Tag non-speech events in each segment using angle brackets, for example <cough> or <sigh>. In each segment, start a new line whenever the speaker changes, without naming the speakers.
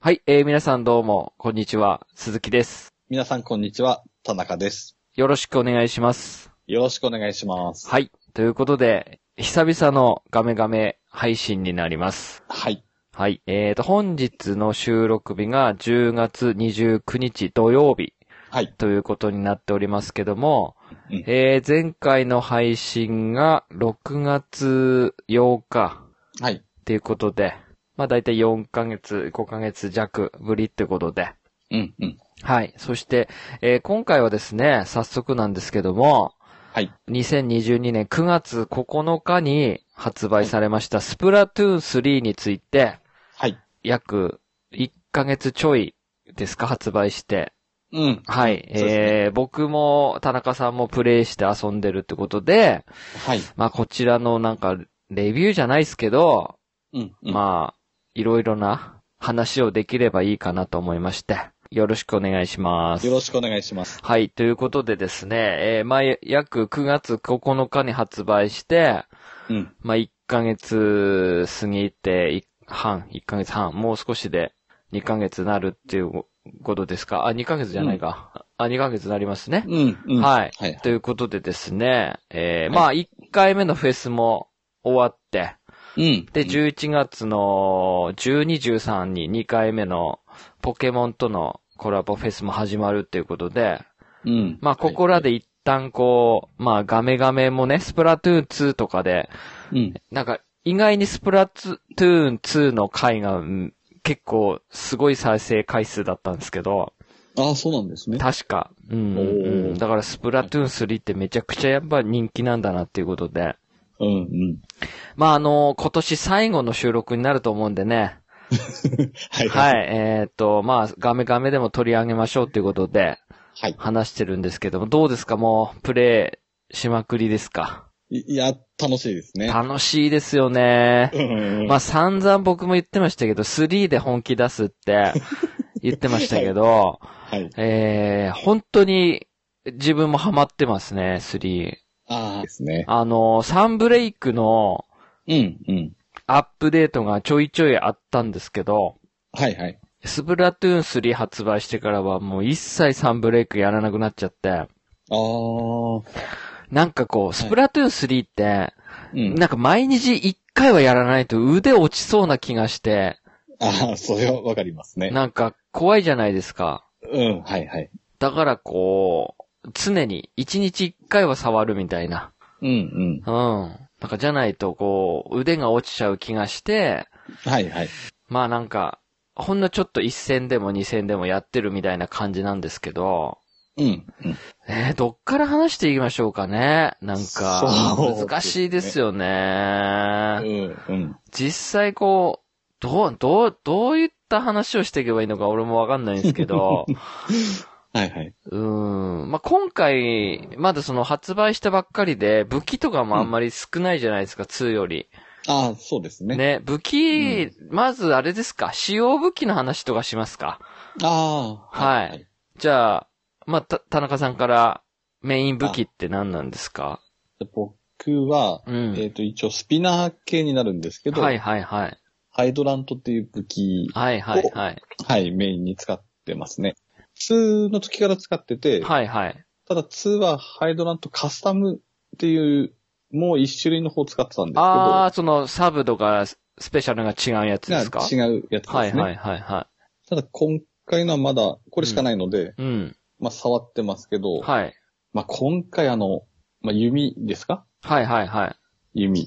はい、えー、皆さんどうも、こんにちは、鈴木です。
皆さんこんにちは、田中です。
よろしくお願いします。
よろしくお願いします。
はい、ということで、久々のガメガメ配信になります。
はい。
はい、えーと、本日の収録日が10月29日土曜日
はい。
ということになっておりますけども、
うん
えー、前回の配信が6月8日
はい。
っていうことで、まあ大体4ヶ月、5ヶ月弱ぶりってことで、
うん、うん。
はい。そして、えー今回はですね、早速なんですけども、
はい。
2022年9月9日に発売されましたスプラトゥーン3について、
はい。
約1ヶ月ちょいですか、発売して。
うん。
はい。
そうです
えー僕も田中さんもプレイして遊んでるってことで、
はい。
まあこちらのなんか、レビューじゃないですけど、
うん。うん
まあ、いろいろな話をできればいいかなと思いまして、よろしくお願いします
よ。ろしくお願いします。
はい、ということでですね、えー、まあ、約9月9日に発売して、
うん。
まあ、1ヶ月過ぎて、い半、1ヶ月半、もう少しで2ヶ月なるっていうことですかあ、2ヶ月じゃないか。あ、2ヶ月なりますね。
うん。うん。
はい
はい。
ということでですね、えー、
はい
まあ、1回目のフェスも終わって、
うん。
で、
うん、
11月の12、13に2回目のポケモンとのコラボフェスも始まるっていうことで、
うん。
まあ、ここらで一旦こう、まあ、ガメガメもね、スプラトゥーン2とかで、
はい。うん。
なんか、意外にスプラトゥーン2の回が、うん結構、すごい再生回数だったんですけど、
ああ、そうなんですね。
確か。うん、うんうん
おー
だから、スプラトゥーン3ってめちゃくちゃやっぱ人気なんだなっていうことで。
うん。うん。
まあ、あの今年最後の収録になると思うんでね。
はい。。
はいい。えーっと、まあ、ガメガメでも取り上げましょうっていうことで、
はい。
話してるんですけども、どうですかもう、プレイしまくりですか
いいや、楽しいですね。
楽しいですよね。
うんうんうん。
まあ散々僕も言ってましたけど、3で本気出すって
<laughs>
言ってましたけど、
はい。
えー、本当に自分もハマってますね、3。
ああ、ですね。
あの、サンブレイクの
うん。うん。
アップデートがちょいちょいあったんですけど、
はい。はい。
スプラトゥーン3発売してからはもう一切サンブレイクやらなくなっちゃって、
ああ。
なんかこう、スプラトゥーン3って、
うん。
なんか毎日一回はやらないと腕落ちそうな気がして、
ああ、それはわかりますね。
なんか怖いじゃないですか。
うん。はい。はい。
だからこう、常に一日一回は触るみたいな。
うん。うん。
うん。なんかじゃないとこう、腕が落ちちゃう気がして、
はい。はい。
まあなんか、ほんのちょっと一戦でも二戦でもやってるみたいな感じなんですけど、
うん。うん。
えー、どっから話していきましょうかね。なんか、
そうですね
難しいですよ
う
ね。
ん。うん。
実際こう、どう、どう、どういった話をしていけばいいのか俺もわかんないんですけど、
はいはい。
うーん。まあ、今回、まだその発売したばっかりで、武器とかもあんまり少ないじゃないですか、2より。
ああ、そうですね。
ね、武器、まずあれですか、使用武器の話とかしますか。
ああ。
はい。じゃあ、まあ、た、田中さんから、メイン武器って何なんですか
僕は、
うん
えっ、と、一応スピナー系になるんですけど、
はいはいはい。
ハイドラントっていう武器、
はいはいはい。
はい、メインに使ってますね。2の時から使ってて、
はいはい。
ただ2はハイドラントカスタムっていう、もう一種類の方使ってたんですけど、
あー、その、サブとか、ススペシャルが違うやつですか
が違うやつですね。
はいはいはいは
ただ今回のはまだ、これしかないので、
い。うん。
まあ触ってますけど、
はい。
まあ今回あの、まあ弓ですか
はいはいはい。
弓。ん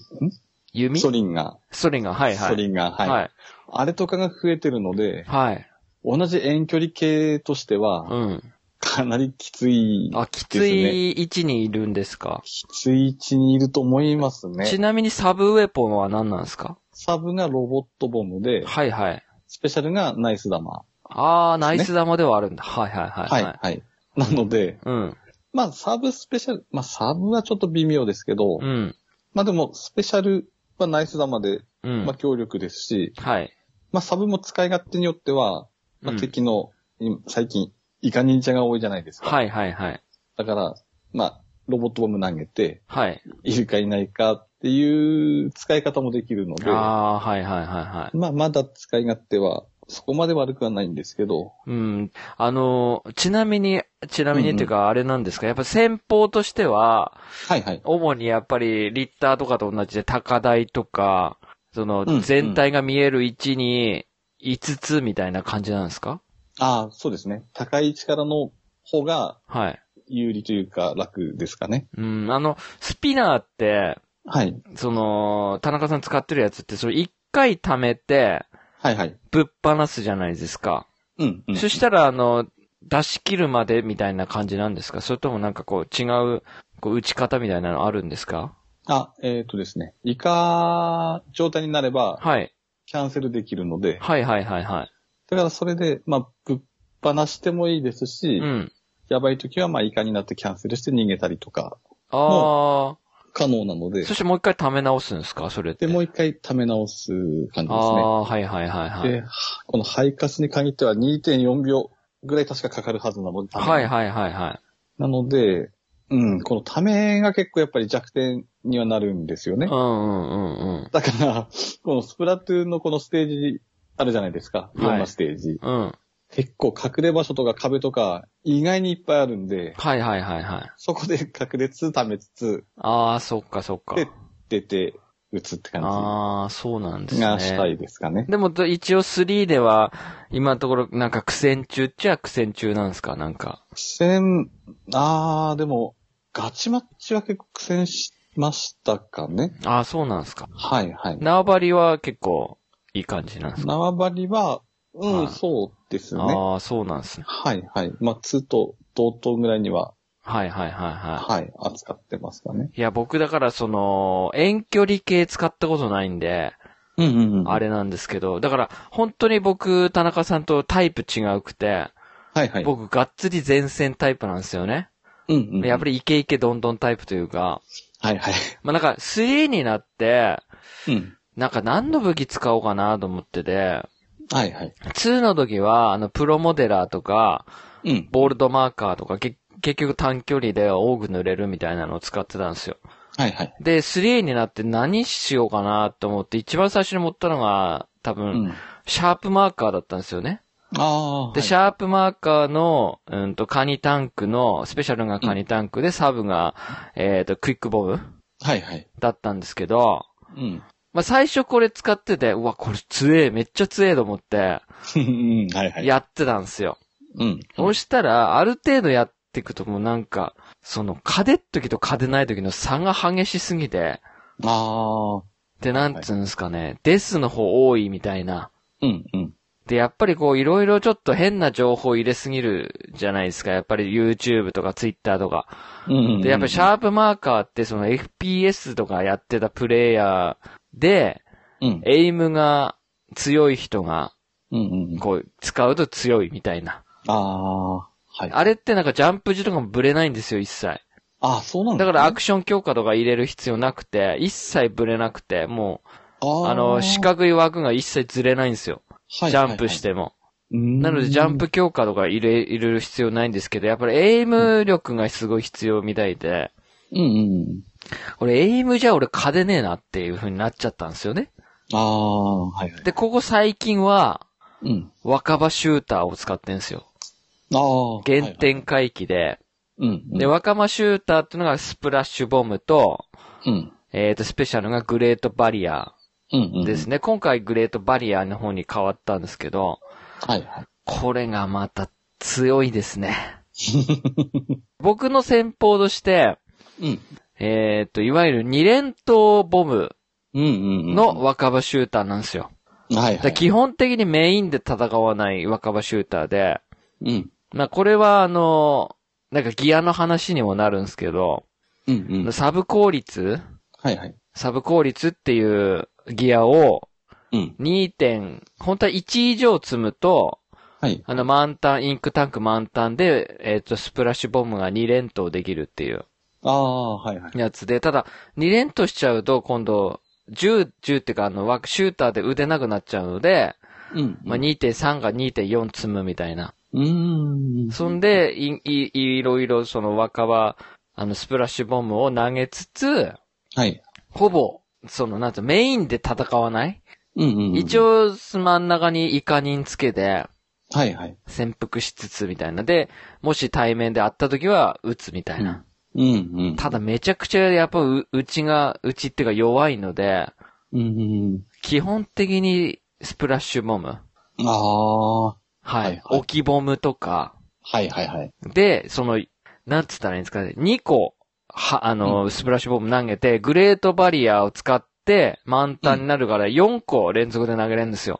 弓
ソリンが、
ストリンが、はいはい。
ソリンが、はい。
はい。
あれとかが増えてるので、
はい。
同じ遠距離系としては、
うん。
かなりきつい、
あ、きつい位置にいるんですか。
きつい位置にいると思います
ち
ね。
なみにサブウェポンは何なんですか
サブがロボットボムで、
はいはい。
スペシャルがナイス玉。
あー、ナイス玉ではあるんだ。はいはいは。
はいい、
はい。
はい。なので、
うん。
まあサブスペシャル、まあサブはちょっと微妙ですけど
う、ん。
まあでもスペシャルはナイス玉で、
う
まあ
ん。
強力ですし、
はい。ま
まあサブも使い勝手によっては、まあ敵の、今最近、イカ忍者が多いじゃないですか。
はいはいはい。
だから、まあ、ロボットボム投げて、
はい。
いるかいないかっていう使い方もできるので、
あー、はいはいはいはい。
まあ、まだ使い勝手はそこまで悪くはないんですけど、
うん。あの、ちなみに、ちなみに
うんうん
っていうか、あれなんですか、やっぱ戦法としては、
はいはい。
主にやっぱりリッターとかと同じで高台とか、そ
うんう
の
ん
全体が見える位置に5つみたいな感じなんですか、
ああ、そうですね。高い力の方が
はい。
有利というか楽ですかね。
うん、あの、スピナーって、
はい。
その、田中さん使ってるやつって、それ1回貯めて、
はいはい。
ぶっ放すじゃないですか。
うん、うん。
そしたら、あの、出し切るまでみたいな感じなんですかそれともなんかこう違う、こう打ち方みたいなのあるんですか
あ、えっ、とですね。イカ状態になれば、
はい。
キャンセルできるので、
はいはいはいは
だからそれで、まあ、ぶっ放してもいいですし、
い。うん。
やばい時は、まあ、イカになってキャンセルして逃げたりとか、
あ
可能なの
あ。
で
そ、してもう一回貯め直すんですかそれって。
で、もう一回溜め直す感じ
あ
ですね。
あ、はいはいはいはい
で。、この肺活に限っては2.4秒ぐらい確かかかるはずなので、
はいはいはいはい。
なので、うん、この溜めが結構やっぱり弱点にはなるんですよね
うん。うんうんうん。
だから、このスプラトゥーンのこのステージあるじゃないですか。
い
いろんなステージ。
うん。
結構隠れ場所とか壁とか意外にいっぱいあるんで、
はいはいはいはい。
そこで隠れつつ溜めつつ
ああ、そっかそっか。
で出て打つって感
ああ、そうなんで
じ
す
がした
ね。
いですかね。
でも、一応3では、今のところ、なんか苦戦中っちゃ苦戦中なんですかなんか。
苦戦、あー、でも、ガチマッチは結構苦戦しましたかね。
ああ、そうなんですか。
はいはい。
縄張りは結構いい感じなんですか、
縄張りは、う
はい
ん、そうですね。
ああ、そうなんですね。
はいはい。まあ、2と同等ぐらいには、
はいはいはいは
はい、扱ってますかね。
い。いや、僕だからその、遠距離系使ったことないんで、
うんうんうん。
あれなんですけど、だから本当に僕、田中さんとタイプ違うくて、
はいはい。
僕がっつり前線タイプなんですよね。
うんうん。
やっぱりイケイケどんどんタイプというか、
はいはい。
まあなんか3になって、
うん。
なんか何の武器使おうかなと思ってて、
はいはい。
2の時は、あの、プロモデラーとか、
うん。
ボールドマーカーとか、け結局短距離で多く塗れるみたいなのを使ってたんですよ。
はいはい。
で、3になって何しようかなと思って、一番最初に持ったのが、多
う
分、
ん。
シャープマーカーだったんですよね。
あー。
で、シャープマーカーの、うんと、カニタンクの、スペシャルがカニタンクで、サブが、えっ、と、クイックボム
はいはい。
だったんですけど、
うん。
まあ、最初これ使ってて、うわ、これ強え、めっちゃ強えと思って、
うん、 <laughs> はいはい。
やってたんですよ。
うん。
そしたら、ある程度やっていくともうなんか、その、勝てっ時と勝てない時の差が激しすぎて、
あー。
で、なんつうんですかね、デスの方多いみたいな。
うんうん。
で、やっぱりこう、いろいろちょっと変な情報入れすぎるじゃないですか。やっぱり YouTube とか Twitter とか。
うんうんうん。
で、やっぱりシャープマーカーってその FPS とかやってたプレイヤーで、
うん。
エイムが強い人が、
うんうんうん。
こう、使うと強いみたいな。
あー。はい。
あれってなんかジャンプ時とかもブレないんですよ、一切。
あー、そうなん
だ
だ。
からアクション強化とか入れる必要なくて、一切ブレなくて、もう、
あー。
あの、四角い枠が一切ずれないんですよ。ジャンプしてても。
な
なので、ジャン。プ強化とか入れ、入れる必要ないんですけど、やっぱりエイム力がすごい必要みたいで、
うんうん。
俺、エイムじゃ俺勝てねえなっていう風になっちゃったんですよね。
ああ、はいはい。
で、ここ最近は、
うん。
若葉シューターを使ってんですよ。
ああ。
原
はいはい。
点回帰で。
うん。
で、若葉シューターっていうのがスプラッシュボムと、
うん。
えっ、と、スペシャルがグレートバリア
うん。うん。
です。ね。今回グレートバリアの方に変わったんですけど、
はいはい。 <laughs>
これがまた強いですね。僕の戦法として、
うん。
えっ、と、いわゆる二連投ボム
うんうんうん。
の若葉シューターなんですよ。
はい
だ
は
から
い。
基本的にメインで戦わない若葉シューターで、
うん。
まあこれはあの、なんかギアの話にもなるんですけど、
うんうん。
サブ効率
はいはい。
サブ効率っていうギアを
うん。
2点、本当は1以上積むと、
はい。
あの満タン、インクタンク満タンで、えっ、と、スプラッシュボムが2連投できるっていう
ああ、はいはい。
やつで、ただ、2連投しちゃうと今度、10、10っていうかあの、ワークシューターで腕なくなっちゃうので、
うん。
まあ、2.3が2.4積むみたいな。
うん。
そん、で、い、い、いろいろその若葉、あの、スプラッシュボムを投げつつ、
はい。
ほぼ、その、なんとメインで戦わない
うんうんうん。
一。応、真ん中にイカ人つけて、
はいはい。
潜伏しつつみたいな。で、もし対面で会った時は撃つみたいな。
うんうん。
ただめちゃくちゃやっぱう、うちが、うちっていうか弱いので、
うんうん
基本的にスプラッシュボム。
うん。ああ。は
はい。
はいはい
置きボムとか。
いはいはい。
で、その、なんつったらいいんですかね。2個、は、あの、スプラッシュボム投げて、グレートバリアを使って、満タンになるから4個連続で投げれるんですよ。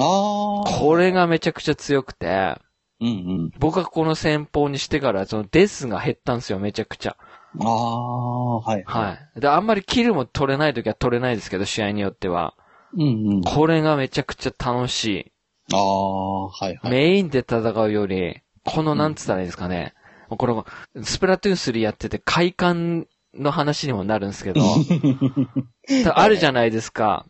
ああ。
これがめちゃくちゃ強くて、
うんうん。
僕はこの戦法にしてから、そのデスが減ったんですよ、めちゃくちゃ。
ああ、はい。
はい。で、あんまりキルも取れない時は取れないですけど、試合によっては。
い。うんうん。あ
これがめちゃくちゃ楽し
あ、はい
い。
はい。
メインで戦うより、このなんつったらいいですかね。これも、スプラトゥーン3やってて、快感の話にもなるんですけど、あるじゃないですか。
はい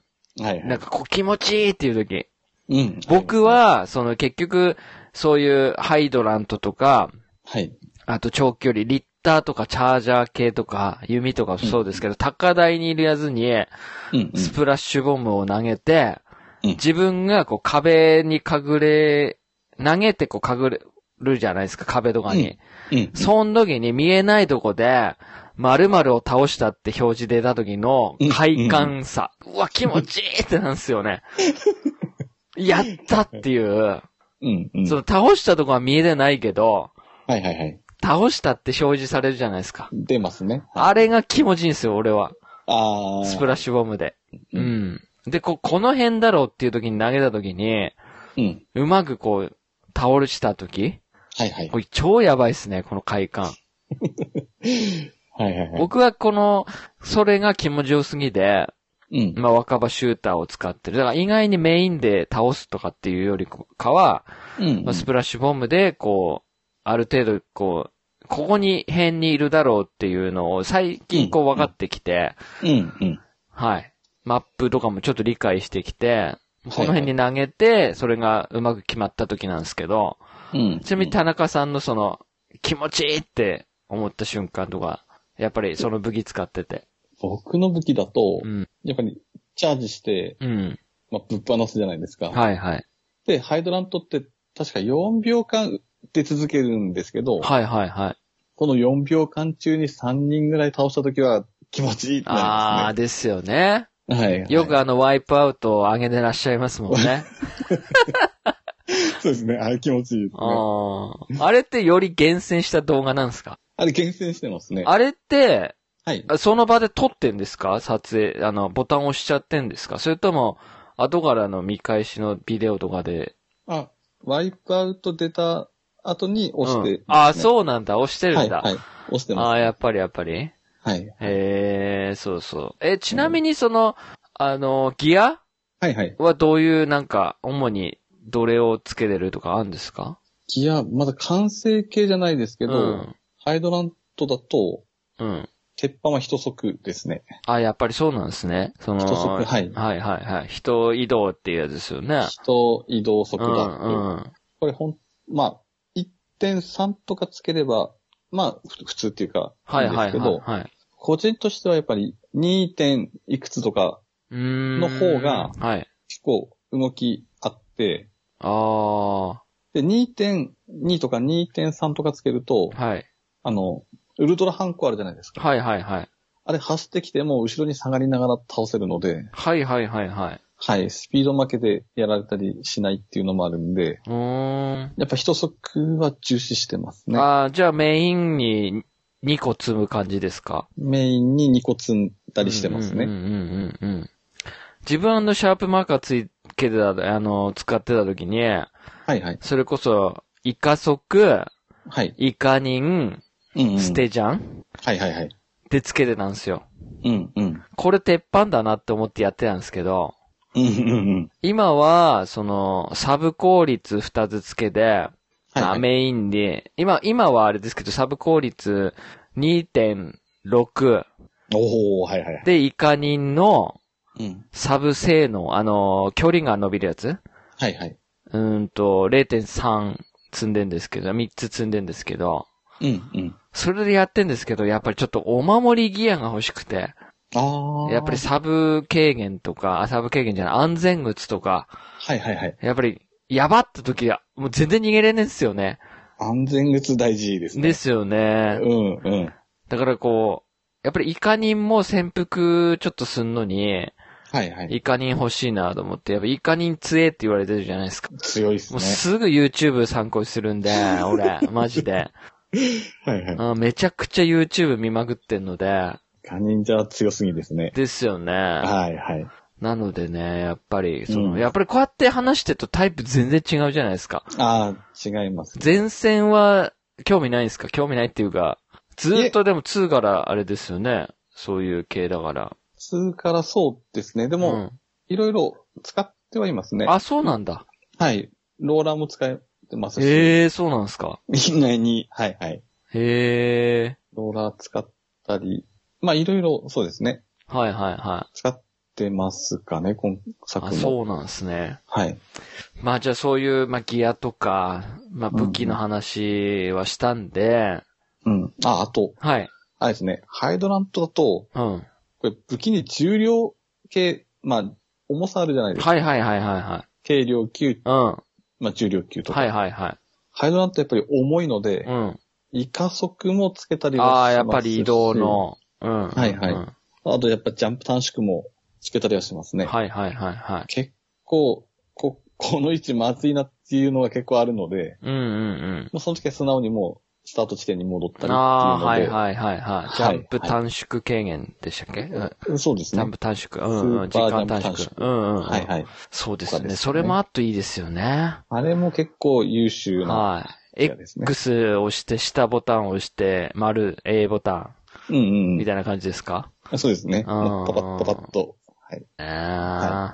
は
ないん。かこう気持ちいいっていう時。
うん。
僕、は、その結局、そういうハイドラントとか、
はい。
あと長距離、リッターとかチャージャー系とか、弓とかそうですけど、高台にいるやつに、
うん
スプラッシュボムを投げて、
うん
自分がこう壁にかぐれ、投げてこうかぐれるじゃないですか、壁とかに。
うん。うん。
その時に見えないとこで、〇〇を倒したって表示出た時の快感さ。うわ、気持ちいいってなんですよ
<laughs>
ね。やったっていう、
うんうん。
その倒したとこは見えてないけど、
はいはいはい。
倒したって表示されるじゃないですか。
出ますね。
あれが気持ちいいんですよ、俺は。
ああ。
スプラッシュボムで。う
うん
ん。で、こ、この辺だろうっていう時に投げた時に、
うん。
うまくこう、倒れした時
はいはい。
これ超やばいっすね、この快感。
はいはいはい。
僕はこの、それが気持ちよすぎで、
うん。
まあ若葉シューターを使ってる。だから意外にメインで倒すとかっていうよりかは、
うん
まあ、スプラッシュボムで、こう、ある程度、こう、ここに辺にいるだろうっていうのを最近こう分かってきて、
うんうん。
はい。マップとかもちょっと理解してきて、
い
この辺に投げて、それがうまく決まった時なんですけど、
うん。
ちなみに田中さんのその、気持ちいいって思った瞬間とか、やっぱりその武器使ってて。
僕の武器だと
う、ん。
やっぱり、チャージして、
うん。
まあ、ぶっ放すじゃないですか。
はいはい。
で、ハイドラントって、確か4秒間出続けるんですけど、
はいはいはい。
この4秒間中に3人ぐらい倒したときは気持ちいいって
あ
な
ー、ですよね。
りますね。はい、はい。
よくあの、ワイプアウトを上げてらっしゃいます
<laughs>
もんね。
そうですね。あれ気持ちいいですね。
あーあれってより厳選した動画なんですか
あれ厳選してますね。
あれって、
はい。
あその場で撮ってんですか撮影、あの、ボタン押しちゃってんですかそれとも、後からの見返しのビデオとかで。
あ、ワイプアウト出た後に押して、
うんあ、
う
そうなんだ。押してるんだ。
はい、はい。押して
あ
ま
あ、やっぱりやっぱり。
す。はい。
えー、そうそう。え、ちなみにその、あの、ギア
はいはい。
はどういう、なんか、主に、どれをつけてるとかあるんですか
ギア、まだ完成形じゃないですけど、
うん。
ハイドラントだと、
うん。
鉄板は一足ですね。
あ、やっぱりそうなんですね。その、
一足、はい。
はいはいはい。人移動っていうやつですよね。
人移動速
う
度
ん
アップ。
うん。
これほん、まあ、1.3とかつければ、まあ、ふ普通っていうか、
はい
いいん
は
で
い
すけど、
はいはい。
個人としてはやっぱり 2. 点いくつとか
うーん
の方が
はい。
結構動きあって、
あ
で、2.2とか2.3とかつけると
あ、、はい。
あの、ウルトラハンコあるじゃないですか。
はいはいはい。
あれ走ってきても後ろに下がりながら倒せるので、
はいはいはいはい。
はい、スピード負けでやられたりしないっていうのもあるんで、
うーん。
やっぱ一足は重視してますね。
ああ、じゃあメインに2個積む感じですか
メインに2個積んだりしてます
うんう
ね。
んうんうんうん。自分あのシャープマーカーついけてた、あの、使ってた時に、
はいはい。
それこそ、イカ足、
はい。
イカ人、
うん、うん。
ステジャン
はいはいはい。
ってつけてたんですよ。
うんうん。
これ鉄板だなって思ってやってたんですけど、
うんうんうん。
今は、その、サブ効率2つつけて、
はいはい。
メインで、今、今はあれですけど、サブ効率2.6
おおはいはいはい。
で、イカ人の
うん。
サブ性能、あの、距離が伸びるやつ
はいはい。
うーんと、0.3積んでんですけど、3つ積んでんですけど、
うんうん。
それでやってんですけど、やっぱりちょっとお守りギアが欲しくて、
ああ。
やっぱり、サブ軽減とか、あサブ軽減じゃない、安全靴とか、
はいはいはい。
やっぱり、やばった時は、もう全然逃げれねえんですよね。
安全靴大事ですね。
で。すよ
う
ね。
んうん。
だからこう、やっぱりイカ人も潜伏ちょっとすんのに、
はいはい。
イカ人欲しいなと思って、やっぱイカ人強えって言われてるじゃないですか。
強いです
もう
ね。
すぐ YouTube 参考にするんで、
<laughs>
俺、マジで。
はいはい。
うんめちゃくちゃ YouTube 見まくってんので、
カニンジャは強すぎですね。
ですよね。
はいはい。
なのでね、やっぱり、その、
うん
やっぱりこうやって話してるとタイプ全然違うじゃないですか。
ああ、違います。
前線は興味ないんですか興味ないっていうか、ずーっとでも2からあれですよね。そういう系だから。
普通からそうですね。で
う
も、
ん、
いろいろ使ってはいますね。
あ、そうなんだ。
はい。ローラーも使ってます <laughs> し、
へえー、そうなんですか。
みんなに、はいはい。
へえ
ローラー使ったり、まあいろいろそうですね。
ー、はいはいは
使ってますかね、今
い。
作
あ、
も。
そうなんですね。
はい。
まあじゃあそういう、まあギアとか、まあ武器の話はしたんで、
うん。あ、あと、
はい。
あれですね。ハイドラントだと、
うん。
これ武器に重量系、まあ、重さあるじゃないですか。
はいはいはいはいはい。
軽量級、
うん。は
まあ重量級
い
とか。
はいは
ハイドラントやっぱり重いので
い。、うん。
イカ足もつけたりはし
あ
ます
あ、
し
やっぱり移動。の。うん。
はいはい
うん
あとやっぱジャンプ短縮もつけたりはしますね。
はいはいはいはい。
結構、こ、 <laughs> この位置まずいなっていうのが結構あるので、
うんうん
もうその時は素直にもう、スタート地点に戻っ
う
たりってい
ん。
うので。
ああー、はいはいはい
は
はい。
い
ジャンプ短縮軽減でしたっけ、うん
そうです
ジャン
ね。
プ短縮。うんうん。
ス
時
ーパー
間短
ジャン
縮
プ短。縮
うんうん。
はいはい。
そうです
とか
ね
ですね
それもあっといいですよね。
あれも結構優秀な
はい。
キャラですね。
X を押して、下ボタンを押して、丸、A ボタ
うん
ン、
うん
みたいな感じですか、
うん。そうですね。
う
パ
ん
パッパパッと。はい。
ええ
はい。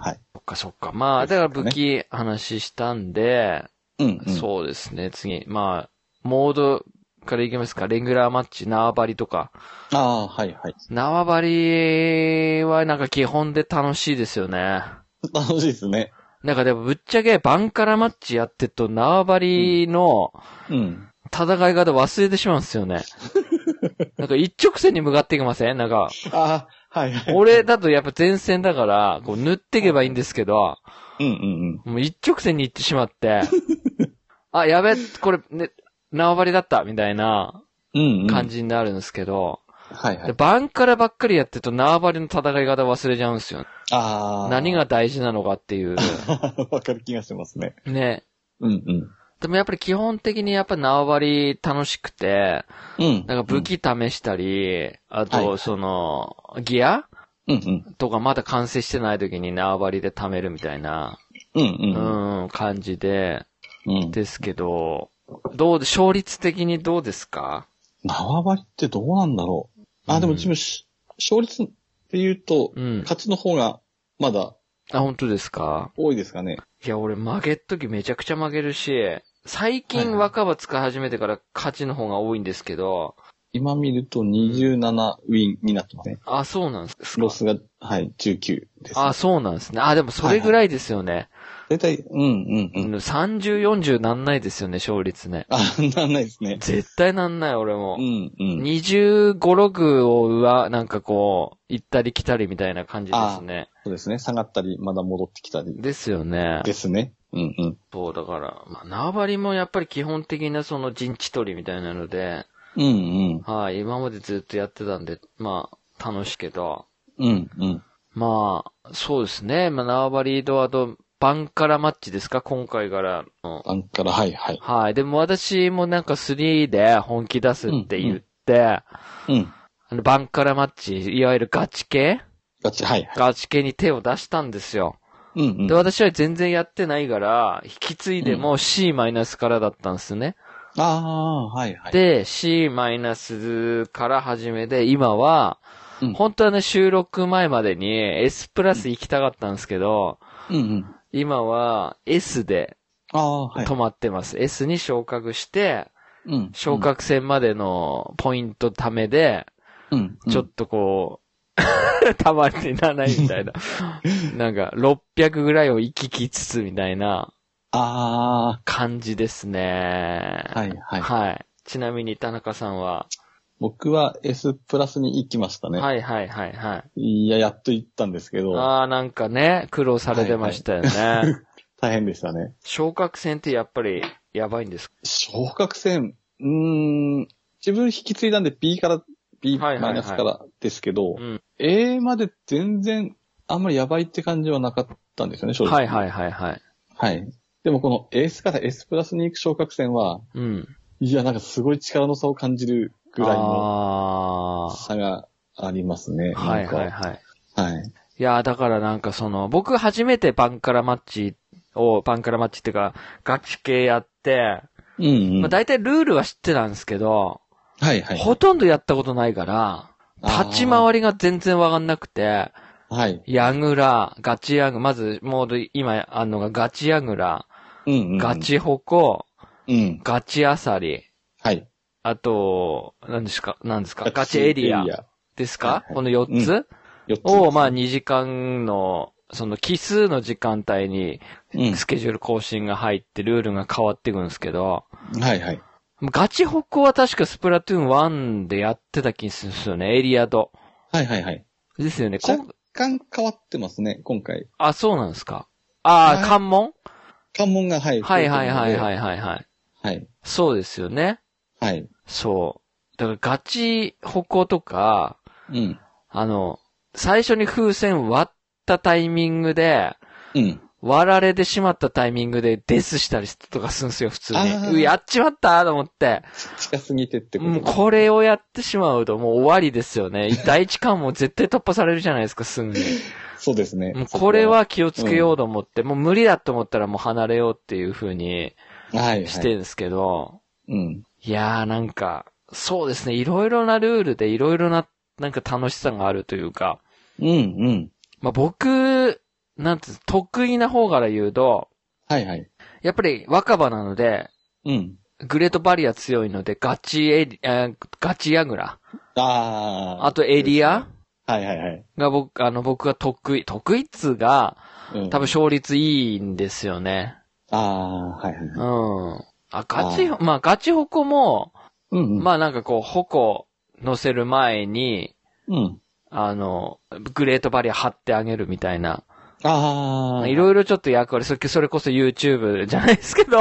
はい。
そっかそっか。まあ、だから武器話したんで、
うん、うん。う。
そうですね、次。まあ、モードからいきますか。レギュラーマッチ、縄張りとか。
ああ、はいはい。
縄張りはなんか基本で楽しいですよね。
楽しいですね。
なんかでもぶっちゃけバンカラマッチやってると縄張りの
うん。
戦い方忘れてしまうんですよ
<laughs>
ね。なんか一直線に向かっていきませんなんか、
ああ、はいはい。
俺だとやっぱ前線だから、こう塗っていけばいいんですけど、
うんうん
もう一直線に行ってしま
<laughs>
って、あ、やべ、これ、ね、縄張りだった、みたいな
うん。うん、うん。
感。じになるんですけど、
はいは
で
い。
バンカラばっかりやってると縄張りの戦い方忘れちゃうんですよ。
ああ。
何が大事なのかっていう。
<laughs> わかる気がしますね。
ね。
うんうん。
でもやっぱり基本的にやっぱ縄張り楽しくて、
うん。
なんか武器試したり、あ
はいは
と
い
その、ギア
うんうん。
とかまだ完成してない時に縄張りで貯めるみたいな、
うん
う
うん
ん、感じで、
うん。うん。
ですけど、どうで、勝率的にどうですか
縄張りってどうなんだろう。あ、でも自分、し勝率って言うと、
うん。
勝ちの方がまだ
あ、本当ですか
多いですかね。
いや、俺負けっ時めちゃくちゃ負けるし、最
はい
近
はい
若葉使い始めてから勝ちの方が多いんですけど、
今見ると27ウィンになってますね。
あ、そうなんですか
ロスが、はい、19です、
あ、
ね。
そうなんですね。あ、でもそれぐらいですよね。
大体、うんうんうん。
30、40なんないですよね、勝率ね。
あ、なんないですね。
絶対なんない、俺
う
も。
んうん。
25、6を上、なんかこう、行ったり来たりみたいな感じですね。
そうですね。下がったり、まだ戻ってきたり
ですよね。
ですね。うんうん。
そう、だから、まあ、縄張りもやっぱり基本的なその陣地取りみたいなので、
うん
はい、今までずっとやってたんで、まあ、楽しいけど、
うん。うんうん。
まあ、そうですね。まあ、縄張りドアと、バンカラマッチですか今回からの。
あんから、はいはい。
はい。でも私もなんか3で本気出すって言って、
うん。
あのバンカラマッチ、いわゆるガチ系
ガチ、はいは
ガチ系に手を出したんですよ。
い。うんうん
で、。私は全然やってないから、引き継いでも C マイナスからだったんですね。
ああー、はいはい。
で、C マイナスから始めて、今は、
うん
本当はね、収録前までに S プラス行きたかったんですけど、
うんうん。
今は S で
ああ、はい。
止まってます。S に昇格して、
うん
昇。格戦までのポイントためで、
うん。
ちょっ
と。
とこう、 <laughs> たまにならないみたい
<laughs>
な。なんか、600ぐらいを行き来つつみたいな
あ
感じですね。
あ、はいはい。
はい。ちなみに田中さんは、
僕は S プラスに行きましたね。。
はいはいはいはい
や、やっと行ったんですけ
い。
ど、
ああ、なんかね、苦労されてましたよね。 <laughs>
大変でしたね。
昇格戦ってやっぱりやばいんですか
昇格戦、うーん、自分引き継いだんで B から、B
はいはい
マ
はい
イナスからですけど、
うん。
A まで全然あんまりやばいって感じはなかったんですよね、正直。
はい
い。
はいはいはい。
はい。でもこの S から S プラスに行く昇格戦は、
うん。
いや、なんかすごい力の差を感じるぐらいの
ああ。
差がありますね。
はいはい
なんか
はい。
はい。
いやー、だからなんかその、僕初めてパンカラマッチを、パンカラマッチっていうか、ガチ系やって、
うん、うん。
まあ
はい
大体ルールは知ってたんですけど、
はい。
ほとんどやったことないから、立ち回りが全然わかんなくて、
り。はい。
ヤグラ、ガチヤグ、まず、もう今あんのがガチヤグラ、
うん、うん。
ガ。チホコ、
うん。
ガチアサリ、
はい。
あと、何ですか、何ですか、ガチエリアです
は
か
いはい
この4つ、
う4つ。
を、まあ、2時間の、その奇数の時間帯に
うん。
スケジュール更新が入ってルールが変わっていくんですけど、
はいはい。
ガチ歩行は確かスプラトゥーン1でやってた気がするんですよね、エリアと。
はいはいはい。
ですよね。こ
若干変わってますね、今回。
あ、そうなんですか。あ
は
あ、
い
関門
関門が、はい。。
はいはいはいはいいはいはい。
はい。
そうですよね。
はい。
そう。だからガチ歩行とか、
うん。
あの、最初に風船割ったタイミングで、
うん。
割られてしまったタイミングでデスしたりとかするんですよ、普通
あ
に。
ー
うやっちまったと思って。
近すぎてってこと
もうこれをやってしまうともう終わりですよ
<laughs>
ね。第一関も絶対突破されるじゃないですか、すぐに。
そうですね。
もうこれは気をつけようと思って、もう無理だと思ったらもう離れようっていう風に
そこは、はい、はい。
してるんですけど、
うん。
いやーなんか、そうですね、いろいろなルールでいろいろな、なんか楽しさがあるというか、
うん、うん。
まあ僕、なんて、得意な方から言うと、
はいはい。
やっぱり若葉なので、
うん。
グレートバリア強いので、ガチエリ、えーガチヤグラ。
ああ。
あとエリア
はいはいはい。
が僕、あの、僕が得意、得意っつうが、
うん、
多分勝率いいんですよね。
ああー、はいはい。
うん。あ、ガチ、
あ
まあ、ガチホコも、
うん、うん。
まあなんかこう、ホコ乗せる前に、
うん。
あの、グレートバリア貼ってあげるみたいな。
ああ。
いろいろちょっと役割、それそれこそ YouTube じゃないですけど、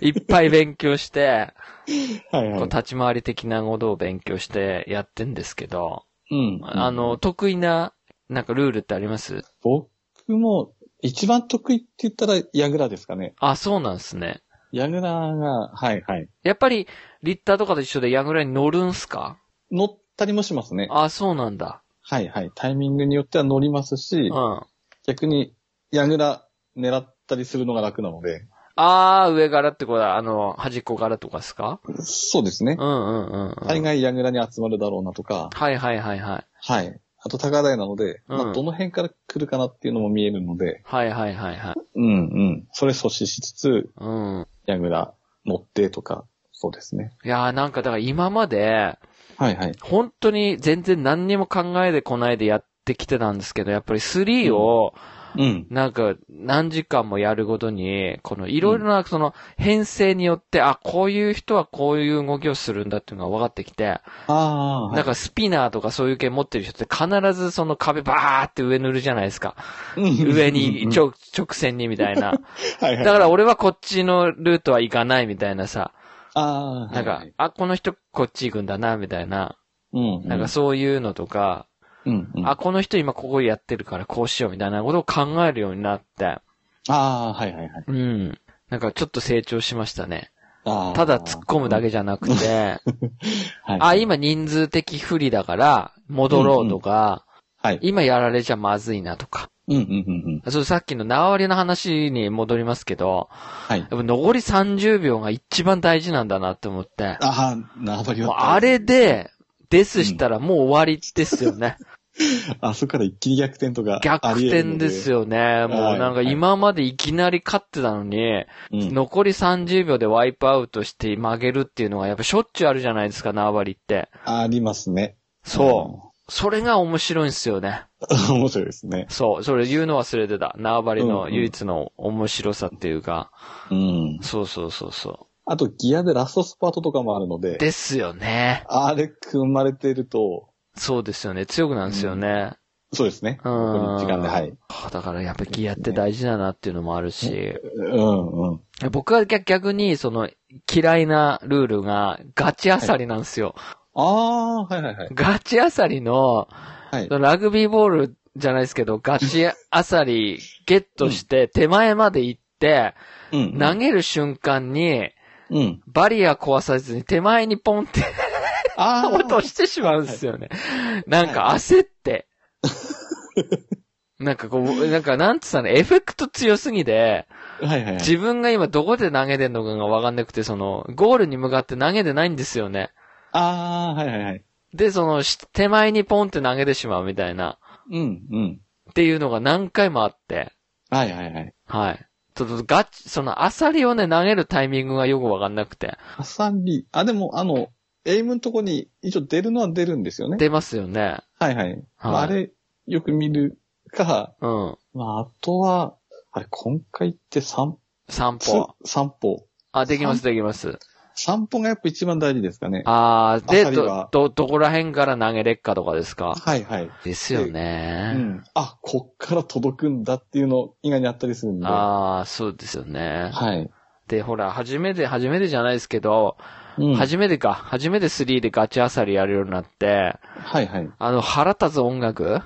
いっぱい勉強して、
はい
こ
は
う
い。
立ち回り的なことを勉強してやってんですけど、
うん。
あの、、得意な、なんかルールってあります
僕も、一番得意って言ったら、ヤグラですかね。
あ、そうなんですね。
ヤグラが、はいはい。
やっぱり、リッターとかと一緒でヤグラに乗るんすか
乗ったりもしますね。
あ、そうなんだ。
はいはい。タイミングによっては乗ります
う
し
ん。、あ
逆に、ヤグラ狙ったりするのが楽なので。
ー、上からってことは、あの、端っこからとかですか
そうですね
うん。うんうんうん。
大概ヤグラに集まるだろうなとか、
はいはいはいはい。
はい。あと高台なので、
うん
まあどの辺から来るかなっていうのも見えるので、
はいはいはいはい。
うんうん。それ阻止しつつ、
うん。
ヤグラ乗ってとか、そうですね。
いやーなんかだから今まで、
はいはい。
本当に全然何にも考えてこないでやってきてたんですけど、やっぱり3を、
うん。
なんか、何時間もやるごとに、このいろいろな、その、編成によって、あ、こういう人はこういう動きをするんだっていうのが分かってきて、
ああー、
なんかスピナーとかそういう系持ってる人って必ずその壁バーって上塗るじゃないですか。上
上
に、
ょ、
直、直線にみたいな。
<laughs> はいはい
だから、俺はこっちのルートは行かないみたいなさ。な
ああ、
ん
はい
か
はい、
あ、この人こっち行くんだな、みたいな。
うんうん。
なんかそういうのとか、
うんうん、
あ、
あ
この人今ここやってるからこうしようみたいなことを考えるようになって。
あー、はいはいはい。
うん。なんかちょっと成長しましたね。
あー
ただ突っ込むだけじゃなくて、
はい
あ、今人数的不利だから戻ろうとか、
はい。
今やられちゃまずいなとか。
うんうんうんうん。
そう、さっきの縄割りの話に戻りますけど、
はい。
やっぱ残り30秒が一番大事なんだなって思って、
ああ、縄張り
もう
は。
あれで、デスしたらもう終わりですよ <laughs> ね。
あそこから一気に逆転とか。
逆転です
よ。
よね。もうなんか今までいきなり勝ってたのに、
うん、
残り30秒でワイプアウトして曲げるっていうのがやっぱしょっちゅうあるじゃないですか、縄張りって。
ありますね。
そう。それが面白いんですよね。
うん。 <laughs> 面白いですね。
そう。それ言うの忘れてた。縄張り
うんう
の
ん
唯一の面白さっていうか。
うん。
そうそうそうそ
あとギアでラストスパートとかもあるので、
ですよね。
あれ組まれてると、
そうですよね。強くなんですよね。
そうですね。
うん
残り時間で、はい。
はあだからやっぱギアって大事だなっていうのもあるし、
うんうん。
僕は逆逆にその嫌いなルールがガチあさりなんですよ。
ああー、はいはいはい。
ガチあさりの、
はい。
そのラグビーボールじゃないですけど、ガチあさりゲットして手前まで行って、
うん。
投げる瞬間に
うん。
バリア壊さずに手前にポンって
<laughs> あ
落と
あ、
してしまうんですよね。なんか焦っ
<laughs>
て。なんかこう、なんかなんつったの、エフェクト強すぎで、
はいはいはい。
自分が今どこで投げてんのかがわかんなくて、その、ゴールに向かって投げてないんですよね。
ああ、はいはいはい。
で、その、し手前にポンって投げてしまうみたいな、
うんうん。
っていうのが何回もあって、
はいはいはい。
はい。ちょっとガチ、その、アサリをね、投げるタイミングがよくわかんなくて、
ハサミ。あ、でも、あの、エイムのとこに一応出るのは出るんですよね。
出ますよね。
はいはい。まあ、
はい
あれ、よく見るか、
うん。
まあ、あとは、あれ、今回って散
散歩
歩。。散歩。
あ、できます、できます。
散歩がやっぱ一番大事ですかね。
あー、で、
アサリ
ど
は、
ど、どこら辺から投げれっかとかですか
はいはい。
ですよ
う
ね。
ん。あ、こっから届くんだっていうの以外にあったりするんで。は
あー、そうですよね。
い。
で、ほら、初めて、初めてじゃないですけど、
うん。
初めてか、初めて3でガチアサリやるようになって、
はいはい。
あの腹立つ音
<laughs>
楽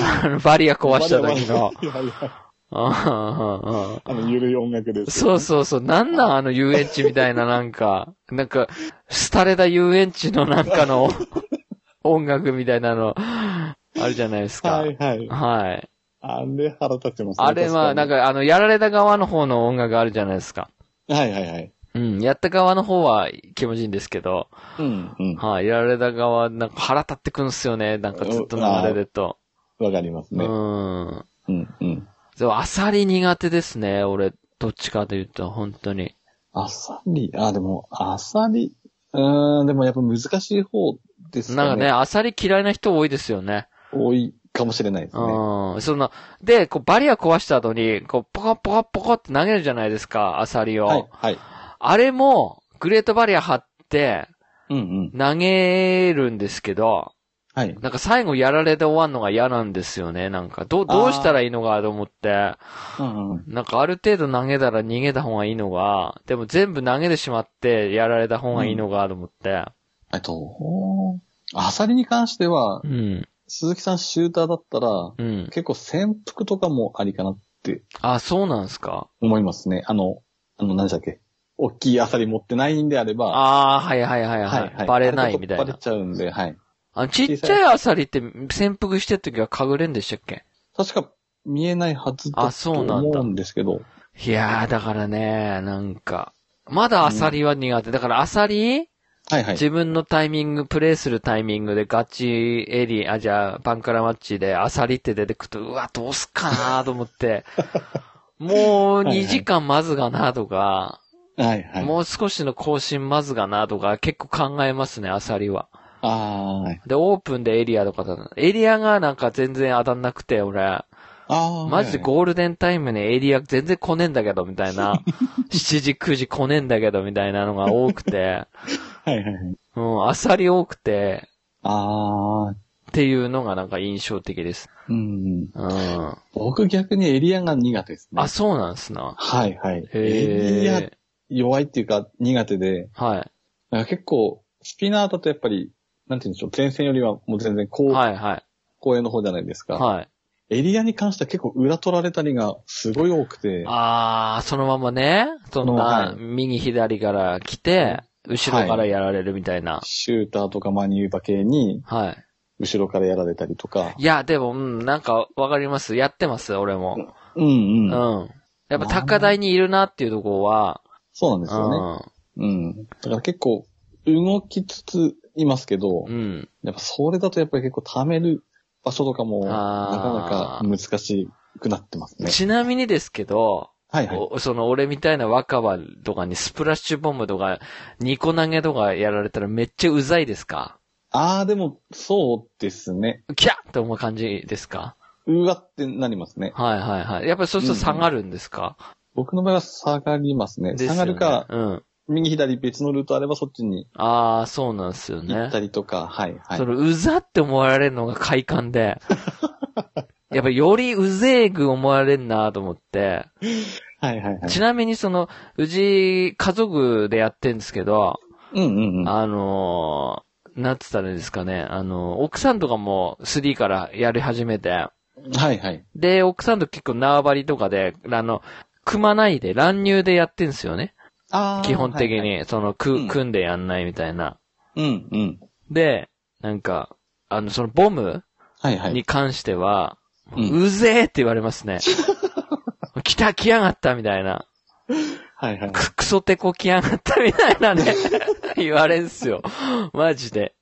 あのバリア壊した時 <laughs> の。
いやいや
うんうんうん
あの、ゆるい音楽で
そ
すよね。
うそうそう、なんなんあの遊園地みたいななんか、なんか、廃れた遊園地のなんか
<laughs>
の音楽みたいなの、あるじゃないですか。
はいはい。
はい
あれ腹立ちますね
あれは、なん、か、あの、やられた側の方の音楽あるじゃないですか。
確にはいはいはい。
うん、やった側の方は気持ちいいんですけど、
うん、うん。
はい、やられた側、なんか腹立ってくんすよね。なんかずっと流れると。
わかります
う
ね。
ん。
うん、うん。
でも、アサリ苦手ですね。俺、どっちかというと、本当に。
アサリ、あ、でも、アサリ、うーん、でもやっぱ難しい方です
なん
か
かね、
ね。
アサリ嫌いな人多いですよね。
多いかもしれないですね。
うん。その、で、こう、バリア壊した後に、こう、ポカポカポカって投げるじゃないですか、アサリを。
はい、はい。
あれも、グレートバリア張って、
うんうん。
投げるんですけど、
はい。
なんか最後やられて終わるのが嫌なんですよね。なんか、どう、どうしたらいいのかと思って。
うんうん。
なんかある程度投げたら逃げた方がいいのが、でも全部投げてしまってやられた方がいいのが、と思って。
えっと、アサリに関しては
う、ん。
鈴木さんシューターだったら、
うん。
結構潜伏とかもありかなって
あ、そうなんすか。
思いますね。あの、あの、何でしたっけ大きいアサリ持ってないんであれば、
ああ、はいはいはいはい。バレないみたい
バ
な
レ。ちゃうんで、はい。
あのちっちゃいアサリって潜伏してる時はかぐれんでしたっけ
確か見えないはずだ
あ
と
そうなんだ
思うんですけど、
いやー、だからね、なんか。まだアサリは苦手。だからアサリ、
はいはい。
自分のタイミング、プレイするタイミングでガチエリア、あ、じゃあ、バンカラマッチでアサリって出てくると、うわ、どうすっかなと思
<laughs>
って、もう
はいはい
2時間まずがなとか、
はいはい。
もう少しの更新まずがなとか、結構考えますね、アサリは。
あー
で、オープンでエリアとかだエリアがなんか全然当たんなくて、俺、
あー。
マジで
はい
ゴールデンタイムにエリア全然来ねえんだけど、みたい
<laughs>
な。7時、9時来ねえんだけど、みたいなのが多くて、
はいはいはい。
うん、アサリ多くて、
あー。
っていうのがなんか印象的です。
うん。
うん。
僕逆にエリアが苦手ですね。
あ、そうなんすな。
はいはい。エリア
へえ。
弱いっていうか苦手で、
はい。
なんか結構スピナーだとやっぱり、なんて言うんでしょう、前線よりはもう全然後、
はい、はい。
後衛の方じゃないですか。
はい。
エリアに関しては結構裏取られたりがすごい多くて、
あー、そのままね、そんな、
はい
右左から来て、後ろからやられるみたいな。
シューターとかマニューバ系に
はい。
後ろからやられたりとか。
いや、でも、うん、なんか、わかります。やってます、俺も。
うん
う
うんん。。
やっぱ、高台にいるなっていうとこは、
そうなんですよね。
う
うん。だから結構、動きつついますけど、
ん。
やっぱそれだとやっぱり結構溜める場所とかも、な
あ
か
ー
なか難しくなってます
うん。 <laughs>
ね。
ちなみにですけど、
はいはい。
おその俺みたいな若葉とかにスプラッシュボムとか、ニコ投げとかやられたらめっちゃうざいですか
ああ、でも、そうですね。
キャッって思う感じですか
うわってなりますね。
はいはいはい。やっぱりそうすると下がるんですか、
僕の場合は下がりますね。
ですよ
下
ね
がるか、
うん。
右左別のルートあればそっちに
ああ、そうなんですよね。
行ったりとか、はい、はい
そ。の、うざって思われるのが快感
<laughs>
で、やっぱよりうぜえぐ思われんなと思って、
はい、はい、はい。
ちなみにその、うち、家族でやってんですけど、
うん、うん、うん。
あのーなんつったらいいですかね、あのー奥さんとかも3からやり始めて、
はい、はい。
で、奥さんと結構縄張りとかで、あの、組まないで、乱入でやってんですよね。
あー
基本的に、
はいはい
その、
う
く、
ん
組んでやんないみたいな。
うん、うん。
で、なんか、あの、その、ボム
はい、はい。
に関しては、
うん
うぜえって言われます
<laughs>
ね。来た、来やがったみたいな。
はい、はい。
く、クソテコ来やがったみたいな
<laughs>
ね。言われんすよ。マジで。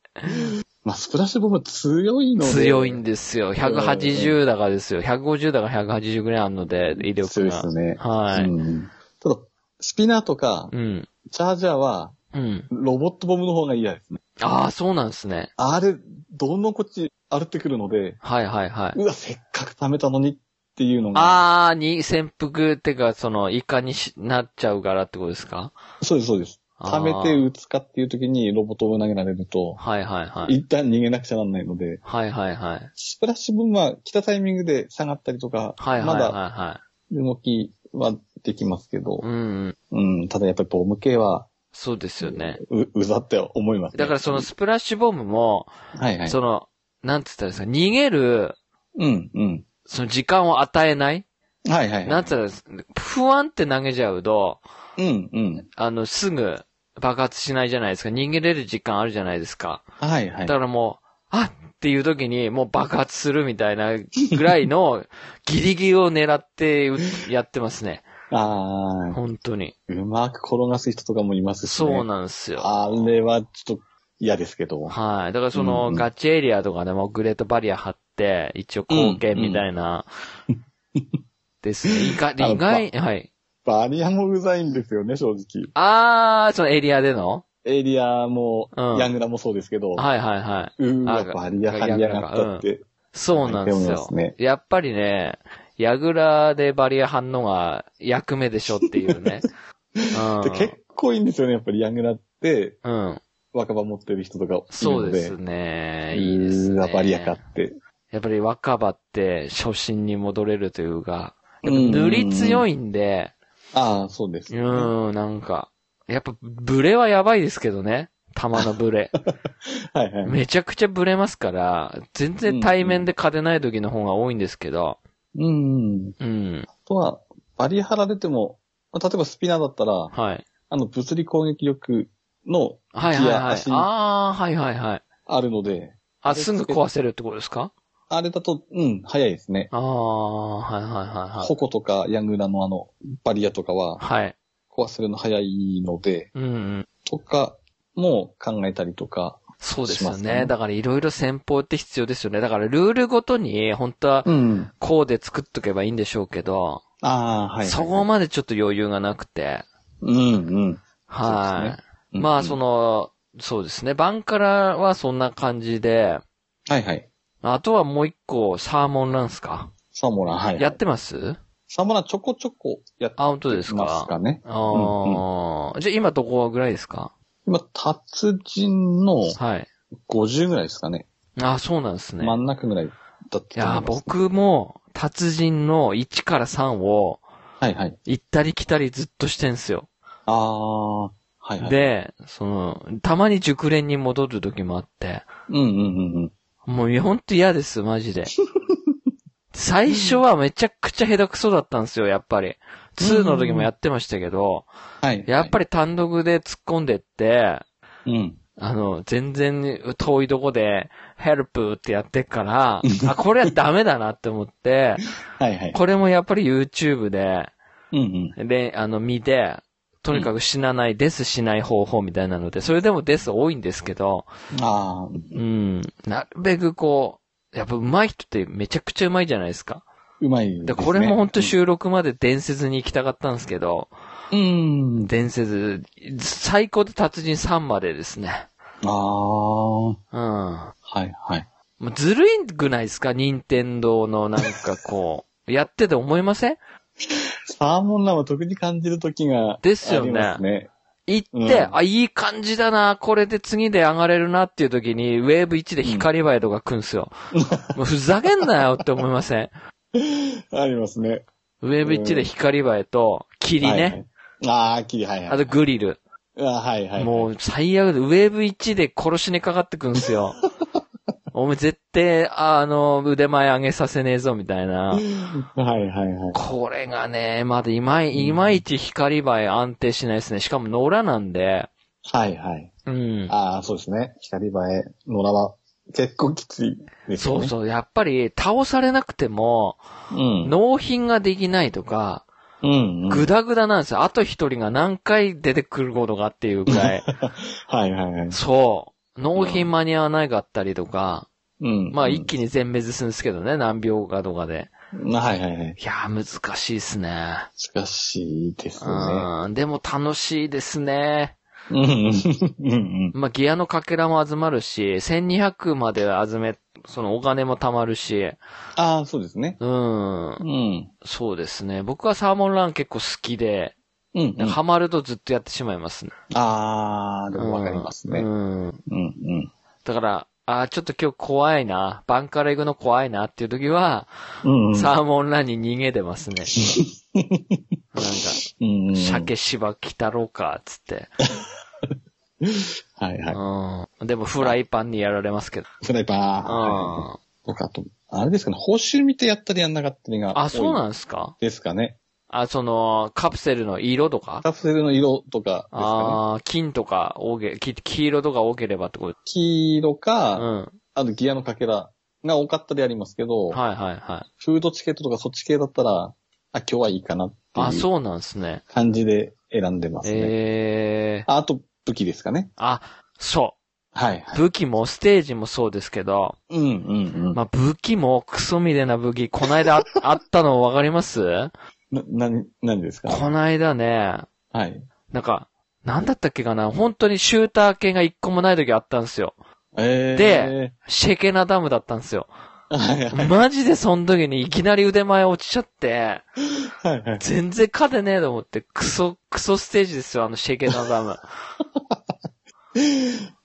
まあ、スプラッシュボム強いので。
強いんですよ。180だからですよ。150だから180ぐらいあるので、威力
強いで
が
す。ね。
はい
うんただ、スピナーとか、
うん。
チャージャーは、
うん。
ロボットボムの方が嫌ですね。
ああ、そうなんですね。
あれ、どんどんこっち歩ってくるので、
はいはいはい。
うわ、せっかく貯めたのにっていうのが。
ああ、に、潜伏ってか、その、イカにしなっちゃうからってことですか
そうです、そうです。
あ
貯
ー
めて撃つかっていう時にロボットボム投げられると、
はいはいはい。
一旦逃げなくちゃなんないので、
はいはいはい。
スプラッシュボムは来たタイミングで下がったりとか、
はいはい
ま
はい
だ
は
動きはできますけど
い。、うんうん。
うん、ただやっぱりボム系は、
そうですよね。
う、うざって思います、ね。
だからその、スプラッシュボムも、
はいはい。
その、なんつったらいいですか、逃げる、
うん、うん。
その時間を与えない
はいはい。
なんつったらいいです、不安って投げちゃうと、
うん、うん。
あの、すぐ爆発しないじゃないですか。逃げれる時間あるじゃないですか。
はいは
だ
い。
からもう、あっっていう時にもう爆発するみたいなぐらいの <laughs> ギリギリを狙ってうやってますね。
ああ、
本当に。
うまく転がす人とかもいますし、ね。
そうなんですよ。
あれはちょっと嫌ですけど。
はい。だからそ
うんう
の
ん
ガチエリアとかでもグレートバリア張って、一応貢献みたいな。ですね。意
<laughs>
外、
あの
意外、はい。
バリアもうざいんですよね、正直。
あー、そのエリアでの
エリアも、
うん
ヤングラもそうですけど、
はいはいはい。
うーわ、
あ
バリア張りやがったって。
そうなんです
でも
よ
です。ね
やっぱりね、ヤグラでバリア反応が役目でしょっていう
<laughs>
ね。うん。
で結構いいんですよね、やっぱりヤングラって、
うん。
若葉持ってる人とかいるので。
そうですね。いいです
うーわ、
ね。
バリアかって。
やっぱり若葉って初心に戻れるというか、やっぱ
塗
塗り強
い。
いんで、
ああ、そうです
う
ね、
ん、なんか、やっぱブレはやばいですけどね。弾のブレ。
<laughs> はいはい。
めちゃくちゃブレますから、全然対面で勝てない時の方が多いんですけど、
うん。
うん、
あとは、バリア張られても、まあ例えばスピナーだったら、
はい。
あの、物理攻撃力の
はいはい
ギア
はい。
足
ああ、はいはいはい。
あるので、
あ、すぐ壊せるってことですか
あれだと、うん、早いですね。
ああ、はいはいはい
矛とかヤングラのあの、バリアとかは
はい。はい。
壊せるの早いので、
うんうん。
とかも考えたりとか。
そうです
し
よ
ます
ね。
ね
だからいろいろ戦法って必要ですよね。だからルールごとに、本当は
うん。
こうで作っとけばいいんでしょうけど、
ああ、はいはい。
そこまでちょっと余裕がなくて。
うんうん。
はい。
そうですうん
まあそ。の、そうですね。バンカラはそんな感じで、
はいはい。
あとはもう一個、サーモンランスか。
サモラ、はい。
やってます
サモラちょこちょこやって
あ、本当です
ます
か。
かね。
ああ、じゃあ今どこぐらいですか
今、達人の
はい。
50ぐらいですかね。
あ、そうなんですね。
真ん中ぐらいだ
い
ったと思
や
い
ー、
ます。
僕も、達人の1から3を、
はいはい。
行ったり来たりずっとしてんすよ。
ああ、はいはい。
で、その、たまに熟練に戻る時もあって、
うんうんうんうん。
もうほんと嫌です、マ
<laughs>
ジで。最初はめちゃくちゃ下手くそだったんですよ、やっぱり。2の時もやってましたけど、
はい。
やっぱ
り。
り単独で突っ込んでって、
うん。
あの、全然遠いとこで、ヘルプってやってっ
<laughs>
から、あ、これはダメだなって思って、
はいはい。
これもやっぱり YouTube で、
うんうん。
で、あの、見て、とにかく死なない、デスしない方法みたいなので、それでもデス多いんですけど、
ああ、
うん、なるべくこう、やっぱ上手い人ってめちゃくちゃ上手いじゃないですか。
うまいです、ね。
で、これも本当収録まで伝説に行きたかったんですけど、
うん。
伝説、最高で達人3までですね。
ああ、は
うん。も
いはい。
うず <laughs> るいくないですか任天堂のなんかこう、やってて思いません
サーモンラーは特に感じる時が
です
あ
よ
り
ね
ます。ね。 <laughs>
行って、
うん
あ、いい感じだな、これで次で上がれるなっていう時に、ウェーブ1で光バイドが来るんすよ。もうふざけんなよって思いません
ありますね。
ウェーブ1で光バイと、霧ね、
はいはい。ああ、霧、はいはい。
あとグリル。
あはいはい。
も
う、
う最悪で、ウェーブ1で殺しにかかってくんす
<laughs>
よ。お前絶対、あの、腕前上げさせねえぞ、みたいな。
はいはいはい。
これがね、まだいまい、いまいち光映え安定しないですね。しかも野良なんで、
はいはい。
うん。
ああ、そうですね。光映え、野良は結構きついです
そ
よ
う
ね。う
そう。やっぱり倒されなくても、
そう。うん。
納品ができないとか、
うん、うん。
ぐだぐだなんですよ。あと一人が何回出てくることがっていうぐらい。
はいはいは
<laughs>
い。
そう。納品間に合わないかったりとか、
うん。
まあ一気に全滅するんですけどね、何秒かとかで。
うん。はいはいはい。
いやー、難しいですね。
難しいですね。
うん。でも楽しいですね。
うんうん。うん
まあ、ギアのかけらも集まるし、1200まで集め、そのお金も貯まるし、
ああ、そうですね。
うん
う。ん。
そうですね。僕はサーモンラン結構好きで、
うん、うん。
ハマるとずっとやってしまいますね。
ああ、でもわかりますね。
うん。
うん、うん。
だから、あーちょっと今日怖いな、バンから行くの怖いなっていう時は、
うん、うん。
サーモンランに逃げてます
<laughs>
ね。なんか、
うんうん、
鮭芝来たろうか、つって。
はいはい。
うん。でもフライパンにやられますけど。
フライパー。
うん。
とかあと、あれですかね、報酬見てやったりやんなかったりが
あ、そうんなんですか
ですかね。
あ、その、カプセルの色とか
カプセルの色とかですかね。
ああー、金とか多け、き黄色とか多ければってこと
黄色か、
うん。
あとギアのかけらが多かったりありますけど、
はいはいはい。
フードチケットとかそっち系だったら、あ、今日はいいかなって
あ、
いう
そうなんですね。
感じで選んでますね。
ええー。
ああと、武器ですかね。
あ、そ
はい、は
う。
い。
武器もステージもそうですけど、
うん、うん、うん。
まあ、武器もクソみたいな武器、こない
<laughs>
だああったのわかります
な、な、何ですか
こないだね、
はい。
なんか、なんだったっけかな本当にシューター系が一個もない時あったんですよ。
えー、
で、シェケナダムだったんです
<laughs>
よ。
はい、はい、
マジでその時にいきなり腕前落ちちゃって、
はいはい。
全然勝てねえと思って、クソ、クソステージですよ、あのシェケナダ
<laughs>
ム。あ
わかり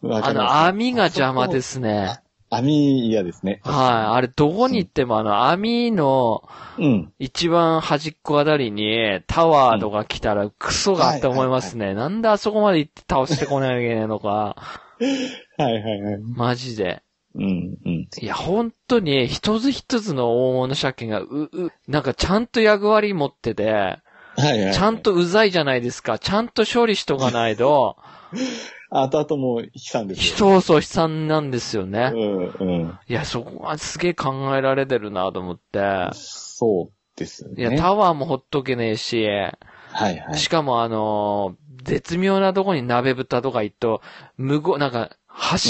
ます
の、網が邪魔ですね。
網嫌ですね。
はい。あれ、どこに行ってもあの、網の
うん。
一番端っこあたりにタワーとか来たらクソがって思いますね。なんであそこまで行って倒してこなきゃいけないの <laughs> か。
はいはいはい。
マジで。
うん、うん。
いや、本当に、一つ一つの大物鮭が、う、う、なんかちゃんと役割持ってて、
はいはい。
ちゃん。とうざいじゃないですか。ちゃんと処理しとかない <laughs> と、
あとあともう悲惨ですよ。
人をそう悲惨なんですよね。
うん、うん。
いや、そこはすげえ考えられてるなと思って。
そうです
い
ね。
や、タワーもほっとけねえし、
はいはい。
しかもあのー絶妙なとこに鍋蓋とか行っと、無言、なんか、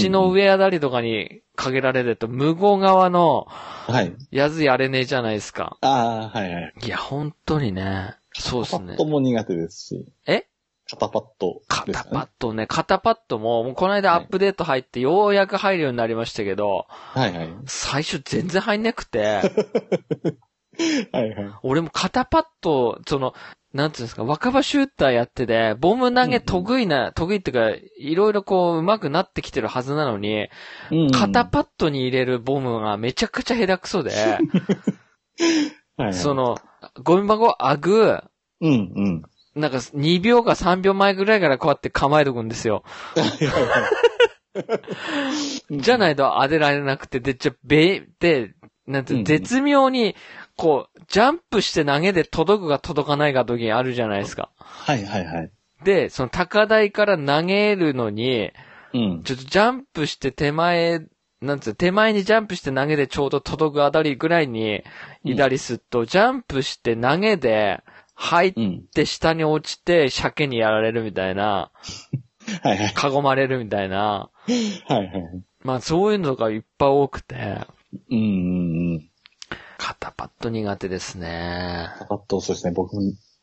橋の上あたりとかにかけられてると、無言側の
はい。
やつやれねえじゃないですか。
ああ、はいはい。
いや、本当にね。そうで
パ
す
ッ
ね
ド。も苦手ですし。
え
肩パッドです
肩
か
パ
ね。
ッドね、肩パッドも、もうこの間アップデート入ってようやく入るようになりましたけど、
はいはい。
最初全然入んなくて、 <laughs>
はいはい。
俺も肩パッド、その、なんていうんですか、若葉シューターやってて、ボム投げ得意な、得意っていうか、いろいろこう、上手くなってきてるはずなのに、
うん
肩パッドに入れるボムがめちゃくちゃ下手くそで、
はいはい
そ、の、ゴミ箱をあぐ、
うんうん。
なんか2秒か3秒前ぐらいからこうやって構えとくんですよ。
はいはいは
<laughs>
い。
じゃ
い。
ないと当てられなくて、で、じゃ、べ、で、なんていうの、
うん
絶妙に、こう、ジャンプして投げで届くか届かないか時あるじゃないですか。
はいはいはい。
で、その高台から投げるのに、
うん。
ちょっとジャンプして手前、なんつうの、手前にジャンプして投げでちょうど届くあたりぐらいにいたりすると、ジャンプして投げで入っ
うん。
て下に落ちて鮭にやられるみたいな、
はいはい。
囲まれるみたいな、
はいはい。
まあそういうのがいっぱい多くて、
うんうんうん。
肩パッド苦手ですね。
肩パッド、そうですね。僕、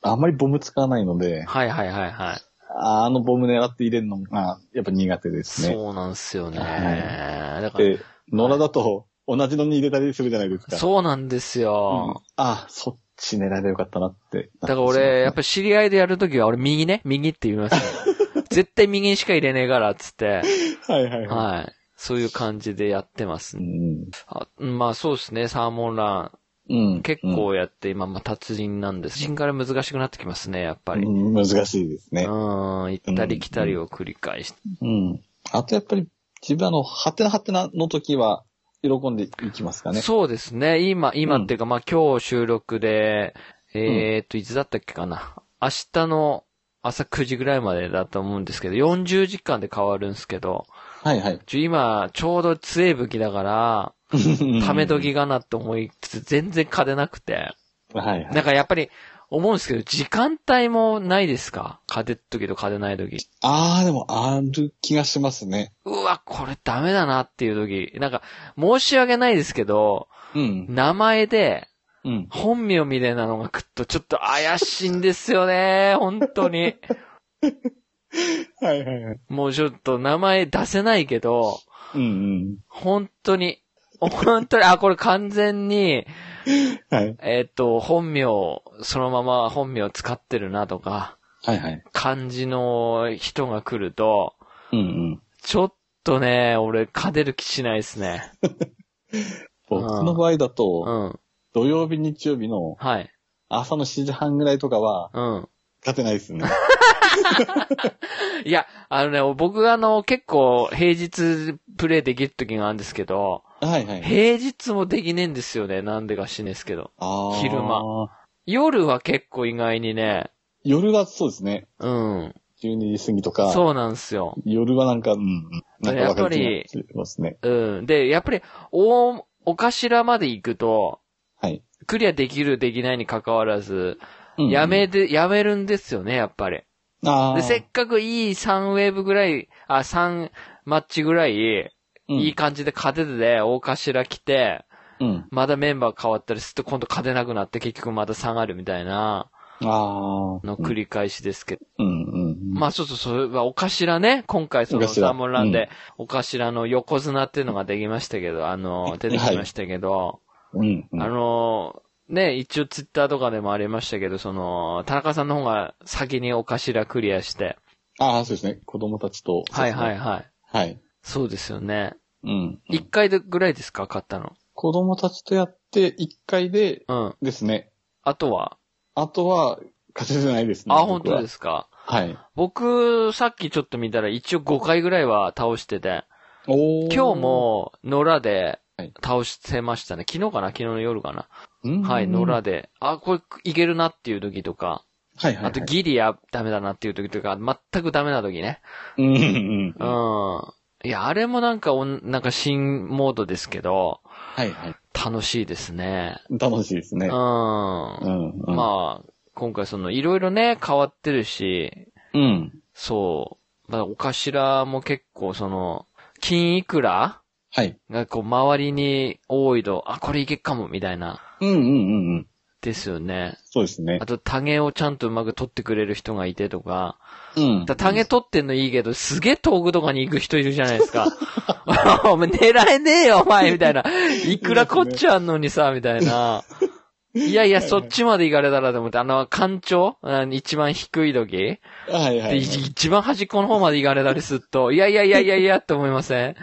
あんまりボム使わないので、
はいはいはいはい。
あのボム狙って入れるのが、やっぱ苦手ですね。
そうなんですよね。
は
だから、
で、野良だと同じのに入れたりするじゃないですか。
そうなんです
うん
よ。
あ、そっ死ねられよかったなって
だから俺、やっぱ知り合いでやるときは俺右ね、右って言い
<laughs>
ますよ。絶対右にしか入れねえから、つって。
ぱ、はいはいは
はい。そういう感じでやってます
い。う。ん。
あまあそうですね、サーモンラ
うん
ン。結構やって、今、まあ達人なんです。達人から難しくなってきますね、やっぱり。
うん、難しいです
う
ね
ん、。行ったり来たりを繰り返して。
うん。あとやっぱり、自分あの、ハテナハテナの時は、喜んでいきますかね。
そうですね、今、今っていうか、まあ今日収録で、えーっと、いつだったっけかな。明日の朝9時ぐらいまでだと思うんですけど、40時間で変わるんですけど、
はいはい。
ちょ今、ちょうど強い武器だから、
<laughs>
ため時がなって思いつつ、全然勝てなくて。
はいはい。
なんかやっぱり、思うんですけど、時間帯もないですか勝てる時と勝てない時。
あー、でも、ある気がしますね。
うわ、これダメだなっていう時。なんか、申し訳ないですけど、
うん。
名前で、
うん。
本名みたいなのがくっとちょっと怪しいんですよね。本当に。
はいはいはい。
もうちょっと名前出せないけど、
うん
本当に、本当に、あ、これ完全に、
うん。はい。
えっ、と、本名、そのまま本名使ってるなとか、
はいはい。
漢字の人が来ると、
うんうん。
ちょっとね、俺、勝てる気しないですね。
僕の場合だ
う
と、
ん。
土曜日、日曜日の
はい。
朝の7時半ぐらいとかは、
うん。
勝てないです
<laughs>
ね。
いや、あのね、僕あの、結構、平日プレイできる時があるんですけど、
はいはい。
平日もできねえんですよね。なんでかしねえですけど。
あー
昼間。夜は結構意外にね、
夜はそうですね。
うん。
12時過ぎとか。
そうなんですよ。
夜はなんか、うん。なんかわかる気がしますね。
うん。で、やっぱり、お、お頭まで行くと、
はい。
クリアできる、できないに関わらず、
うん
やめ、で、やめるんですよね、やっぱり。
あ
で、せっかくいい3ウェーブぐらい、あ、3マッチぐらい、いい
い
感じで勝ててて、大頭来て、
うん。
まだメンバー変わったりすると今度勝てなくなって結局また下がるみたいな
ああ。
の繰り返しですけど。
うんうん。
まあそうそう、それはお頭ね、今回その
お頭
サーモンランで、お頭の横綱っていうのができましたけど、あの、出てきましたけど、
うん。うん
あのーね、一応ツイッターとかでもありましたけど、その、田中さんの方が先にお頭クリアして。
ああ、そうですね。子供たちと。
はいはい
い。
はい。
はい。
そうですよね。
うん。
一回でぐらいですか買ったの。
子供たちとやって、一回で
うん。
ですね。
あとは
あとは、勝ててないですね。。
あ、本当ですすか。
はい。
僕、さっきちょっと見たら一応5回ぐらいは倒してて、
おー
今日、も野良で
はい
倒してましたね。昨日かな昨日の夜かな。
うん
はい、野良。で。あ、これいけるなっていう時とか、
はいはい。
あとギリやダメだなっていう時とか、全くダメな時ね。
うんうん
う
うん。
ん。いや、あれもなんかおん、なんか新モードですけど、
はいはい。
楽しいですね。
楽しいです
う
ね
ん。。
うん。うん
まあ、今回その、いろいろね、変わってるし、
うん。
そう。まあ、お頭も結構その、金いくら
はい。
がこう、周りに多いと、あ、これいけっかも、みたいな、
うんうんうんうん。
ですよね。
そうですね
あ。と、タゲをちゃんとうまく取ってくれる人がいてとか、
うん。
だタゲ取ってんのいいけど、すげえ遠くとかに行く人いるじゃない
<laughs>
ですか。お前狙えねえよ、お前みたいな。いくらこっちあんのにさ、みたいな。いやいや、そっちまで行かれたらと思って、あの、干潮あの一番低い時
は
で、
いはい
い
はい。
一番端っこの方まで行かれたりすると、いやいやいやいやいやって思いません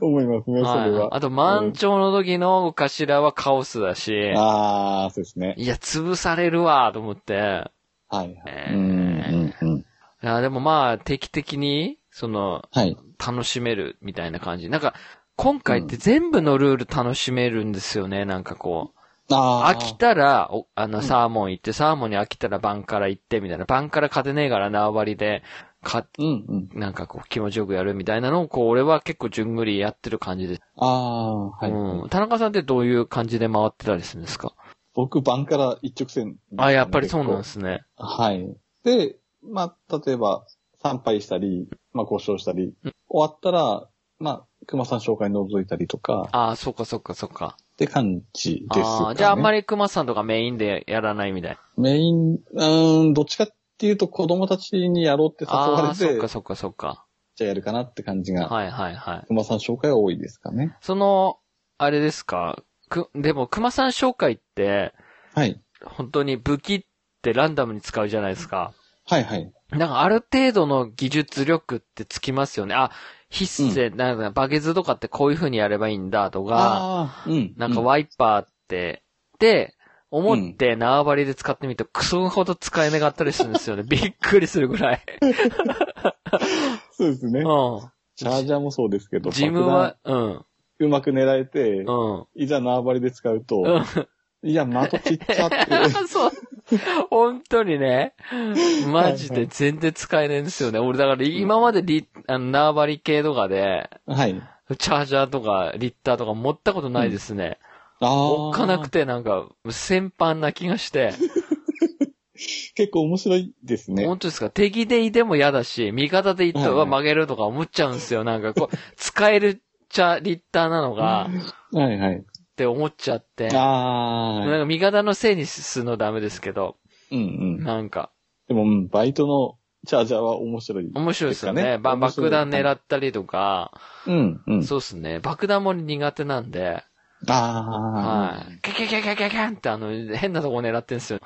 思いますね、 <laughs> それ
はい。
は。
あと、満潮の時のお頭はカオスだし、
ああ、そうですね。
いや、潰されるわ、と思って。
はい
え
はい。
ー
うんうんうん。
いやでもまあ、定期的に、その、
はい。
楽しめるみたいな感じ。なんか、今回って全部のルール楽しめるんですよね、なんかこう。
ああ。
飽きたら、おあ
う
の、
ん
サーモン行って、サーモンに飽きたら晩から行って、みたいな。晩から勝てねえから縄張りで、か、
うんうん。
なんかこう気持ちよくやるみたいなのを、こう、俺は結構じゅんぐりやってる感じです。
ああ、はい。
うん。田中さんってどういう感じで回ってたりするんですか
僕、晩から一直線。。
あ、やっぱりそうなんですすね。
はい。で、まあ、例えば、参拝したり、まあ、交渉したり、終わったら、まあ、熊さん紹介に覗いたりとか、っ
ああ、そっかそっかそっか。
て感じですか、ね。
ああ、じゃああんま
り。
り熊さんとかメインでやらないみたいな。
メイン、うーん、どっちかっていうと子供たちにやろうって誘
あ
わ
あ、
れ
そってか、そっかそっか。
じゃあやるかなって感じが、
はいはいはい。
熊さん紹介は多いですかね。
その、あれですか、く、でも、熊さん紹介って、
はい。
本当に武器ってランダムに使うじゃないですか。
はいはい。
なんかある程度の技術力ってつきますよね。あ、必須で、なんかバケツとかってこういう風にやればいいんだとか、
ああ、うん。
なんか
う
ワイパーって、で、思って縄張りで使ってみるとクソほど使えなかったりするんですよね。びっくりするぐらい。
そうですね。
う
チャージャーもそうですけ
ん。
ど、
自分は、うん。
爆弾うまく狙えて、
うん。
いざ縄張りで使うと、
うん
いや、的ちっ
<laughs>
ちゃって。
そう。本当にね。マジで全然使えないんですよね。俺だから今までリ、あの、縄張り系とかで、
はい。
チャージャーとかリッターとか持ったことないですね。
ああ。
おっかなくてなんか、先般な気がして。
結構面白いですね。
本当ですか敵でいても嫌だし、味方でいった
はいは
ら
い
曲げるとか思っちゃうんですよ。なんかこう、使えるチャ、リッターなのが、っ
はいはい。
て思っちゃって。なん
ああ。
か味方のせいにするのダメですけど、
うんうん。
なんか、
でも、うんバイトのチャージャーは面白い。
面白いですよ
ですか
ね。
ね
ば
面白
爆
い
弾狙ったりとか、
うんうん。
そうですね。爆弾も苦手なんで、
あ
はい。キャキャキャキャキャキャンってあの、変なとこ狙ってん
<laughs>
すよ。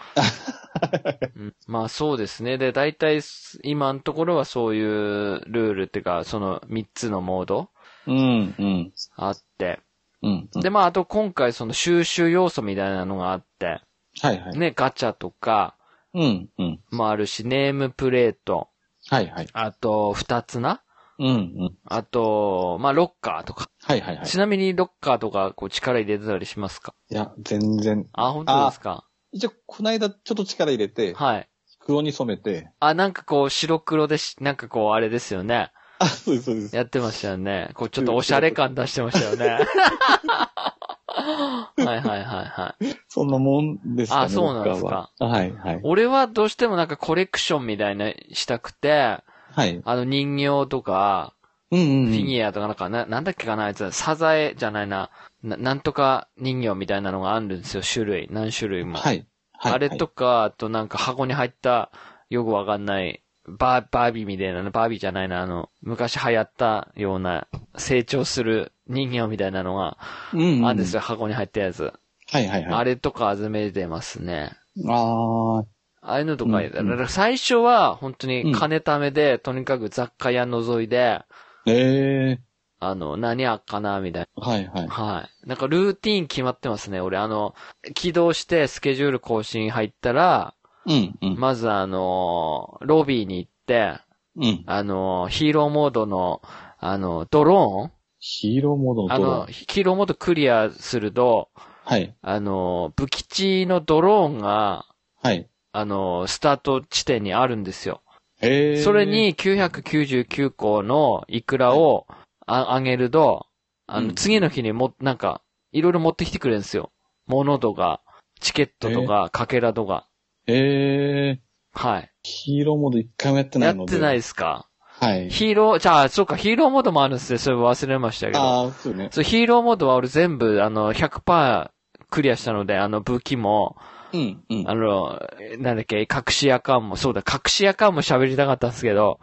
うんまあそうですね。で、大体す今のところはそういうルールっていうか、その3つのモード
あ。うんうん。
あって。
うんうん。
で、まああと今回その収集要素みたいなのがあって、
はいはい。
ね、ガチャとか
うんうん。
もあるし、ネームプレート、
はいはい。
あと2つな、
うんうん。
あと、まあロッカーとか。
はいはいはい。
ちなみにロッカーとかこう力入れてたりしますか
いや、全然。
あ、本当ですか
一応、この間ちょっと力入れて、
はい。
黒に染めて、
あ、なんかこう、白黒でし、なんかこう、あれですよね。
<laughs> あ、そうですそうです。
やってましたよね。こう、ちょっとおしゃれ感出してましたよね。
<laughs>
はいはいはいはい。
そんなもんですかね。
あそうなんですか
僕らは。はいはい。
俺はどうしてもなんかコレクションみたいなしたくて、
はい。
あの人形とか、
うんうんう
フ
ん。
ィギュアとかなんか、な、なんだっけかな、あいつ、サザエじゃないな、な、なんとか人形みたいなのがあるんですよ、種類。何種類も。
はい。はい。
あれとか、あとなんか箱に入った、よくわかんない、バー、バービーみたいなの、バービーじゃないな、あの、昔流行ったような、成長する人形みたいなのが、
はい、うん、うん。
あるんですよ、箱に入ったやつ。
はいはいはい。
あれとか集めてますね。
あ
ああいうのとか、
うんうん
だから最初は、本当に金貯めで、とにかく雑貨屋覗いで、
ーええ
あの、何あっかな、みたいな。
はいはい。
はい。なんかルーティーン決まってますね、俺。あの、起動してスケジュール更新入ったら、
うんうん。
まずあのーロビーに行って、
うん。
あのーヒーローモードの、あのドロ
ヒーローモー
ー
ド
ン
の
あ
ドロ
の、
ーン。
ヒーローモードクリアすると、
はい。
あのー武器地のドローンが、
はい。
あのースタート地点にあるんですよ。
ええ
それ、に999個のイクラをああげると、あ
う
の、
ん
次の日にも、なんか、いろいろ持ってきてくれるんですよ。物とか、チケットとか、かけらとか。
ええ
はい。
ヒーローモード一回もやってな
や
いの
っ
で。
てない
い。
ですか
はい。
ヒーロー、じゃあ、そうか、ヒーローモードもあるんですね。それ忘れましたけど。
ああ、そうね。
そう、ヒーローモードは俺全部、あの、100%クリアしたので、あの、武器も、
うんうん。
あの、なんだっけ、隠しアカンも、そうだ、隠しアカンも喋りたかったんですけど、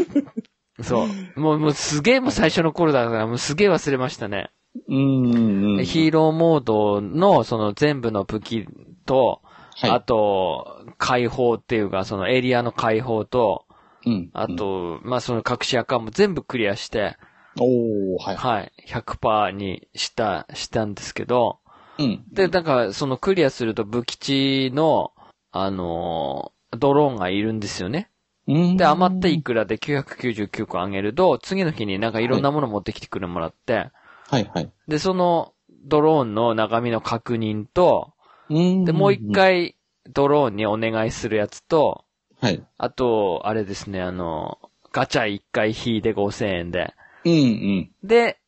<laughs> そう。もう、もうすげえ、もう最初の頃だから、もうすげえ忘れましたね。
うんうんうん。
ヒーローモードの、その全部の武器と、あ
は
と、解放っていうか、そのエリアの解放と、
い。うん。
あと、まあ、その隠しアカンも全部クリアして、
うん。おー、はい。
はい。100%にした、したんですけど、
うん。
で、なんか、そのクリアすると武器地の、あのードローンがいるんですよね。
うん。
で、余ったいくらで999個あげると、次の日になんかいろんなもの持ってきてくれもらって、
はいはい。
で、そのドローンの中身の確認と、
うん。
で、もう一。回ドローンにお願いするやつと、
はい。
あと、あれですね、あの、ガチャ一回引いて5000円で。
うんうん。
で、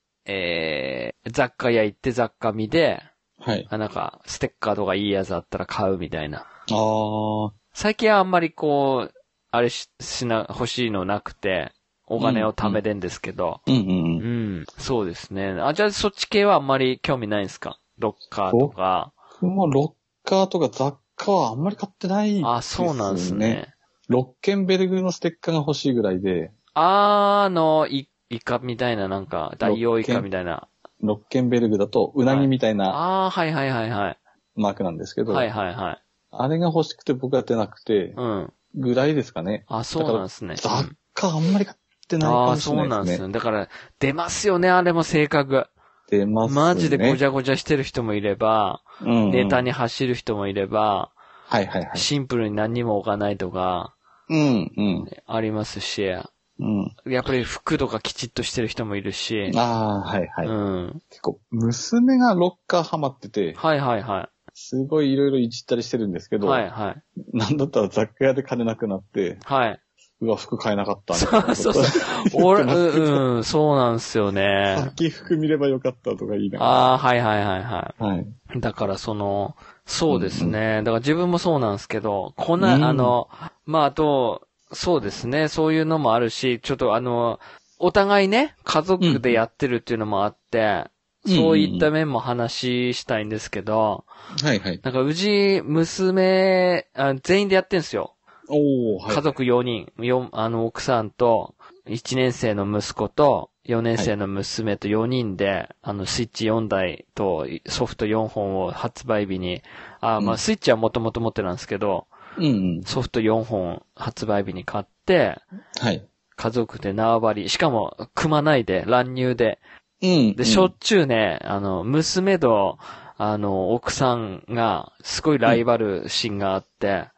えー、雑貨屋行って雑貨見で、
はい。
あなんか、ステッカーとかいいやつあったら買うみたいな。
ああ。は
最近はあんまりこう、あれし、しな、欲しいのなくて、お金を貯めてんですけど。
いうん
う、
うんうんん。
そうですね。あ、じゃあそっち系はあんまり興味ないんですかロッカーとか。
僕もロッカーとか雑貨はあんまり買ってない。
あ、そうなんですね。
ですロッケンベルグのステッカーが欲しいぐらいで、
あーの、い、イカみたいな、なんか、大王イカみたいな。
ロッケンベルグだと、うなぎみたいな
あー、はいはいはいはい。
マークなんですけど、
はいはいはい。
あれが欲しくて僕は出なくて、
うん。
ぐらいですかね。
あ、そうなんですね。
雑貨あんまり買ってない
あ
か
あ、
もし
そ
れな
うな
いです
んです
ね。
よ。だから、出ますよね、あれも性格。
出ますね。
マジでごち
ゃ、
ゃごちゃしてる人もいれば、
うんうん
ネタ。に走る人もいれば、
はいはいはい。
シンプルに何にも置かないとか、
うん、うん。
ありますし、や
うん。
っぱり服とかきちっとしてる人もいるし、
ああ、はいはい。
うん。
結構、娘がロッカーハマってて、
はいはいは
すごいいろいろいじったりしてるんですけ
い。
ど、
はいはい。
なんだったら雑貨屋で金なくなって、
はい。
うわ、服買えなかったみたい
そう
な。
そう
<laughs>
そう。俺、ううん、そうなんですよね。
先服見ればよかったとか言いなが
ああ、はいはいはいは
ら。はい。
い。だからその、そうですね。だから自分もそうなんですけど、こん
うん
な、あの、まああと、そうですね。そういうのもあるし、ちょっとあの、お互いね、家族でやってるっていうのもあって、
うん
そういった面も話したいんですけど、
はいはい。
なんかうち、娘、あ全員でやってんですよ。
おおはい。
家族4人、四あの、奥さんと、1年生の息子と、4年生の娘と4人で、あの、スイッチ4台とソフト4本を発売日に、あ、ま
う
あ、
ん
スイッチはもともと持ってたんですけど、
うんうん。
ソフト4本発売日に買って、
はい。
家族で縄張り、しかも、組まないで、乱入で。
うん。
で、しょっちゅうね、あの、娘と、あの、奥さんが、すごいライバル心があって、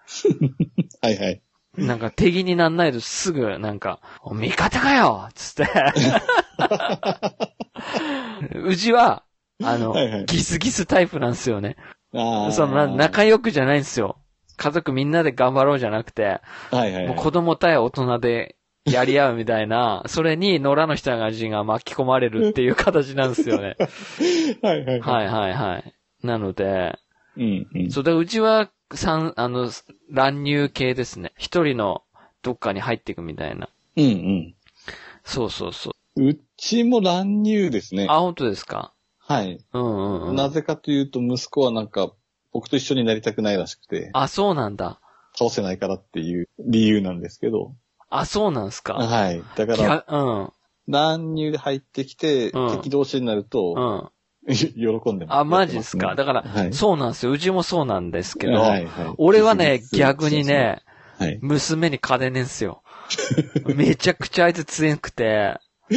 はいはい。
なんか敵になんないとすぐ、なんか、お味方かよつ
<laughs>
って。うちは、あの、
はいはい
ギスギスタイプなんですよね。
ああ。
その、な仲良くじゃないんですよ。家族みんなで頑張ろうじゃなくて、
はいはい
もう
はい。
子供対大人でやり合うみたい
<laughs>
な、それに野良の人たちが巻き込まれるっていう形なんですよ
<laughs>
ね。
はいはい。
はいいはいはい。なので、
うんうん。
そうだ、うちは、三、あの、乱入系ですね。一人のどっかに入っていくみたいな。
うん
そうそうそう。
うん。うちも乱入ですね。
あ、本当ですか
はい。
うんうんう。
なんぜかというと、息子はなんか、僕と一緒になりたくないらしくて、
あ、そうなんだ。
倒せないからっていう理由なんですけど。
あ、そうなんすか。
はい。だか
き
ら、
ゃうん。
乱入で入ってきて、
うん
敵同士になる
う
と、
ん。
喜んでます
あ、マジっすか。だから、
はい
そうなんですよ。うちもそうなんですけど、
はいはい
俺はね、
そうです
逆にね、
はい。
娘に金ねんす
<laughs>
よ。めちゃくちゃあいつ強くて、
はい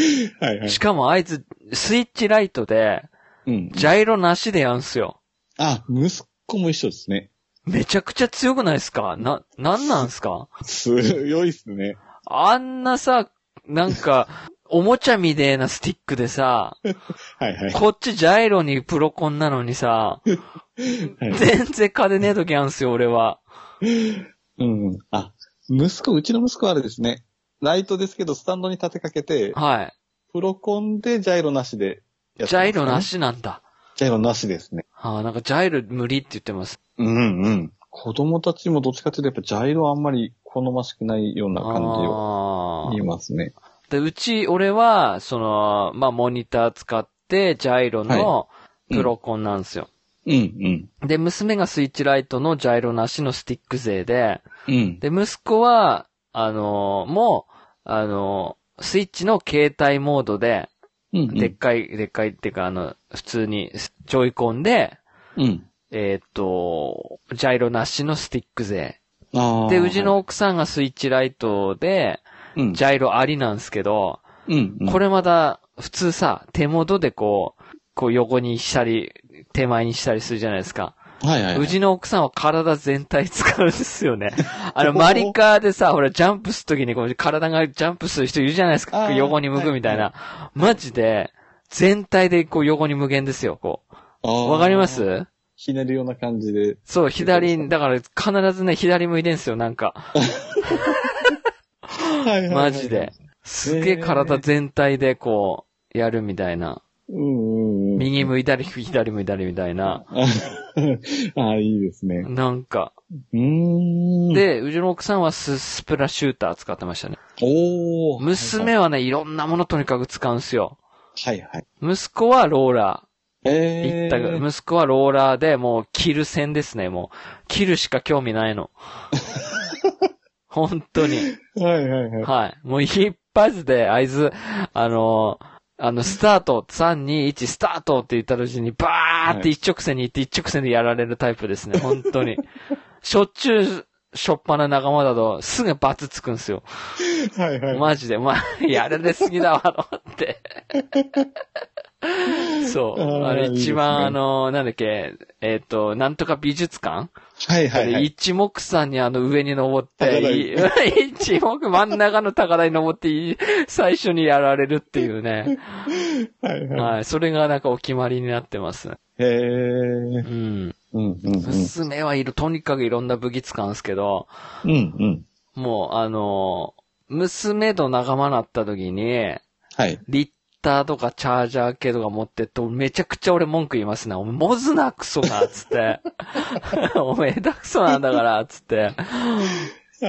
はい
し。かもあいつ、スイッチライトで、
うん。
ジャイロなしでやんすよ。
あ、息子も一緒ですね。
めちゃくちゃ強くないですかな、なんなんすか
強いっすね。
あんなさ、なんか、おもちゃみでえなスティックでさ、
はいはい。
こっちジャイロにプロコンなのにさ、全然金ねえときあんすよ、俺は。
うんうん。あ、息子、うちの息子はあれですね。ライトですけど、スタンドに立てかけて、
は
プロコンでジャイロなしで
い。
やってますね
ジャイロなしなんだ。
ジャイロなしですね。
ああ、なんかジャイロ無理って言ってます。
うんうん。子供たちもどっちかというと、やっぱジャイロあんまり好ましくないような感じを
あ
見
あ。
ますね。
で、うち、俺は、その、まあ、モニター使って、ジャイロの
いうん
プロコンなんですよ。
うんうん。
で、娘がスイッチライトのジャイロなしのスティック勢で、
うん。
で、息子は、あのーもう、あのースイッチの携帯モードで、
うん
でっかい、でっかいっていうか、あの、普通に、ジョイコンで、
うん。
えーっと、ジャイロなしのスティック勢。
あー
で、うちの、奥さんがスイッチライトで、
うん
ジャイロありなんですけど、
うんうん
これまた、普通さ、手元でこう、こう横にしたり、手前にしたりするじゃないですか。
はいはいは
う
い。
ちの奥さんは体全体使うんです
<laughs>
よね。あの、マリカーでさ、ほら、ジャンプするときにこう、体がジャンプする人いるじゃないです
あ
か。
ー
横に向くみたいな。マジで、全体でこう、横に無限ですよ、こう。わ
わ
かります
ひねるような感じで。
そう、左に、だから必ずね、左向いてんすよ、なんか。
はいはいは
<laughs>
い
マジで。。すげえ体全体でこう、やるみたいな。
うんうんうん。
右向いたり、左向いたりみたいな。
<laughs> ああ、いいですね。
なんか。
うーん。、
で、うちの奥さんはススプラシューター使ってましたね。
おー。
娘はね、いろんなものとにかく使うんすよ。
はいはい。
息子はローラー。
え
一
ー。
択。息子はローラーで、もう、切る戦ですね、もう。切るしか興味
<laughs>
ないの。本当に。
はいはいはい。
はい。もう一発で、合図、あのーあの、スタート、3、2、1、スター
<laughs>
トって言った時に、バーって一直線に行って一直線でやられるタイプですね、本当に。しょっちゅう、しょっぱな仲間だと、すぐバツつくんすよ。
はいはい。
マジで、まあ、やられすぎだわ、と思
<laughs>
って。そう。
あー
あれ
いいで
一
すね
番、あの、なんだっけ、えっ、と、なんとか美術館
はいはい
あ
は
れ
い。
一目散にあの上に登って、
高台
い <laughs> 一目真ん中の高台に登ってい、最初にやられるっていうね。
はいはい。
はい。それがなんかお決まりになってます。
へえ
う。ん。
うんうんうん。
娘はいる、とにかくいろんな武器使うんですけど、
うんうん。
もう、あの、娘と仲間になった時に、
はい。
リッターとかチャージャー系とか持ってって、めちゃくちゃ俺文句言いますね。お前、モズなクソが、つ
<laughs>
って。お前、下手クソなんだから、つって。
は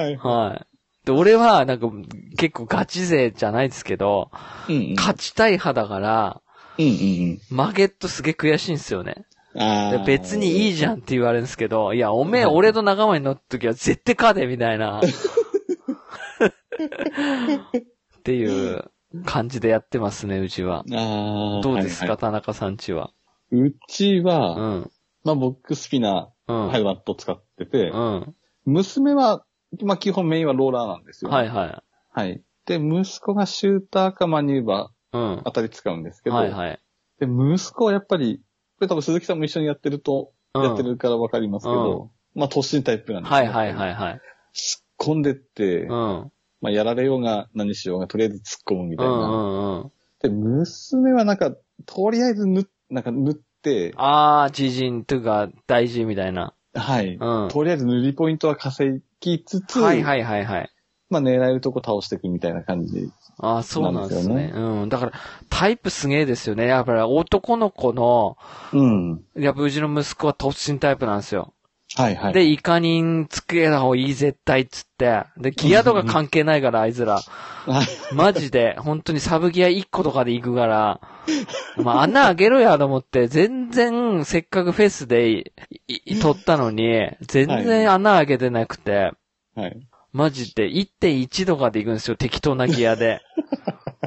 い。
はい。で、俺は、なんか、結構ガチ勢じゃないですけど、
うんうん。
勝ちたい派だから、
うんうん
負けっとすげえ悔しいんですよね。
うん。あ
で
あ。
別にいいじゃんって言われるんですけど、いや、おめえ、
はい
俺と仲間に乗った時は絶対勝て、みたい
<laughs>
な。っていう感じでやってますね、うちは。
ああ。
どうですか、
はいは
田中さんちは。
い、うち
う
は、
ん。
まあ僕好きな
うん。
ハイワット使ってて、
うん。
娘は、まあ基本メインはローラーなんですよ。
はいはい。
はい。で、息子がシューターかマニューバ
うん
ーあ。たり使うんですけど、
はいはい。
で、息子はやっぱり、これ多分鈴木さんも一緒にやってると、
うん
やってるからわかりますけど、まあ突進タイプなんです
はいはい
い。
はいはい。
突っ込んでって、
うん。
まあやられようが何しようがとりあえず突っ込むみ
う
たい
んう
な。
んうん。
で、娘はなんか、とりあえずぬ、なんか塗って、
あー、知人とか大事みたいな。
はい。
うん。
とりあえず塗りポイントは稼ぎつつ、
はいはいはいはい。
まあ狙えるとこ倒していくみたいな感じ。
あー、そうなんです
なん
ね。
で
うん。だから、タイプすげえですよね。やっぱり男の子の、
うん。
やっぱうちの息子は突進タイプなんですよ。
はいはい。
で、イカニンつけた方がいい絶対っつって。で、ギアとか関係ないから、あいつら。
はい
マジ
<laughs>
で、本当にサブギア1個とかで行くから、まあ、穴あげろやと思って、全然、せっかくフェスでいい撮ったのに、全然穴あげてなくて、
はい。
マジで1.1とかで行くんですよ、適当なギア
<laughs>
で。だから
は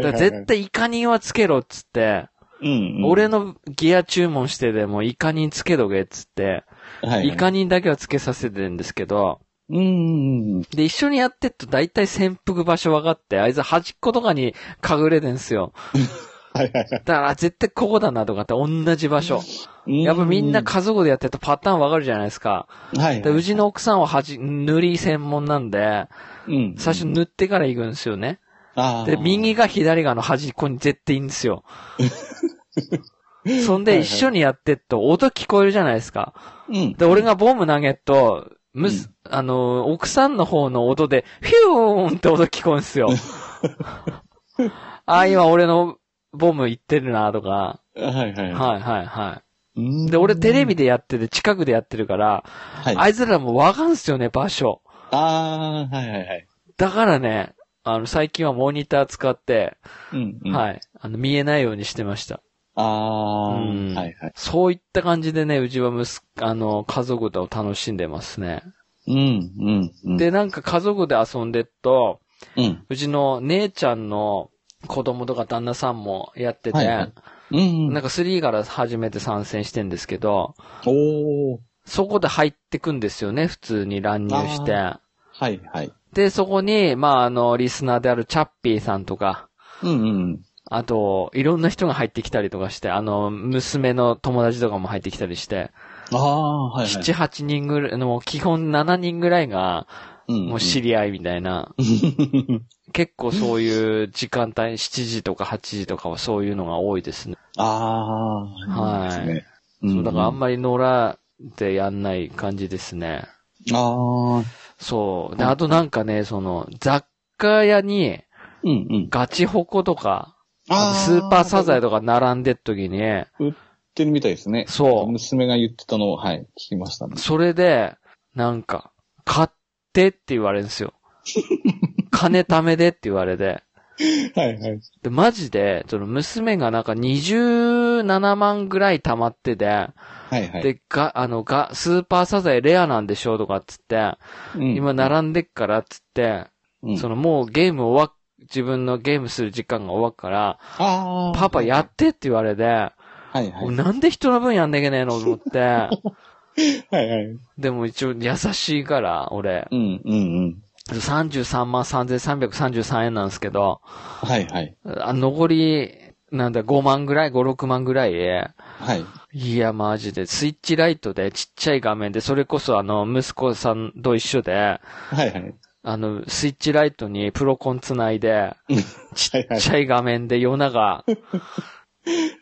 いはいは
絶
い、
対イカニンはつけろっつって、
うんうん、
俺のギア注文してでもイカニンつけとけっつって、
はいはい、
イカニンだけはつけさせてるんですけど、
うんうんうん。
で、一緒にやってっと大体潜伏場所分かって、あいつ端っことかに隠れてんすよ。
はいはいはい
だから絶対ここだなとかって同じ場所。
ううう。
やっぱみんな家族でやってるとパターンわかるじゃないですか。
はいはい。
でうちの奥さんははじ、塗り専門なんで、
うん。
最初塗ってから行くんですよね。
あー
で、右が左がの端っこに絶対いいんです
<laughs>
よ。そんで一緒にやってっと音聞こえるじゃないですか。
うん。
で、俺がボム投げっと、むす、あの、奥さんの方の音で、フィューンって音聞こえんすよ。
<laughs>
あ、今俺のボム行ってるなとか。
はいはいは。
はいはいはいい。で、俺テレビ
で、
でやってて、近くでやってるから、
はい、
あいつらもわかんすよね、場所。
あー、はいはいはい。
だからね、あの、最近はモニター使って、
うん、うん。い。
はい。あの、見えないようにしてました。
あー、
うん
はいはい。
そういった感じでね、うちはむす、あの、家族と楽しんでますね。
うん、うん、うん。
で、なんか家族で遊んでっと、
うん、
うちの姉ちゃんの子供とか旦那さんもやってて、
はいはいうん、うん。
なんか3から初めて参戦してんですけど、
おー、
そこで入ってくんですよね、普通に乱入して。
はいはい。
で、そこに、まあ、あの、リスナーであるチャッピーさんとか、
うん、うん。
あと、いろんな人が入ってきたりとかして、あの、娘の友達とかも入ってきたりして、
あー、はいはい。
七、八人ぐらい、もう基本七人ぐらいが、
うん、
もう知り合いみたいな、
うん。
結構そういう時間帯、7時とか8時とかはそういうのが多いですね。
<laughs> あー、
はい
いいですね。
そう、だからあん
ま、
まり野良でやんない感じですね。
あー、
そう。で、あとなんかね、その、雑貨屋に
うん、うん。
ガチホコとか、
あ
スーパーサザエ
と。
とか並んでっ時に、
売ってるみたいですね。
そ
娘が言ってたのを、はい、聞きましたね
う。。それで、なんか、買ってって言われるんです <laughs> よ。金貯めでって言われて。
はいはい。
で、マジで、その娘がなんか27万ぐらい貯まってて、
はいはい。
で、が、あの、が、スーパーサザエレアなんでしょとかっつって、
うん、
今並んでっからっつって、
うん、
そのもうゲーム終わっ、自分のゲームする時間が終わっから、
あー
パパやってって言われて、
はいはい。 <laughs>
なんで人の分やんなきゃいけねえのと思って、
はいはい。
でも一応優しいから、俺。
うん、うん、うん。
33万3333円なんですけど、
はいはい。
あ残り、なんだ、5万ぐらい ?5、6万ぐらい
はい。
いや、マジで。スイッチライトで、ちっちゃい画面で、それこそあの、息子さんと一緒で、
はいはい。
あの、スイッチライトにプロコン繋いで、
ちっ
ちっちゃい画面で夜長、
はい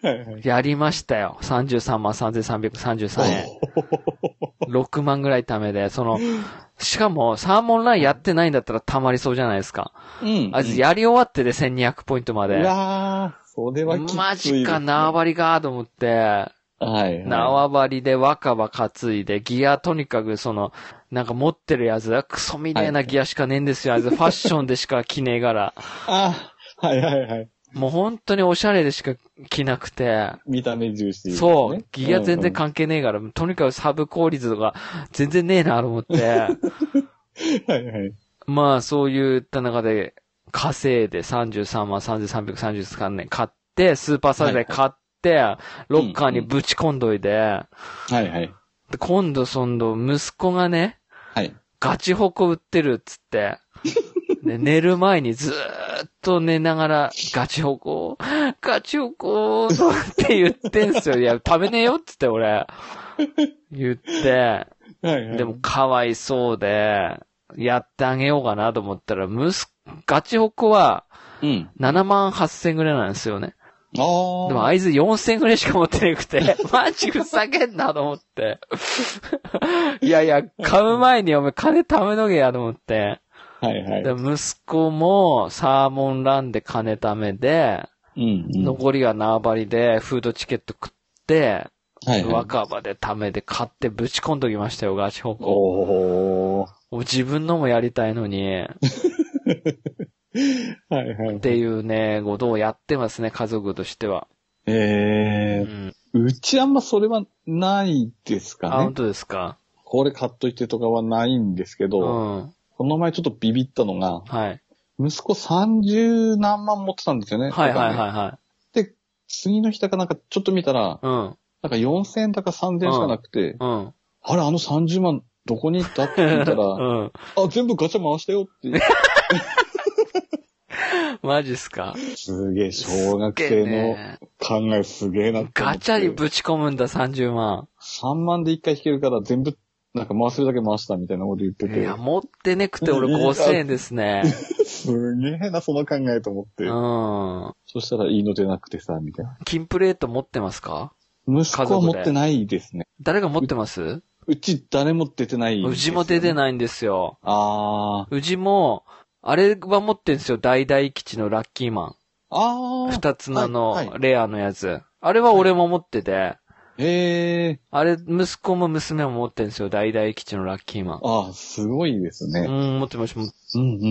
はい。
やりましたよ。33万3333円。6万ぐらいためで、その、しかも、サーモンラインやってないんだったら溜まりそうじゃないですか。
うん。
あいつやり終わってで1200ポイントま
う
で。
わー、それはきつい。
マジか、。縄張りか、と思って、
はい。
縄張りで若葉担いで、ギアとにかくその、なんか持ってるやつ、クソみたいなギアしかねえんですよ。あいつファッションでしか着ねえから。
あ、はいはいはい。
もう本当にオシャレでしか着なくて。
見た目重視、
そう。ギア全然
か
関係ねえから、とにかくサブ効率とか全然ねえなと思 <laughs> って。
はいはい。
まあそういった中で稼いで33万3333年買って、スーパーサイズで買って、ロッカーにぶち込んどいて、
はいはい。
で今度その息子がね、
はい。
ガチホコ売ってるっつって、で寝る前にずーっと寝ながら、ガチホコ、ガチホコって言ってんすよ。いや、食べねえよっつって俺、言って、
はいはい。
でも、かわいそうで、やってあげようかなと思ったら、むす、ガチホコは
うん。
7万8千ぐらいなんですよね。
あー。
でもあいつ4千ぐらいしか持ってなくて、 <laughs> マジふざけんなと思って。いやいや、買う前にお前金貯めとけやと思って。
はいはい。
で、息子もサーモンランで金貯めで、
うんうん。
残りが縄張りでフードチケット食って、
はいはい。
若葉で貯めて買ってぶち込んどきましたよ、ガチホコ。
おー。
もう自分のもやりたいのに、
はいは
っ
い。
ていうね、ことをやってますね、家族としては。う
えー、
ん。
うちあんまそれはないです
あ、
か
本
ね。
当ですか。
これ買っといてとかはないんですけ
う
ど、
ん。
この前ちょっとビビったのが、
はい。
息子30何万持ってたんですよね。
はいはい
お金
はいはい。
で、次の日だかなんかちょっと見たら、
うん。
なんか4000円だか3000円しかなくて、
うん。
あれあの30万どこに行ったって聞いた
<laughs>
ら、
うん。
あ、全部ガチャ回したよって。
マジっすか。
すげえ、小学
すっげえ
生の
ね
考えすげえなって思っ
ガ
て
チャにぶち込むんだ、30万。
3万で1回引けるから全部、なんか回せるだけ回したみたいなこと言って
い
て、
や、持ってねくて俺
いや
5000円ですね。
すげえな、その考えと思って。
うん。
そしたらいいのでなくてさ、みたいな。
金プレート持ってますか
息子は
家
持
族で
ってないですね。
誰が持ってます
うち誰も出てない、
うちも出て
い。
ないんですよ。
あー。
うちも、あれは持ってんですよ、大々吉のラッキーマン。
あー。
二つ名
はいは
の
い
レアのやつ。あれは俺も持ってて、
へえ。
あれ、息子も娘も持ってんですよ。大々吉のラッキーマン。
あー、すごいです
う
ね。
ん、持ってました。
うんうんうんう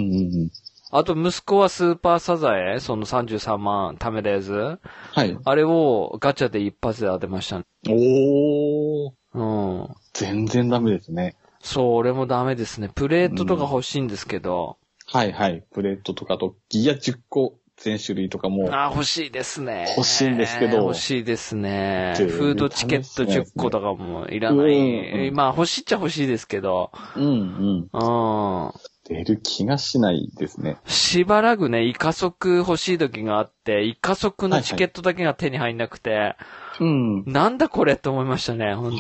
ん。
あと、息子はスーパーサザエ、その33万貯めたやつ。
はい。
あれをガチャで一発で当てましたね。
おー。
うん。
全然ダメですね。
そう、俺もダメですね。プレートとか欲しいんですけど。
はいはい。プレートとかと、ギア10個全種類とかも、
あー、欲しいですね。
欲しいんですけど
欲しいですね。
ちょっと
フードチケット
試せないで
10
すね
個とかもいらない。
うんうん
まあ、欲しいっちゃ欲しいですけど。
うんうん。
うん。
出る気がしないですね。
しばらくね、イカ足欲しい時があって、イカ足のチケットだけが手に入んなくて、
うん。
なんだこれって思いましたね、本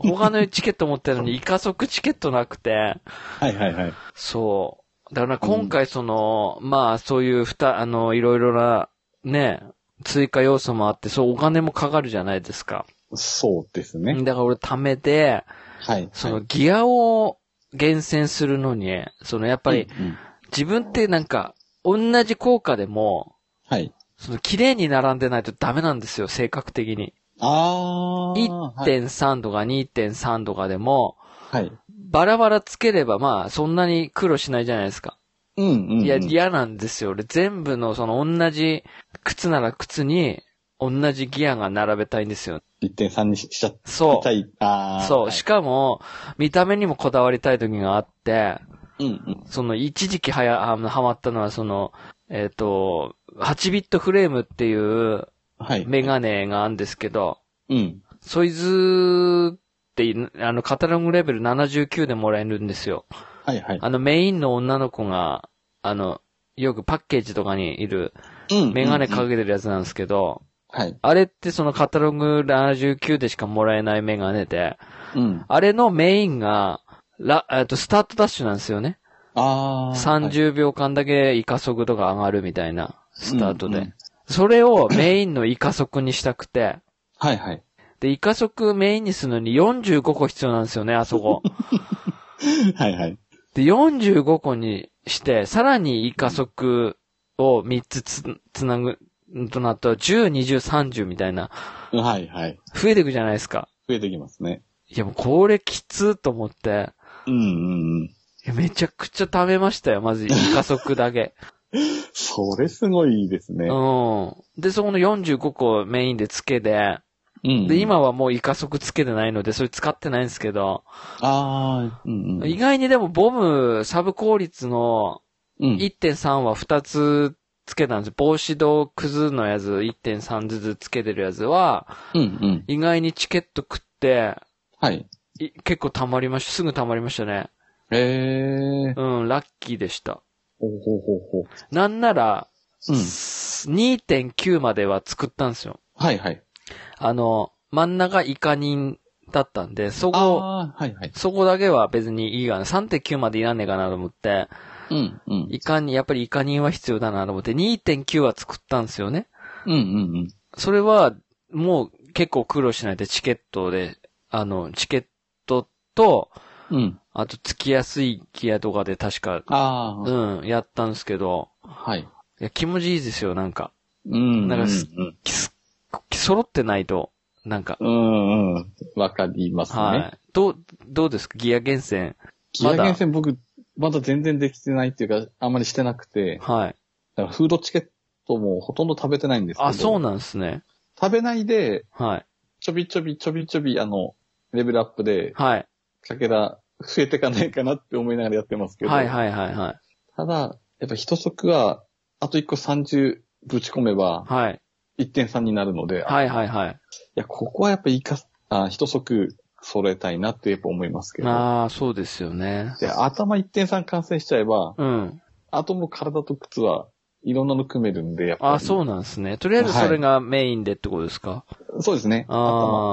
当他のチケット持ってるのにイカ足チケットなくて、
はいはいはい。
そう。だから今回その、まあそういうふた、あの、いろいろな、ね、追加要素もあって、そうお金もかかるじゃないですか。
そうです
だ
ね。
から俺貯めて、
はい。
そ
は
の
い、
ギアを厳選するのに、そのやっぱり
うんうん
自分ってなんか、同じ効果でも、
はい。
その綺麗に並んでないとダメなんですよ、性格的に。
あー。はい。
1.3度か2.3度かでも、
はい。
バラバラつければまあそんなに苦労しないじゃないですか。
うんうんうん。
いや、嫌なんですよ。俺全部のその同じ靴なら靴に同じギアが並べたいんですよ。
1.3にしちゃっ
そ
たい。あ
う。
ー。
そ
は
う。
い
しかも、見た目にもこだわりたい時があって、
うんうん。
その一時期はや、あの、ハマったのはその、えっ、と、8ビットフレームっていう
はい。
メガネがあるんですけど、
うん。
ソイズっって、あの、カタログレベル79でもらえるんですよ。
はいはい。
あの、メインの女の子が、あの、よくパッケージとかにいる、
うん
メガネか
うん
けてるやつなんですけど、
はい。
あれってそのカタログ79でしかもらえないメガネで、
うん。
あれのメインが、ラ、えっと、スタートダッシュなんですよね。
ああ。はい
30秒間だけイカ速度が上がるみたいな、スタート
うんう
で
ん。
それをメインのイカ速にしたくて、
はいはい。
で、イカ速メインにするのに45個必要なんですよね、あそ
<laughs>
こ。
はいはい。
で、45個にして、さらにイカ速を3つつ、つなぐ、となると、10、20、30みたいな、
はいはい。
増えていくじゃないですか。
増えてきますね。
いや、もうこれきつーと思って、
うんうんうん。
いやめちゃくちゃ貯めましたよ、まずイカ速だけ。
それすごいです <laughs> ね。
うん。で、そこの45個メインでつけで、
うん
で、。今はもうイカ速つけてないので、それ使ってないんですけど、
ああ、うんうん。
意外にでもボム、サブ効率の
うん
1.3は2つつけたんです。帽子とクズのやつ、1.3ずつつけてるやつは、
うんうん。
意外にチケット食って、
はい。
い結構溜まりました。すぐ溜まりましたね。
ええ。
うん、ラッキーでした。
ほうほうほうほう。
なんなら、
うん。
2.9までは作ったんですよ。
はいはい。
あの、真ん中イカ人だったんで、そこ、
ああ、はいはい。
そこだけは別にいいがな。3.9までいらんねえかなと思って、
うんうん。
イカに、やっぱりイカ人は必要だなと思って、2.9は作ったんですよね。
うんうんうん。
それは、もう結構苦労しないでチケットで、あの、チケットと、
うん。
あと付きやすいギアとかで確か、
ああ、
うん、やったんですけど、
はい。
いや、気持ちいいですよ、なんか。
うん。
なんかす
うん
きす揃ってないと、なんか。
うんうん。わかりますね。
はい。どう、どうですかギア厳選。
ギア厳選僕、まだ全然できてないっていうか、あんまりしてなくて、
はい。
だからフードチケットもほとんど食べてないんですけど、
あ、そうなんですね。
食べないで、
はい。
ちょびちょびちょびちょび、あの、レベルアップで、
はい。
かけら増えていかないかなって思いながらやってますけど、
はいはいはいはい。
ただ、やっぱ一足は、あと一個30ぶち込めば
はい。
1.3になるので、い、
はいはいはい。
や、ここはやっぱいか、あ一足揃えたいなってやっぱ思いますけど、
ああ、そうですよね。
で頭1.3完成しちゃえば、
うん。
あともう体と靴はいろんなの組めるんで、やっぱり。
あそうなんですね。とりあえずそれがメインでってことですか
そうですね。
あー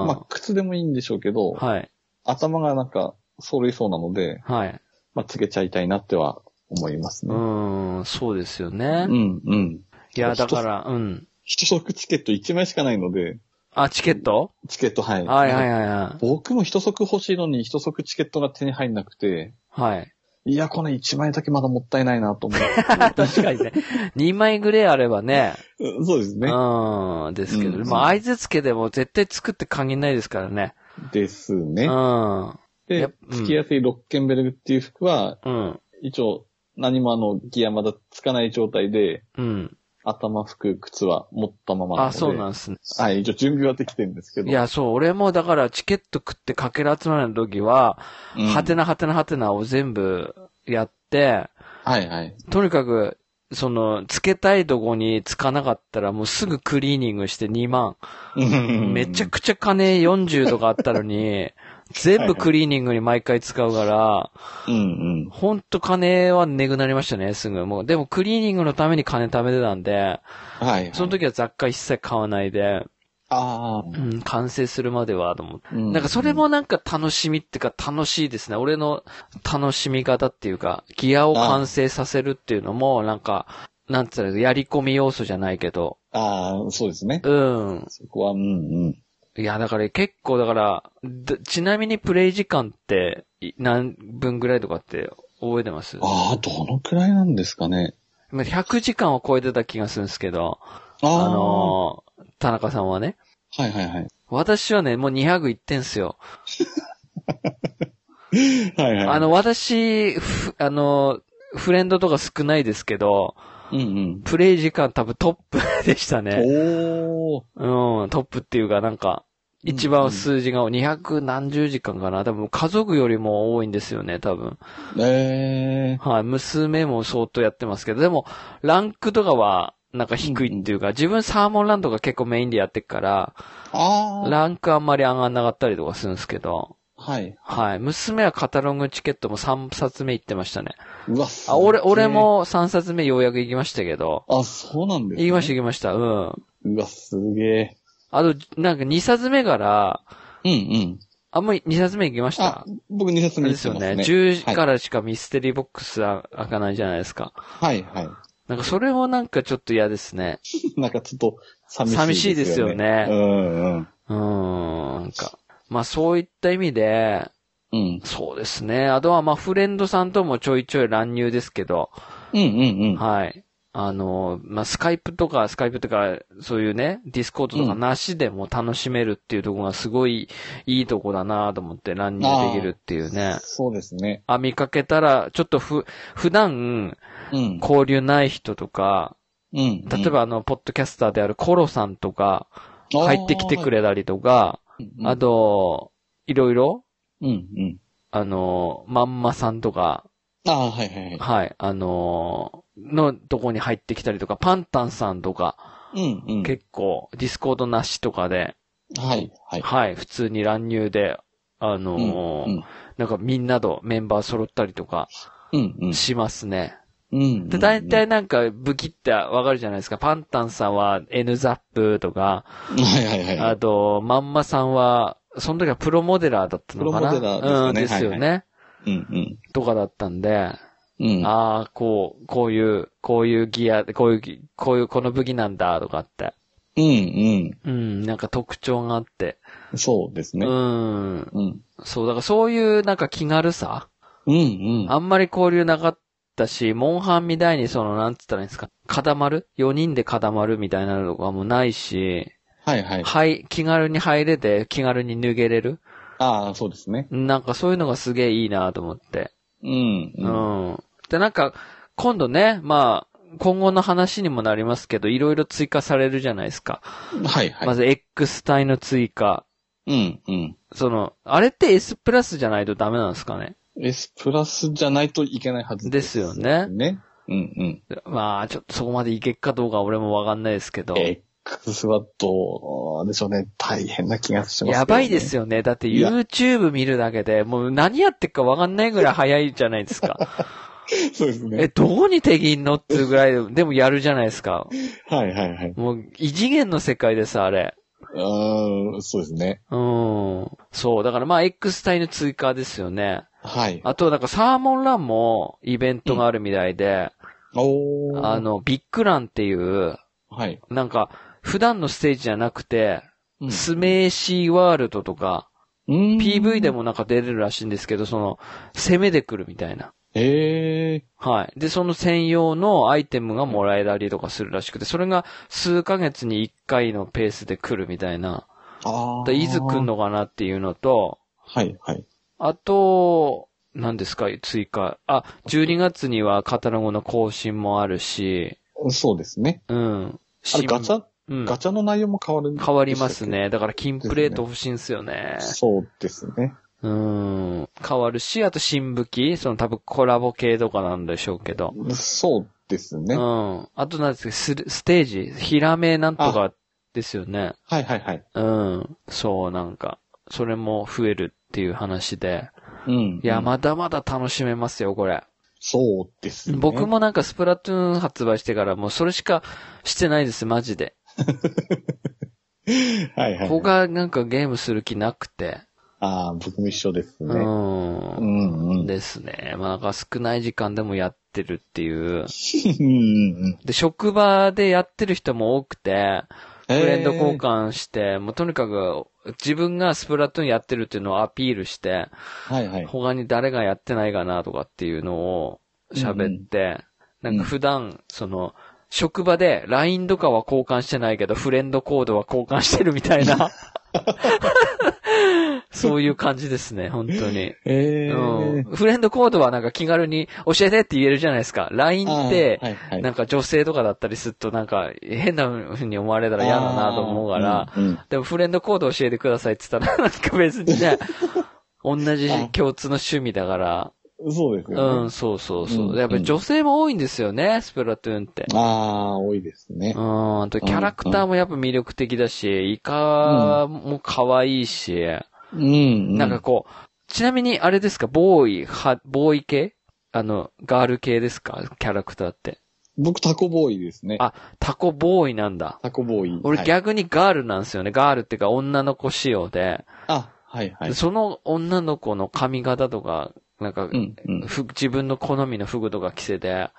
頭まあ、靴でもいいんでしょうけど、
はい。
頭がなんか揃いそうなので、
はい。
まあ、つけちゃいたいなっては思います
う
ね。
ーん、そうですよ
う
ね。
ん、うん。
いや、だから、うん。
一足チケット1枚しかないので、
あ、チケット
チケット、はい。
はいはいはいは
僕も一足欲しいのに一足チケットが手に入んなくて、
い。はい。 <laughs>
いや、この1枚だけまだもったいないなと思
確かにね。2枚ぐらいあればね。
う。そうですね。
うん、ですけど。
うん
まあ、合図付けでも絶対作って限らないですからね。
です
うん。
ね。
やっ
で、
うん
付きやすいロッケンベルグっていう服は、
うん。
一応、何もあの、ギアまだつかない状態で、
うん。
頭、服、靴は持ったままなので。
あ、そうなんですね。
はい、一応準備はできてるんですけど。
い、や、そう、俺もだからチケット食ってかけら集まりの時は、
うん
はて。なはてなはてなを全部やって、
はいはい。
とにかく、その、つけたいとこにつかなかったらもうすぐクリーニングして2万。めちゃ
く
くちゃ金40とかあったの
<laughs>
に、全部クリーニングに毎回使うから、
うんうん。
ほんと金はねぐなりましたね、すぐ。もう、でもクリーニングのために金貯めてたんで、
はい、はい。
その時は雑貨一切買わないで、
ああ、
うん、完成するまではと思って。
う
なんかそれも、なんか楽しみっていうか楽しいですね。俺の楽しみ方っていうか、ギアを完成させるっていうのも、なんか、なんつうの、やり込み要素じゃないけど。
ああ、そうですね。
うん。
そこは、うんうん。
いや、だから結構だから、だちなみにプレイ時間ってい何分ぐらいとかって覚えてます
ああ、どのくらいなんですかね。
まあ ?100 時間を超えてた気がするんですけど、
あ
あ
あ、
のー田中さんはね。
はいはいはい。
私はね、もう200いってんすよ。
はいはい。
あ、の、私、ふあの、フレンドとか少ないですけど、
うんうん。
プレイ時間多分トップでしたね。
おー。
うん、トップっていうかなんか、一番数字が200何十時間かな。多分家族よりも多いんですよね、多分。
ええ
はい、娘も相当やってますけど、でも、ランクとかは、なんか低いっていうか、自分サーモンランドが結構メインでやってっから、
ああ、
ランクあんまり上がんなかったりとかするんですけど、
はい。
はい。娘はカタログチケットも3冊目行ってましたね。
うわ、す
あ、
げえ
俺、俺。も3冊目ようやく行きましたけど。
あ、そうなんです、
行きました行きました。うん。
た。うわ、すげえ。
あと、なんか2冊目から、
うんうん。
あんまり2冊目行きました
あ。、僕2冊
あれ
目行
で
っ
す
て
よ
ますね。
ね。10からしかミステリーボックスは開かないじゃないですか。
はいはい。 <laughs>
なんかそれもなんかちょっと嫌ですね。
なんかちょっと寂しい、
寂しいですよ。
う
ね。
んうん。
うーん。なんか。まあそういった意味で、
うん。
そうですね。あとはまあフレンドさんともちょいちょい乱入ですけど、
うんうんうん。
はい。あの、まあスカイプとか、スカイプとか、そういうね、ディスコードとかなしでも楽しめるっていうところがすごいいいとこだなと思って乱入できるっていうね。
そうですね。
あ、見かけたら、ちょっとふ、普段、
うん。
交流ない人とか、
うん。
例えばあの、ポッドキャスターであるコロさんとか、
うん、
入ってきてくれたりとか、
あー。
あと、いろいろ、
うんうん。
あの、まんまさんとか、
ああ、はいはいは
はい、あの、のとこに入ってきたりとか、パンタンさんとか、
い。うんうん。
結構、ディスコードなしとかで、
はいはい。
はい、普通に乱入で、あの
うんうん
なんかみんなとメンバー揃ったりとか
うんうん。
しますね。
うん。
で、大体なんか武器ってわかるじゃないですか。パンタンさんは N ザップとか、
うん。はいはいは
あ
い。
と、まんまさんは、その時はプロモデラーだったのかな
プロモデラーです
うん、で
かね
すよね。
はうん
とかだったんで、
うん。うん。
ああ、こう、こういう、こういうギア、こういうぎ、こういう、この武器なんだ、とかって。
うん
うん、なんか特徴があって。
うん。そうですね
う。ん。
うん。
そう、だからそういうなんか気軽さ
うんうん。
あんまり交流なかったし、モンハンみたいにその、なんつったらいいんですか、固まる ?4 人で固まるみたいなのとかもないし、
はいはい。
はい、気軽に入れて、気軽に脱げれる
ああ、そうですね。
なんかそういうのがすげえいいなと思って。
うん。
う
うん。
ん。で、なんか、今度ね、まあ、今後の話にもなりますけど、いろいろ追加されるじゃないですか。
はいはい。
まず X 体の追加。
うんうん。
その、あれって S プラスじゃないとダメなんですかね。
S プラスじゃないといけないはず
ですよね。
ね。うんうん。
まあ、ちょっとそこまでいけっかどうか俺もわかんないですけど。
X はどうでしょうね。大変な気がします、
やばいですよね。だって
いや
YouTube 見るだけで、もう何やってっかわかんないぐらい早いじゃないですか。
よ。そうですね
え、。どこに敵いんのっていうぐらいで、でもやるじゃないですか。
はいはいはい。
もう、異次元の世界です、あれ。
うーん、そうですね。
うん。そう。だからまあ、X 体の追加ですよね。
はい。
あと、なんかサーモンランもイベントがあるみたいで、
おー。
あ、の、ビッグランっていう、
はい。
なんか、普段のステージじゃなくて、
うん
スメーシーワールドとか、PV で
も。
もなんか出れるらしいんですけど、その、攻めでくるみたいな。
へえ。
はい。で、その専用のアイテムがもらえたりとかするらしくて、それが数ヶ月に1回のペースで来るみたいな。
あ
だ
ー。
いつ来んのかなっていうのと、
はいはい。
あと、何ですか、追加。あ、12月にはカタログの更新もあるし、
そうですね。
うん。
あれガチャ、
うん、
ガチャの内容も変わるんでしたっけ
変わります。ね。だから金プレート欲しいんすよね。
そうですね。
うん。変わるし、あと新武器その多分コラボ系とかなんでしょうけど。
そうですね。
う
は
ん。あとなんですか、スステージヒラメなんとかですよね。
いはいはい。
うん。そう、なんか。それも増えるっていう話で。
うん。
いや、まだまだ楽しめますよ、これ。
そうですね。
僕。もなんかスプラトゥーン発売してからもうそれしかしてないです、マジで。
<laughs> はいはい。
他なんかゲームする気なくて。
ああ、僕も一緒です
う
ね。う
ーん。
んうん。
ですね。まあなんか少ない時間でもやってるっていう。
うんうん。
で、職場でやってる人も多くて、
フ
フレンド交。換して、もうとにかく自分がスプラトゥーンやってるっていうのをアピールして、
はいはい。
他に誰がやってないかなとかっていうのを喋って、
うん
なんか普段、その、職場で LINE とかは交換してないけど、フレンドコードは交換してるみたい
<laughs>
な。 <laughs> そういう感じですね、本当に。
ええ。
うん。フレンドコードはなんか気軽に教えてって言えるじゃないですか。LINE
あー
って、
はいはい。
なんか女性とかだったりするとなんか変な風に思われたら嫌だなと思うから、
あー。うんうん
でもフレンドコード教えてくださいって言ったら、なんか別に <laughs> ね、同じ共通の趣味だから、
そうです
う
よ
ん、
ね。
そうそうそうう。
ん
やっぱり女性も多いんですよね、スプラトゥーンって。
ああ、多いですね
う。ん、あとキャラクターもやっぱ魅力的だし、イカも可愛いし、
うん。
なんかこう、ちなみに、あれですか、ボーイ、は、ボーイ系あの、ガール系ですかキャラクターって。
僕タコボーイですね。
あタコボーイなんだ。
タコボーイ。
俺
ャ
逆にガールなんですよね。ガールっていうか女の子仕様で、
あ、はいはい。
その女の子の髪型とか、なんか、
うん、うん。
ふ自分の好みの服とか着せて、
は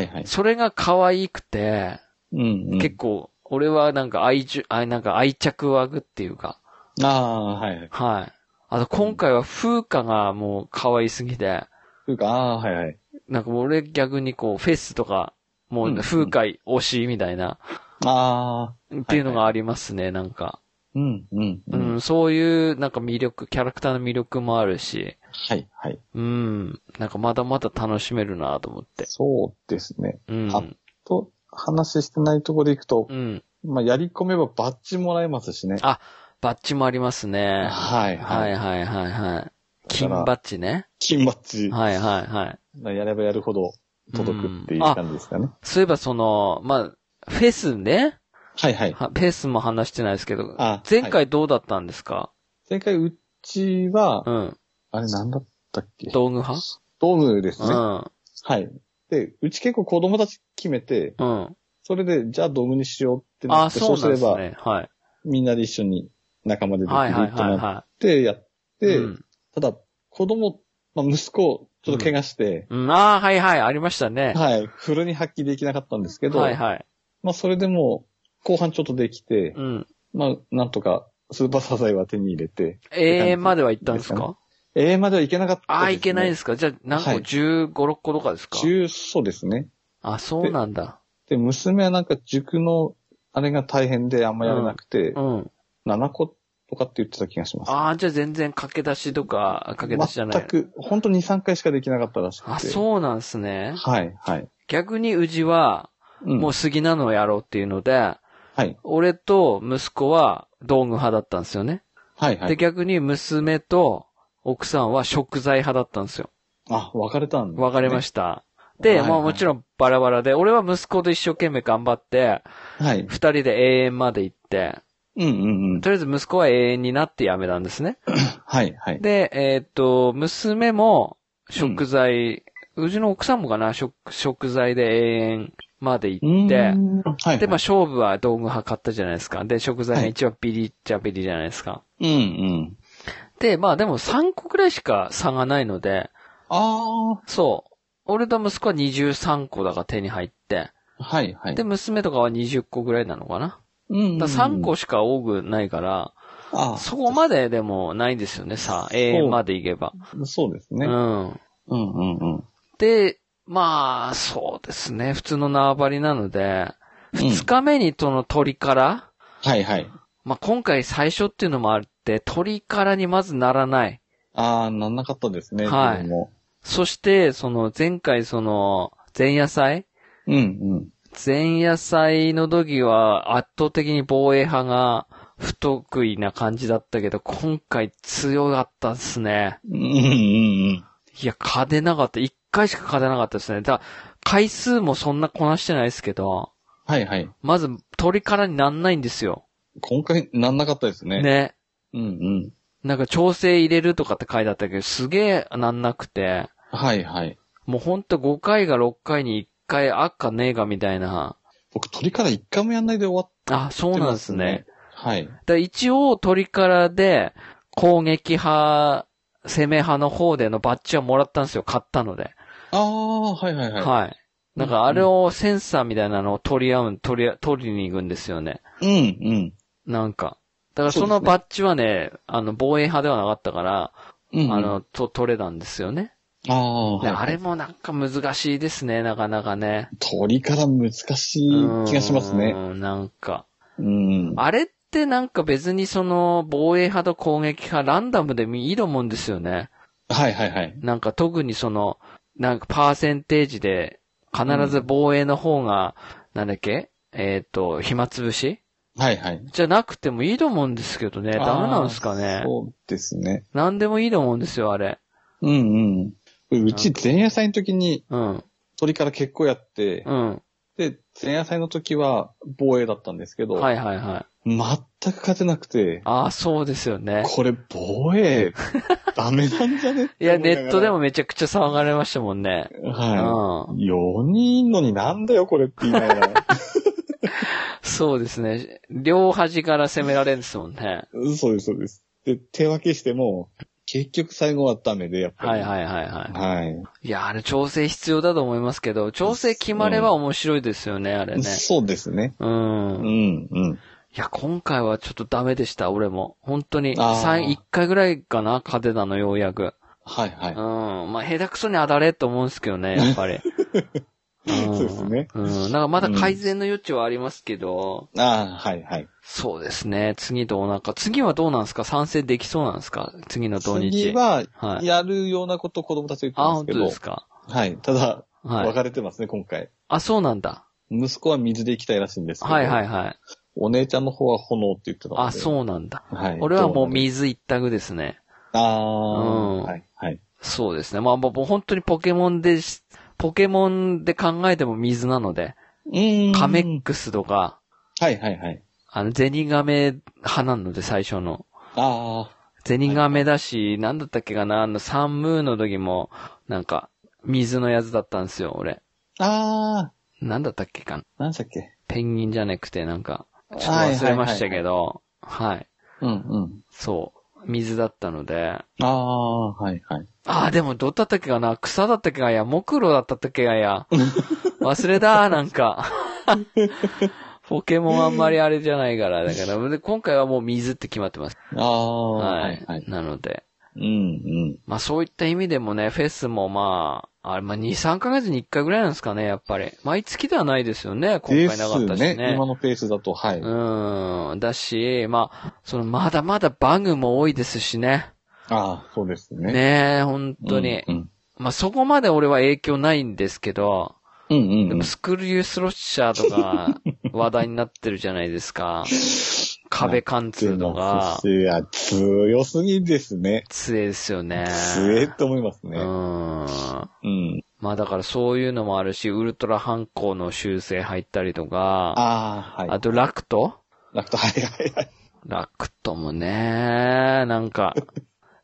いはい。
それが可愛くて、
うん、うん。
結構、俺はなんか愛じゅ、あなんか愛着枠っていうか、
ああー、はいはい。
はい。あと今回は風花がもう可愛すぎて、
というか、ああ、はいはい。
なんか俺逆にこうフェスとか、も
うん
う風花推しみたいな、
ああ、
っていうのがありますね、なんか。
うん、うん、
う
う。
んん、そういうなんか魅力、キャラクターの魅力もあるし、
はいはい。
うん、なんかまだまだ楽しめるなと思って。
そうですね。
うん。
あと、話してないところでいくと
う、ん。
まあ、やり込めばバッジもらえますしね。
あバッジもありますね。
はい
は
はいい。
はいはいはい。金バッジね。
金バッジ。
はいはいはい。
やればやるほど届くっていう
うんあ
感じですかね。
そういえばその、まあ、フェスね。
はいはい。
はフェスも話してないですけど
あ、
前回どうだったんですか、
前回、うちは、
うん。
あれなんだったっけ
道具派
ドームです
う
ね。はい。で、うち結構子供たち決めて、
ん。うん。
それで、じゃあドームにしようって
あ
な
あ、
って、
そ
そううす
なん
れ
です
ば、
ね。はい。
みんなで一緒に仲間でできる
はいはい
って
はい
なっ
は
てやっ
い。
て
う、ん
ただ、子供、まあ、息子、ちょっと怪我して、
うん。ああ、はいはい、ありましたね。
はい、フルに発揮できなかったんですけど、
はいはい。
まあ、それでも、後半ちょっとできて、
うん。
まあ、なんとか、スーパーサザエは手に入れて、
永遠までは行ったんです
です
か
ええまではいけなかったです、ね。。
ああ、いけないですすかじゃあ、何個、
はい
?15、6個とかですか
中、そうですね。
あ、そうなんだ。
で、娘はなんか塾の、あれが大変であんまやれなくて、
うん。
7個とかって言ってた気がします。
ああ、じゃあ全然駆け出しとか、あ駆け出しじゃない
全。く、ほんと2、3回しかできなかったらしくて。
あ、そうなんですね。
はい、はい。
逆に、宇治は、
うん
もう杉なのをやろうっていうので、
はい、
俺と息子は道具派だったんですよね。
はい、は
で、
い。
逆に娘と奥さんは食材派だったんですよ。
あ、別れたんですね
分かれました。で、
はい
まあもちろんバラバラで、俺は息子と一生懸命頑張って、
はい。
二人で永遠まで行って、
うん、うん、うん。
とりあえず息子は永遠になってやめたんですね。
はい、はい。
で、えーっと、娘も食材、うちの奥さんもかな、食、食材で永遠まで行って、
うーんはい、はい。
で、まあ、勝負は道具派買ったじゃないですか。で、食材が一応ビリっちゃビリじゃないですか。
うん、うん。
で、まあでも3個くらいしか差がないので、
あ
そう。俺と息子は23個だから手に入って、
あ、はい、はい。
で、娘とかは20個ぐらいなのかな。
うんうんうん、
だ3個しか多くないから、
あ
そこまででもないんですよね、さ、永遠までいけば。
あ、そうです
う
ね。
ん。
うん、うん、うん。
で、まあ、そうですね、普通の縄張りなので、2日目にその鳥から、
はい、はい。
まあ今回最初っていうのもあって、鳥からにまずならない。
ああ、なんなかったですね。
はい
自分も
そして、その前回その前夜祭
うん、うん。
前夜祭の時は圧倒的に防衛派が不得意な感じだったけど、今回強かったですね。
うん、うん、うん。
いや、勝てなかった。一回しか勝てなかったですね。だ回数もそんなこなしてないですけど、
はい、はい。
まず鳥からになんないんですよ。
今回、なんなかったですね。。
ね。
うん、うん。
なんか調整入れるとかって書いてあったけど、すげえなんなくて、
はい、はい。
もうほんと5回が6回に1回あっかねえかみたいな。
僕、鳥から一回もやんないで終わっ
あ、そう
て
なん
ま
です
す
ね
ね。。はい。
だから一応鳥からで攻撃派、攻め派の方でのバッジはもらったんですよ、買ったので。
ああ、はいはい
はい。
は
なんかあれをセンサーみたいなのを取り合う、取り、取りに行くんですよね。
い。うん、うん。
なんか。だから
そう
そ
ですね
のバッジはね、あの、防衛派ではなかったから、
うん。
あ、の、と、取れたんですよね。
ああ、はい
で、あれもなんか難しいですね、なかなかね。
鳥から難しい気がしますね。
うん、なんか。
うん。
あれってなんか別にその、防衛派と攻撃派、ランダムでもいいと思うんですよね。
はいはいはい。
なんか特にその、なんかパーセンテージで、必ず防衛の方が、なんだっけえっ、と、暇つぶし
はいはい。
じゃなくてもいいと思うんですけどね。ダメなんですか
あー
ね。
そうですね。
なんでもいいと思うんですよ、あれ。
うんうん。うち前夜祭の時に
うん。
鳥から結構やって、
うん。
で、前夜祭の時は防衛だったんですけど、
はいはいはい。
全く勝てなくて、
ああ、そうですよね。
これ防
<laughs>
衛、ダメなんじゃね
いや、ネットでも。めちゃくちゃ騒がれましたもんね。うん。
はい。4人いんのになんだよこれって言いなが
<laughs>
ら。
そうですね。両端から攻められるんですもんね。
そうです、そうです。で、手分けしても、結局最後はダメで、やっぱ
はい
り。
はいはいは
はい。
い。いや、あれ調整必要だと思いますけど、調整決まれば面白いですよね、あれね。
そうですね。
う。
うん
い
ん、うん。
や、今回はちょっとダメでした、俺も。本当に、
あー
三一回ぐらいかな、勝てたの、ようやく。
はい、
う
は
ん。
い。
まあ、下手くそにあだれと思うんですけどね、やっ
<laughs>
ぱり。ん
そうですね
うん。なんかまだ改善の余地はありますけど、
ああ、はい、はい。
そうですね。次どうなんか、次はどうなんですか賛成できそうなんですか次の土日。
次は、
はい。
やるようなことを子供たちが
あ、
言っ
本
て
当
ま
ですすか。
けど、はい。ただ、
は
分
い。
かれてますね、今回。
あ、そうなんだ。
息子は水で行きたいらしいんですけど、
はいはいはい。
お姉ちゃんの方は炎って言ってたので。
あ、そうなんだ。
う。はい。
俺はもう
どなの
水一択ですね。
あ
うん
あ、はい、はい。
そうですね。まあもうもう本当にポケモンでし、ポケモンで考えても水なので、
うーん。
カメックスとか、
はい、はい、はい。
あの、ゼニガメ派なので最初の。
あ
ゼニガメだし、なんだったっけかな、あの、サンムーンの時も、なんか、水のやつだったんですよ、俺。
あ、ああ、
なんだったっけかな。
なんでしたっけ。
ペンギンじゃなくて、なんか、ちょっと忘れましたけど、はい
うん、うん。
そう。水だったので。
ああ、はい、はい。
ああ、でも、どうだったっけかな草だったっけかいや、木路だったっけかい <laughs> や。忘れた、なん <laughs> か。ポケモンあんまりあれじゃないから、だから、で今回はもう水って決まってます。
ああ、
は
はいい、はい。
なので。
うん、うん。
まあそういった意味でもね、フェスもまあ、あれ、まあ2、3ヶ月に1回ぐらいなんですかね、やっぱり。毎月ではないですよね、今回なかったし
です今のペースだと、はい。
うん。だし、まあ、その、まだまだバグも多いですしね。
ああ、そうですね。
ねえ、本当に。
うん、
まあ、そこまで俺は影響ないんですけど、
うん、うんうん
で
うん
も。スクリュースロッシャーと
<laughs>
か、話題になってるじゃないですか。壁貫通のが、
いや、強すぎですね。
強いですよね。
強えと思います
う
ね。
ん。
うん。
まあ、だからそういうのもあるし、ウルトラ犯行の修正入ったりとか、
ああ、は
あ
い。
とラクト
ラクト、はいはいはい。
ラクトもね、なんか、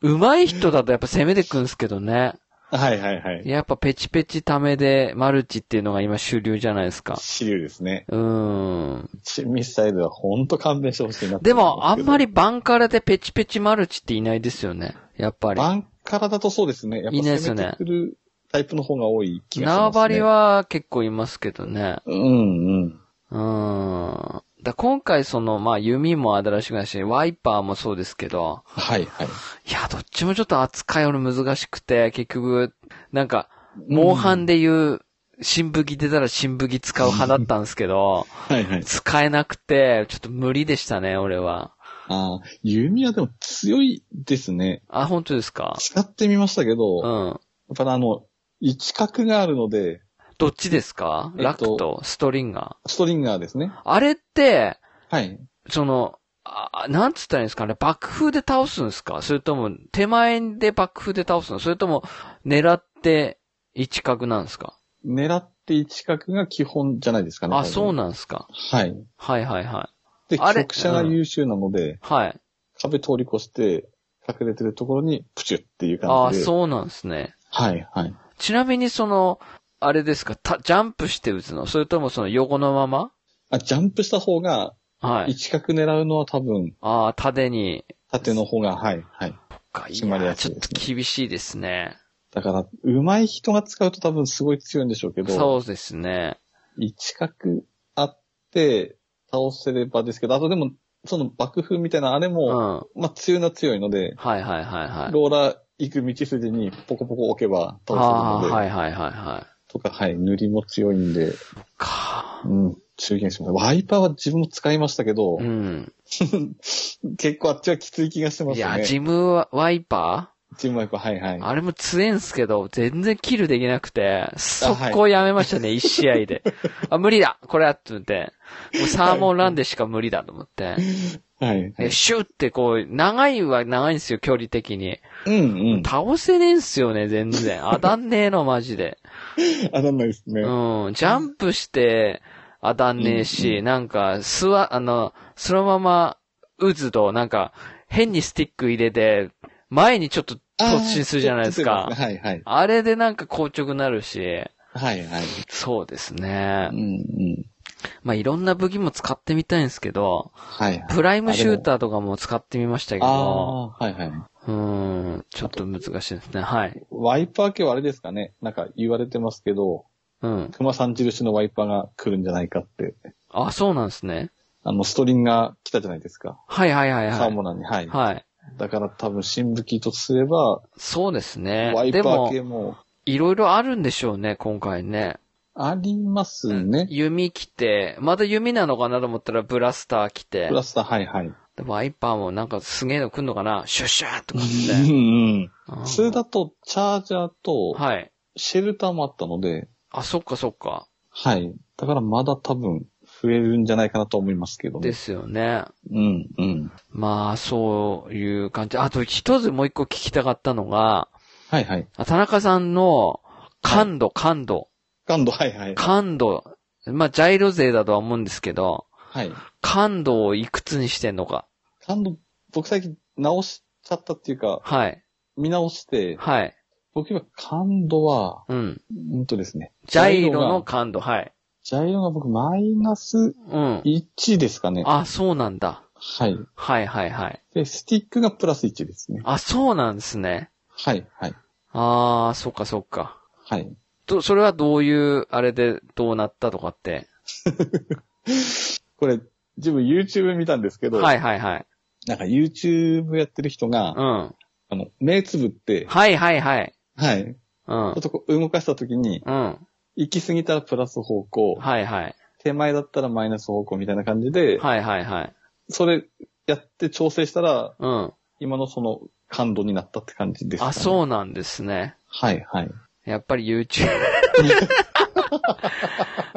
上手い人だとやっぱ攻めてくんすけどね。
はいはいはい。
やっぱペチペチためでマルチっていうのが今主流じゃないですか。
支流ですね。
うーん。
ミサイルはほんと勘弁してほしいな
でもあんま
り。
りバンカラでペチペチマルチっていないですよね。やっぱり。
バンからだとそうですね。やっぱ
いないですよ
攻
ね
めてくるタイプの方が多い気がし
縄
ますね。
張り。は結構いますけどね。
うんうん。
うーん。だ今回その、まあ弓も新しくないし、ワイパーもそうですけど、
はいはい。
いや、どっちもちょっと扱いより難しくて、結局、なんか、モンハンで言う、新武器出たら新武器使う派だったんですけど、
はいはい。
使えなくて、ちょっと無理でしたね、俺は。
ああ、弓はでも強いですね。
あ、本当ですか
使ってみましたけど、
う
やっ
ん。
ぱりあの、一角があるので、
どっちですか
えっと
ラクト、ストリンガ
ストリンガーですね。
ー。あれって、
はい。
その、あなんつったらいいんですかね爆風で倒すんですかそれとも、手前で爆風で倒すのそれとも、狙って、一角なんですか
狙って一角が基本じゃないですかね。
あ、そう
な
なんですか
はい。
はいはいはい。
で、
あれ
局者が優秀なので、
はい。
壁通り越して、隠れてるところに、プチュっていう
あ
感
あ、
じで。う。
そうなんですね。
はい、はい。
ちなみにその、あれですか、た、ジャンプして打つのそれともその横のまま
あ、ジャンプした方が、
はい。
一角狙うのは多分、
ああ、縦に。
縦の方が、はい、はい。
かい
締まり
や
や
ち
す
ょ
い
っ
ですね
と厳しいですね。
だから、上手い人が使うと多分すごい強いんでしょうけど、
そうですね。
一角あって、倒せればですけど、あとでも、その爆風みたいなあれ
うん。
も、
は
まあ強いのは強いの
い、
で
はいはいはい。
ローラー行く道筋にポコポコ置けば
あ
倒
あ、
せるので、
はいはいはいはい。
とか、はい、塗りも強いんで、
か
うん、注意します。ワイパーは自分も使いましたけど、
うん。
結構あっちはきつい気がしてま
い
すね。
や、ジムワイパ
チームワイプ、はいはい
ー。あれも強いんすけど、全然キルできなくて、速攻やめましたね、一試合
<laughs>
で。あ、無理だこれだと思って。もうサーモンランでしか無理だと思って。
はい。
でシュッてこう、長いは長いんですよ、距離的に。
うんうん。
倒せねえんすよね、全
<laughs>
然。当たんねえの、マジで。
当たんないですね。
うん、ジャンプして当たんねえし、
うんう
なんか、すわ、あの、そのまま打つと、なんか、変にスティック入れて、前にちょっと
あー
突進するじゃないですか。
そうですねはい
あれでなんか硬直なるし、
はい。はいはい。
そうですね
うん。うん。
まあ、いろんな武器も使ってみたいんですけど、
はいはい。
プライムシューターとかも使ってみましたけど、
ああー、はいはい。
うん、ちょっと難しいですね。はい。
ワイパー系はあれですかね。なんか言われてますけど、
うん。
熊さん印のワイパーが来るんじゃないかって。
あ、そうなんですね。
あの、ストリンが来たじゃないですか。
はいはいはい
サー
は
モナに。はい
い。。はい。
だから多分、新武器とすれば、
そうですね
ワ。イパ
で
ー
も
系、も
いろいろあるんでしょうね、今回ね。
ありますね。
弓来て、また弓なのかなと思ったらブラスター来て
ブ、ラスター、はいはい。
でワイパーもなんかすげえの来んのかなシュッシューとかっ
う
て。
んうん。
うん
普通だと、チャージャーと、
はい。
シェルターもあったので、
あ、そっかそっか。
はい。だからまだ多分、増えるんじゃないかなと思いますけどね。
ですよね。
うん、うん。
まあ、そういう感じ。あと一つもう一個聞きたかったのが、
はいはい。
あ田中さんの感度、感度、
感度、はいはい。
<laughs> 感度。まあ、ジャイロ勢だとは思うんですけど、
はい。
感度をいくつにしてんのか。
感度、僕最近直しちゃったっていうか、
はい。
見直して、
はい。
僕今感度は、
うん。
うんとですね。
ジャイロ
が
の感度、はい。
ジャイロが僕マイナス
うん。
1ですかね。
あ、そうなんだ。
はい。
はいはいはい。
で、スティックがプラス1ですね。
あ、そうなんですね。
はい、はい、
あー、そっかそっか。
はい。
ど、それはどういう、あれでどうなったとかって。
これ、自分 YouTube 見たんですけど、
はいはいはい。
なんか YouTube やってる人が、
うん。
あの、目つぶって、
はいはいはい。
はい。ち
う
ょ
ん
っ。とこう動かした時に、
うん。
行き過ぎたらプラス方向、
はいはい。
手前だったらマイナス方向みたいな感じで、
はいはいはい。
それやって調整したら、
うん。
今のその感度になったって感じですかね。
あ、そうなんですね。
はい、はい。
やっぱり YouTube。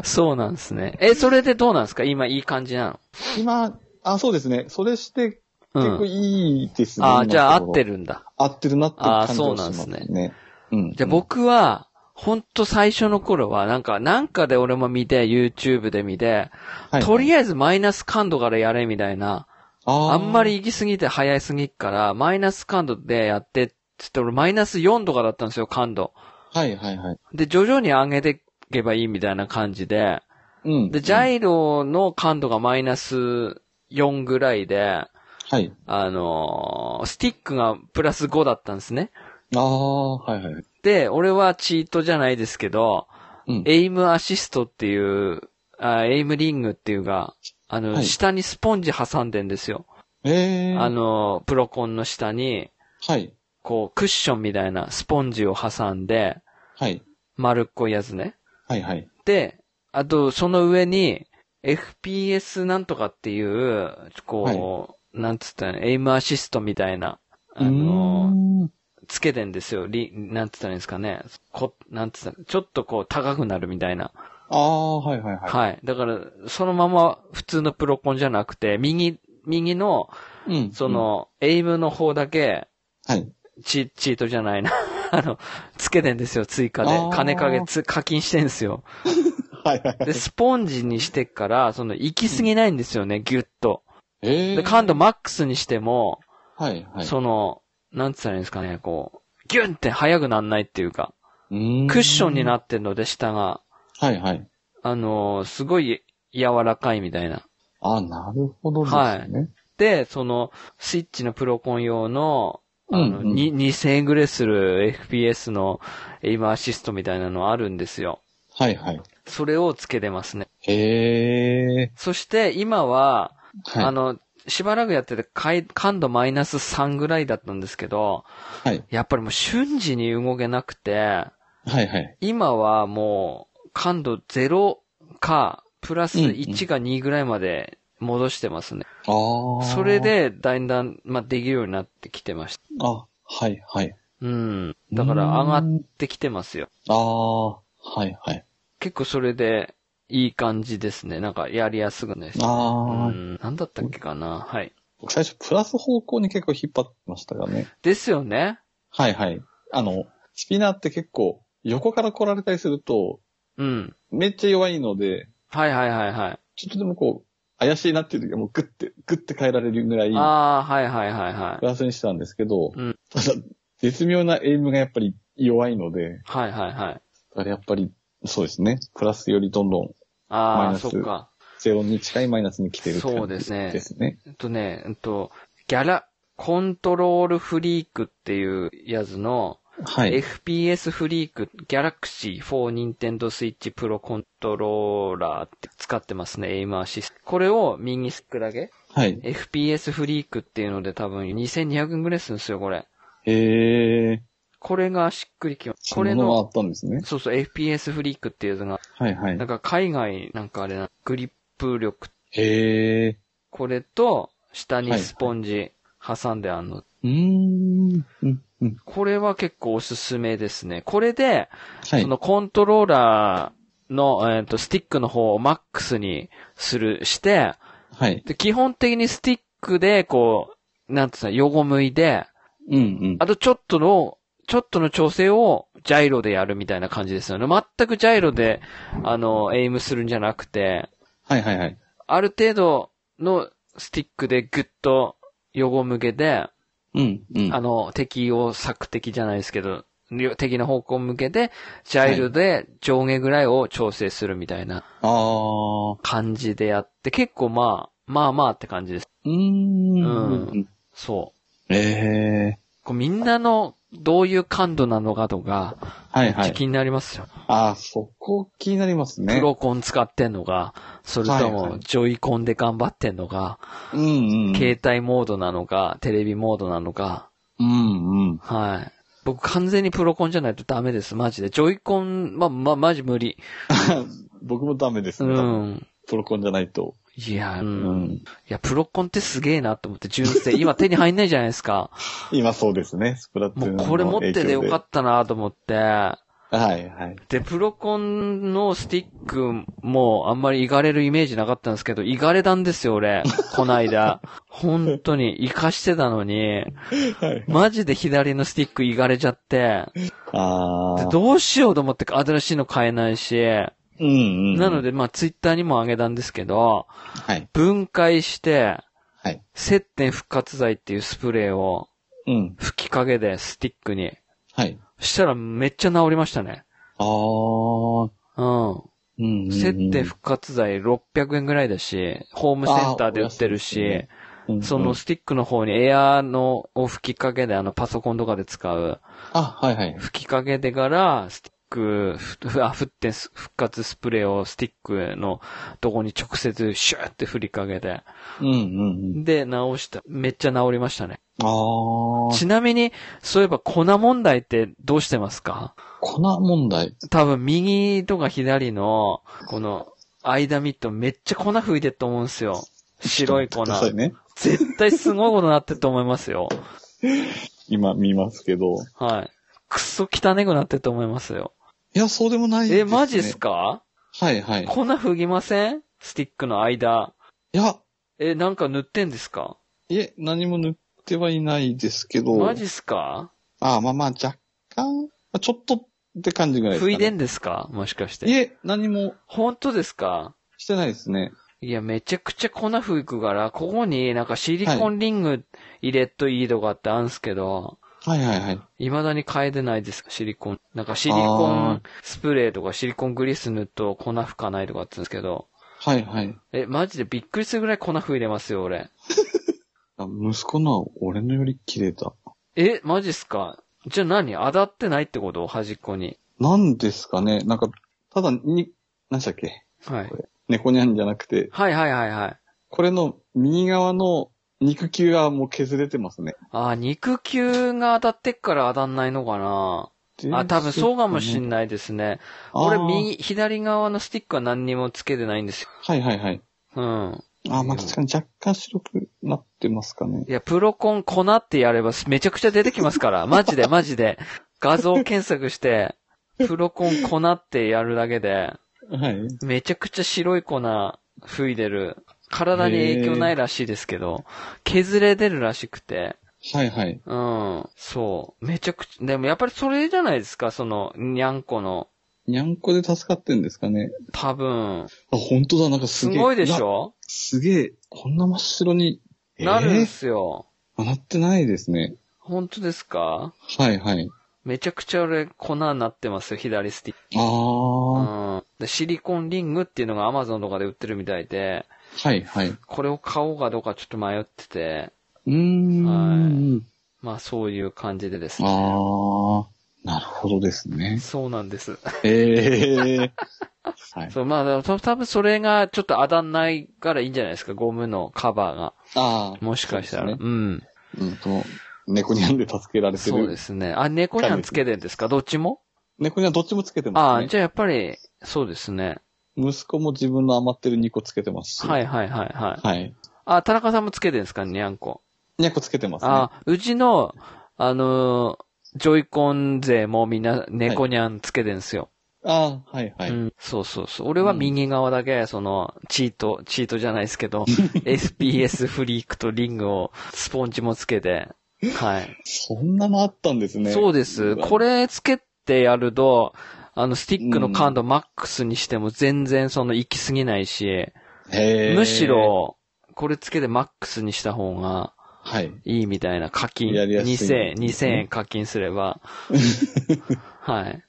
そうなんですね。え、それでどうなんですか今いい感じな
今、あ、そうですね。それして結
のう
構
ん。
いいですね。
あ、じゃあ合って
る。
るんだ。
合ってるなっていう感じ
あそう
がし
なん
ま
です
す
ね
ね。うん。
じゃあ僕は、ほんと最初の頃は、なんか、なんかで俺も見て、YouTube で見て、
はい、
とり
あえ
あえずマイナス感度からやれみたいな。
ず、あ
あんまり。行き過ぎて早い過ぎっから、マイナス感度でやってっ、つって俺マイナス4とかだったんですよ、感度。
はい、はい、はい。
で、徐々に上げていけばいいみたいな感じで。
うん。
で、ジャイロの感度がマイナス4ぐらいで、
はい。
あのースティックがプラス5だったんですね。
ああ、はい、はい。
で、俺はチートじゃないですけど、
うん。
エイムアシストっていう、あエイムリングっていうか、あの、
はい
下にスポンジ挟んでんですよ。
ええー。
あの、プロコンの下に、
はい。
こう、クッションみたいなスポンジを挟んで、
はい。
丸っこいやつね。
はい、はい。
で、あと、その上に、FPS なんとかっていう、こう、なんつったらいいの、エイムアシストみたいな、あの、
の
つけてんですよ。リ、なんつったらいいんですかね。こ、なんつったら、ちょっとこう、高くなるみたいな。
ああ、はい、はい、は
はい。だから、そのまま普通のプロコンじゃなくて、右、右の、
い。うん。
その、エイムの方だけ、
うん、はい。
チ、チートじゃないな。 <laughs> あの、つけてんですよ、追加で
あ。ー
金かけつ、課金してんですよ。
はい、はい。
で、スポンジにしてっから、その、行き過ぎないんですよね、ギュッと。
ええ
で、感度マックスにしても、
はい、はい。
その、なんつったらいいんですかね、こう、ギュンって速くなんないっていうか、
うーん
クッションになってんので、下が、
はい、はい。
あの、すごい柔らかいみたいな。
あなるほどですね。
で、その、スイッチのプロコン用の、あの、
うんうん
に2000円ぐらいする FPS の今アシストみたいなのあるんですよ。
はい、はい。
それをつけてますね。
へえ。
そして、今は、
はい。
あの、しばらくやってて、かい感度マイナス3ぐらいだったんですけど、
はい。
やっぱりもう瞬時に動けなくて、
はい、はい。
今はもう、感度0か、プラス1か2ぐらいまで戻してますね。
ああ。
それ。で、だんだん、まあ、できるようになってきてました。
あ、はい、はい。
うん。だから上がってきてますよ。
ああ、はい、はい。
結構それで、いい感じですね。なんかやりやすくないです。
ああ、
うん。なんだったっけかなはい。
僕最初プラス方向に結構引っ張ってましたがね。
ですよね。
はいはい。あの、スピナーって結構横から来られたりすると、
うん。
めっちゃ弱いので、
はいはいはいはい。
ちょっとでもこう、怪しいなっていう時はもうグッて、グッて変えられるぐらい、
ああ、はいはいはいは
プ
い。
ラスにしてたんですけど、
うん
ただ、絶妙なエイムがやっぱり弱いので、
はいはいはい。
あれやっぱり、そうですね。プラスよりどんどん
あ
マイ
あ、
ナス
そっか。
ゼロに近いマイナスに来てるって
そう
感
で
じ
すね
ですね。
えっとね、えっと、ギャラ、コントロールフリークっていうやつの、
はい。
FPS フリーク、ギャラクシー4 Nintendo Switch Pro コントローラーって使ってますね、エイマーシス。これを右スックだけ
はい。
?FPS フリークっていうので多分2200円ぐらいするんですよ、これ。
へえ。
これがしっくりきま
ー。
これ
そんなのがあ
の、
ったんですね。
そうそう、FPS フリークっていうのが、
はいはい
な。んか海外なんかあれな、グリップ力、
へえ。
これと、下にスポンジ挟んであんの。
うーん。うん。うん。
これは結構おすすめですね。これで、
はい
そ。のコントローラーの、えっ、と、スティックの方をマックスにする、して、
はい。
で基本的にスティックで、こう、なんつうの、横向いで、
うんうん。
あとちょっとの、ちょっとの調整をジャイロでやるみたいな感じですよね。全くジャイロで、あの、エイムするんじゃなくて、
はいはいはい。
ある程度のスティックでグッと横向けて、
うんうん。
あの、敵を索敵じゃないですけど、りょ敵の方向向けて、ジャイルで上下ぐらいを調整するみたいな
ああ。う
感じでやって、結構まあ、まあまあって感じです。
ーん。
うんそう。
ええ。
こうみんなのどういう感度なのかとか、
は
め
いは
っちゃ
い。
気になりますよ。
ああ、そこ気になりますね。
プロコン使ってんのか、それと
はいは
も
い
ジョイコンで頑張ってんのか、
うんうん。
携帯モードなのか、テレビモードなのか、
うんうん。
はい。僕完全にプロコンじゃないとダメです、マジで。ジョイコン、まあ、まあ、マジ無理。
僕もダメです
う
ね。多分
ん。
プロコンじゃないと。
いや、う。
うんん。
いや、プロコンってすげえなと思って、純正。今手に入んないじゃないです
<laughs>
か。
今そうですね。スプラトゥ
も
ーン
う
の
これ持っててよか
っ
ったなと思って。
た。はいはい。
で、プロコンのスティックもあんまりいがれるイメージなかったんですけど、いがれたんですよ、俺。こない
<laughs>
だ。本当に、生かしてたのに、
はい。
マジで左のスティックいがれちゃって、で
ああ。
どうしようと思って新しいの買えないし、
うんうん。
なの。で、まあ、ツイッターにもあげたんですけど、
はい。
分解して、
はい。
接点復活剤っていうスプレーを、
うん。
吹きかけで、スティックに。
はい。
したらめっちゃ治りましたね。
ああ。
うん。
うんうん。
接点復活剤600円ぐらいだし、ホームセンターで売ってる
あーお安い
し
で、うん
その、スティックの方にエアーのを吹きかけで、あのパソコンとかで使う。
あ、はいはい。
吹きかけてから、スティック、ふふあ、振って復活スプレーをスティックのとこに直接シューって振りかけて。
うんうんうん。
で、治した。めっちゃ治りましたね。
ああ。
ちなみに、そういえば粉問題ってどうしてますか
粉問題。
多分右とか左の、この、間ミットめっちゃ粉吹いてると思うんですよ。白い粉。
ちょっと待ってくださいね。
絶対すごいことなってると思いますよ。
今見ますけど。
はい。くっそ汚くなってると思いますよ。
いや、そうでもないです、ね。
え、マジっすか
はいはい。い
粉吹きませんスティックの間。
や、
え、なんか塗ってんですか
いえ、何も塗ってはいないですけど。
マジっすか
ああ、まあまあ、若干、まあちょっとって感じぐらいですか、
吹い
ね。
でんですかもしかし
い
て。
え、何も
本当ですか
してないですね。
いや、めちゃくちゃ粉吹くから、ここになんかシリコンリング入れといいとかってあるんすけど、
はいはいはい。
未だに変えてないです、シリコン。なんかシリコンスプレーとかシリコングリス塗ると粉吹かないとかって言うんですけど。
はいはい。
え、マジでびっくりするぐらい粉吹いれますよ、俺。
あ息子のは俺のより綺麗だ。
え、マジっすかじゃあ何当たってないってこと端っこに。
なんですかねなんか、ただに、何でしたっけ
はい。
猫ニャンじゃなくて、
はいはいはいはい。
これの右側の肉球がもう削れてますね。
あー、肉球が当たってっから当たんないのかなあ、多分そうかもしん
ない。
ないですね。
あー
俺、。右、左側のスティックは何にもつけてないんですよ。
はいはいはい。
うん。
あー、まあ確かに若干白くなってますかね。
いや、プロコン粉ってやればめちゃくちゃ出てきます
<laughs>
から。マジでマジで。画像検索して、プロコン粉ってやるだけで、
はい。
めちゃくちゃ白い粉吹いでる体に影響ないらしいですけど、削れ出るらしくて、
はいはい。
うん、そう。めちゃくちゃ、でもやっぱりそれじゃないですか、その、にゃんこの、
にゃんこで助かってんですかね。
多分。
あ、本当だ、なんかす
す
げえ。
ごいでし
な
ょ
すげえ、こんな真っ白に。
なるん
え
で
ー
すよ。
あなってないですね。
本当ですか
はいはい。
めちゃくちゃ俺粉になってますよ、左スティック。う
ああ、
んで、シリコンリングっていうのが Amazon とかで売ってるみたいで、
はいはい。う
これを買おうかどうかちょっと迷ってて、
ーん。
はいまあそういう感じでですね。
ああ、なるほどですね。
そうなんです。
<laughs> ええはい。
そう、まあ、だからた多分それがちょっと当たんないからいいんじゃないですか、ゴムのカバーが。
ああ、
もしかしたら。
そううで
ん。
うんと、猫にゃんで助けられて
そう
る。
ですね。あ、猫にゃんつけてるんですかどっちも
猫にゃんどっちもつけて
あ
ま
あ、
すね。
じゃあやっぱり、そうですね。
息子も自分の余ってる2個つけてますし。。
はいいはいはいはい。
はい。
あ、田中さんもつけてるんですかにゃんこ。
2個つけてますね。
あ、うちの、あのージョイコン勢もみんな猫にゃんつけてるんですよ。
ああ、はいはい。
うん、そうそうそう。俺は右側だけ、その、チート、チートじゃないですけど、SPS フリークとリングをスポンジもつけて、はい。
そんなのあったん <laughs> ですね。
そう
う
です。
わ
これつけてやると、あの、スティックの感度マックスにしても全然その行き過ぎないし、
へえ
むし、ろ、これつけてマックスにした方が
はい。
いいみたいな課金。
やりやすい
2000円、2000円課金すれ
<laughs>
ば。はい。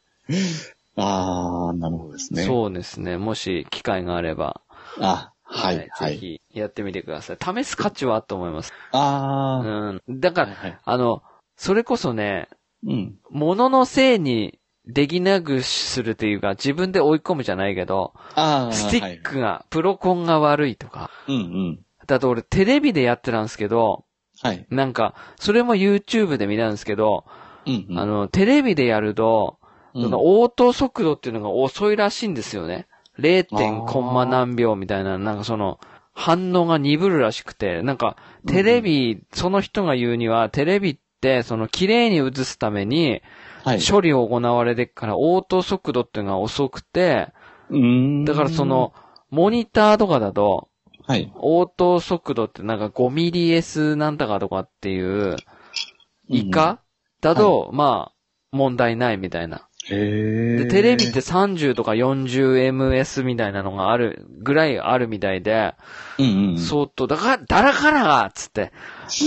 ああ、なるほどですね。う。
そうですね。もし機会があれば。
あ、はい、は
ぜ
い。
ひやってみてください。試す価値はあると思います。う
あ
ん。だ
あ、
か
はい
ら、
はい。
あの、それこそね、
うん。
物のせいにできなくするっていうか、自分で追い込むじゃないけど、
ああ、
スティックが、プロコンが悪いとか。
はい。うんうん。
だと俺テレビでやってたんですけど、
はい。
なんか、それも YouTube で見たんですけど、
うん、うん。
あの、テレビでやると、
うん、
その応答速度っていうのが遅いらしいんですよね。0.
あー
コンマ何秒みたいな、なんかその、反応が鈍るらしくて、なんか、テレビ、その人が言うには、テレビって、その、綺麗に映すために、
はい。
処理を行われてから、応答速度っていうのが遅くて、
うーん
だからそ、の、モニターとかだと、
はい。
応答速度ってなんか 5ms なんだかとかっていう、以下だと、まあ、問題ないみたいな。
へえ
で、テレビって、30とか 40ms みたいなのがある、ぐらいあるみたいで、
うんうん。
そーっと、だから、だらからが、つ
<laughs>
って、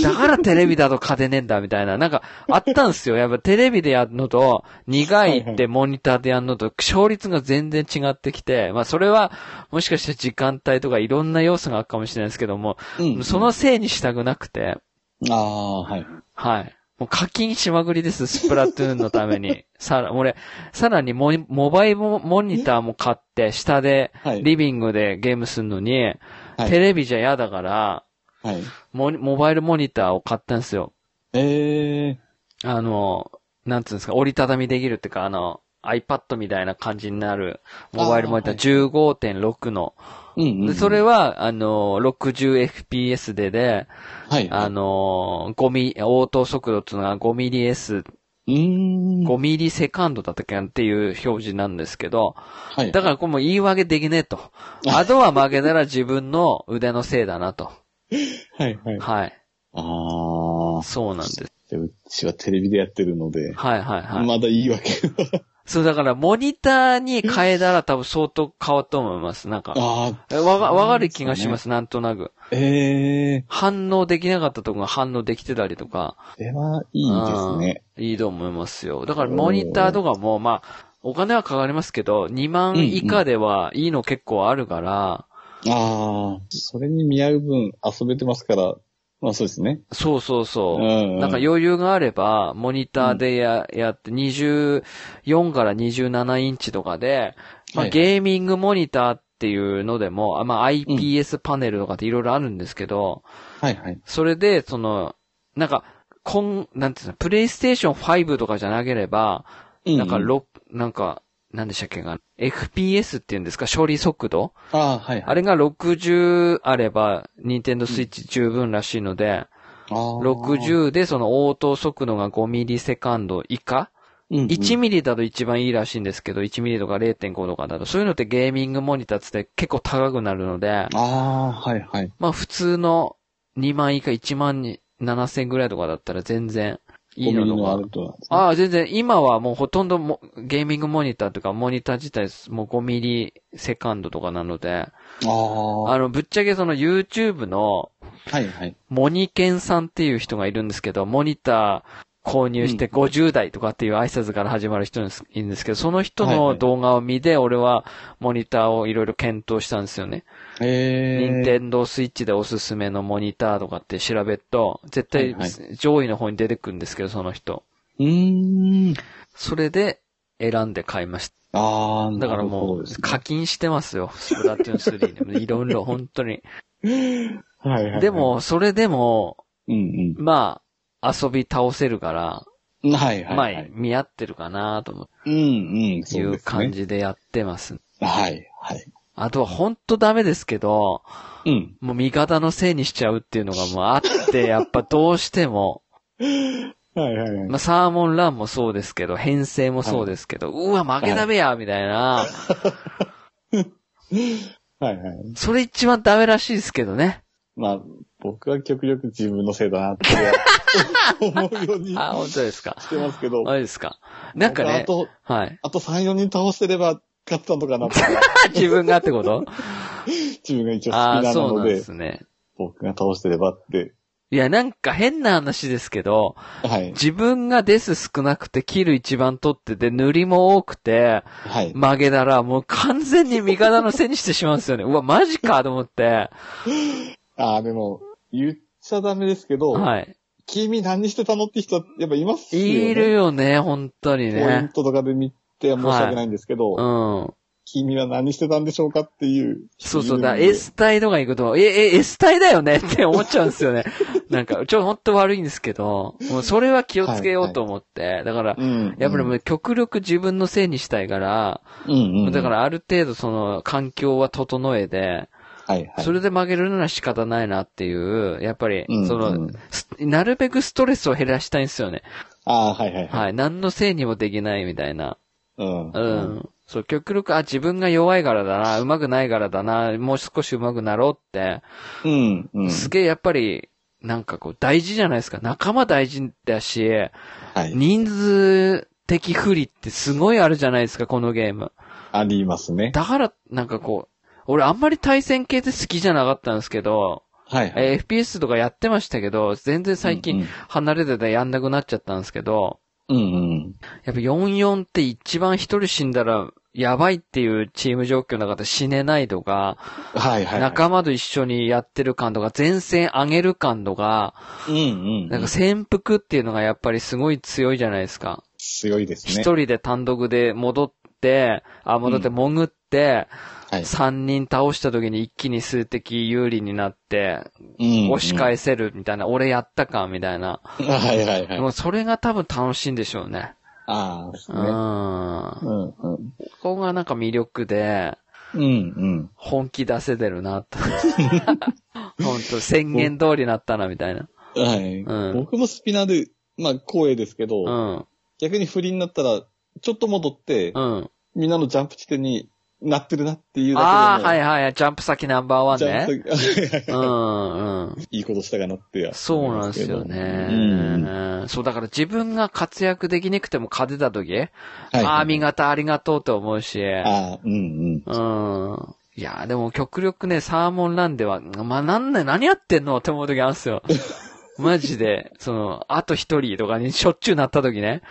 だからテレビだと勝てねえんだ、みたいな、なんか、あったんですよ。やっぱテレビでやるのと、苦い
は
っ
いは
てモニターでやるのと、勝率が全然違ってきて、まあ、それは、もしかして時間帯とかいろんな要素があるかもしれないですけども、
うんうん
その、せいにしたくなくて、
ああ、はい。
はい。もう課金しまくりです、スプラトゥーンのため
<laughs>
に。さら、俺、さらにモニモバイルモニターも買って、下で、
はい。
リビングでゲームするのに、
はい
テレビじゃ嫌だから、
はい。
モニモバイルモニターを買ったんですよ。
ええ
あの、なんつうんですか、折りたたみできるっていうか、あの、iPad みたいな感じになる、モバイルモニタ
あ
ー15.6の。
うんうん。
でそれ、は、あの、60fps でで、
はい。
あ、の、5ミリ、応答速度っていうのが 5ms
うーん。
5ミリセカンドだったっけなっていう表示なんですけど、
はい。
だからこれもう言い訳できねえと。あとは負けたら自分の腕のせいだなと。
はい、はい。
はい。
ああ、
そうなんです。
でうちはテレビでやってるので、
はいはいはい。
まだいいわけは。
そうだからモニターに変えたら多分相当変わったと思います。なんか。
<laughs> あ
えわか、わかる気がします、なんとなく。
あ、ええ
反応できなかったとこが反応できてたりとか。
ー、では、いいですね。
いいと思いますよ。だからモニターとかも、まあ、お金はかかりますけど、2万以下ではいいの結構あるから、
ああ、それに見合う分遊べてますから、まあそうですね。
そうそうそう。
ん
なんか
よ、
余裕があれば、モニターでや,、やって、24から27インチとかで、まあ、
はい
ゲーミングモニターっていうのでも、あまあ、iPS パネルとかっていろいろあるんですけど、
はいはい。
それで、その、なんか、こん、なんていうの、プレイステーション5とかじゃなければ、
う
なんか、ろ、なんか、なんでしたっけが、FPS っていうんですか、処理速度
ああ、はいはい。
あ
れ
れが60あれば、ニンテンドスイッチ十分らしいので、60でその応答速度が5ミリセカンド以下
うん
1ミリだと一番いいらしいんですけど、1ミリとか0.5とかだと、そういうのってゲーミングモニターつって結構高くなるので、
ああ、はいはい。
まあ普通の2万以下1万7千ぐらいとかだったら全然いいの
ゴミのあ
と
るとなんです
か。ああ、全然、今はもうほとんどもゲーミングモニターとか、モニター自体もう5ミリセカンドとかなので、
ねああ、
あの、ぶっちゃけその YouTube の
はいはい。
モニケンさんっていう人がいるんですけど、モニター購入して50代とかっていう挨拶から始まる人ですいるんですけど、その人
はいは
の
い
動画を見で、俺はモニターをいろいろ検討したんですよね。
ええ。
任天堂スイッチでおすすめのモニターとかって調べると、絶対
はい
上位の方に出てくるんですけど、その人。
うーん。
それで選んで買いました。
ああ、
だからも
な
う
るほどですね
課金してますよ、スプラトゥーン3でも。い
<laughs>
ろいろ本当に。
はいはいはい。
で、も、それでも、
うん
まあ、遊び倒せるから、
うん。はいはい
ま
は
あ
い。、
見合ってるかなと
うんうん、そ
いう
で
う
すね
感。じでやってます。
はいはい。
あとは本当ダメですけど、
うん。
もう味方のせいにしちゃうっていうのがもうあ <laughs> って、やっぱどうしても、
はいはいはい。
まあ、サーモンランもそうですけど、編成もそうですけど、うわ、負けダメや、みたいな。
はいはい。
それ一番ダメらしいですけどね。
まあ、僕は極力自分のせいだなって思うように
あ、本当ですか。
してますけど。
<laughs> あれですか。なんかね
あ、と、
はい。 <laughs>
あと3、4人倒せれば勝ってたのかなって、
自分がって <laughs> こと
自分が一応スピ
あ
ナ
あ、
ーな
そうな
の
んで
で、
すね。
僕が倒してればって。
いや、なんか変な話ですけど、
はい。
自分がデス少なくて、キル一番取ってて、塗りも多くて、
はい。
曲げたら、もう完全に味方のせいにしてしまうんですよね。うわ、マジかと思って。
ああ、でも、言っちゃダメですけど、
はい。
君何してたのって人、やっぱいますよ、ね。
いるよね、本当に
ポイン
ね。
トとかで見ては申し訳ないんですけど、
うん。
君は何してたんでしょうかっていう。
そうそう、だから
いるんで
S 隊とか行くと、え、え、S 隊だよねって思っちゃうんです
<laughs>
よね。なんか、ちょ、ほんと悪いんですけど、もうそれは気をつけようと思って、だから、
うん。
やっぱりもう極力自分のせいにしたいから、
うん、うん。
だか、らある程度その環境は整えて、
はいはい。
それで曲げるなら仕方ないなっていう、やっぱり
うん、
その、
うん
すなるべくストレスを減らしたいんですよね。
ああ、はいはいはい。
はい。何のせいにもできないみたいな。
うん。
うん。そう、極力、あ、自分が弱いからだな、上手くないからだな、もう少し上手くなろうって、
うん。うん。
すげえやっぱり、なんかこう大事じゃないですか。仲間大事だし、
はい。
人数的不利ってすごいあるじゃないですか、このゲーム。
ありますね。
だから、なんかこう、俺あんまり対戦系って好きじゃなかったんですけど、
はいはい。
えー FPS とかやってましたけど、全然最近離れててやんなくなっちゃったんですけど、
うんうん。うんうん。
やっぱ44って一番一人死んだらやばいっていうチーム状況の中で死ねないとか、
はいはい。
仲間と一緒にやってる感とか、前線上げる感とか、
うんうん。
なんか潜伏っていうのがやっぱりすごい強いじゃないですか。
強いです
一、
ね。
人で単独で戻って、あ、戻って潜って、
はい。
三、人倒した時に一気に数的有利になって、
うん
押し返せるみたいな、俺やったか、みたいな。
うんはいはいは
で
い。
もそれが多分楽しいんでしょうね。
ああ、です
う
ね。
ん。
うんうん。
ここがなんか魅力で、
うんうん。
本気出せてるな、
<laughs>
と。本当宣言通りなったな、みたいな。
はい。
うん
僕もスピナーで、まあ、光栄ですけど、
うん。
逆に不利になったら、ちょっと戻って、
うん。
みんなのジャンプ地点になってるなっていうだけでも。
ああ、はいはい、ジャンプ先ナンバーワン
ジャ
ね。
ンプ先
うん、うん。
<laughs> いいことしたかなって。
そうなんですよね。
うん。
そう、だから自分が活躍できなくても勝てた時、
はい
ああ、味方ありがとうと思うし、
ああ、うんうん。
うん。いやー、でも極力ね、サーモンランでは、まあ、なんで、何やってんのって思う時あるんです
<laughs>
よ。マジで、その、あと一人とかにしょ <laughs> っちゅうなった時ね。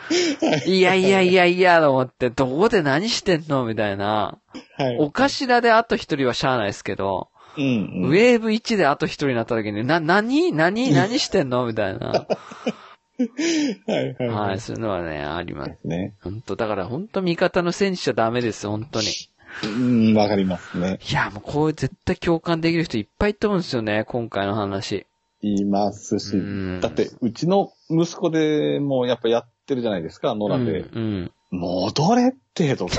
いやいやいやいや、と思って、どこで何してんのみたいな。
はい。
お頭であと一人はしゃあないですけど、
うん、うん。
ウェーブ1であと一人になった時に、な、何
<laughs>
何何してんのみたいな。
はいはいは
はいい、。そういうのはね、あります。
ね。
本当だから本当味方のせいにしちゃダメです、本当に。い
うん、わかりますね。
や、もうこういう絶対共感できる人いっぱいいると思うんですよね、今回の話。
います
う
し
ん。
だって、うちの息子でもうやっぱやってるじゃないですか、野
う
良
ん、
で。
うん。
戻れって
<laughs>
とか。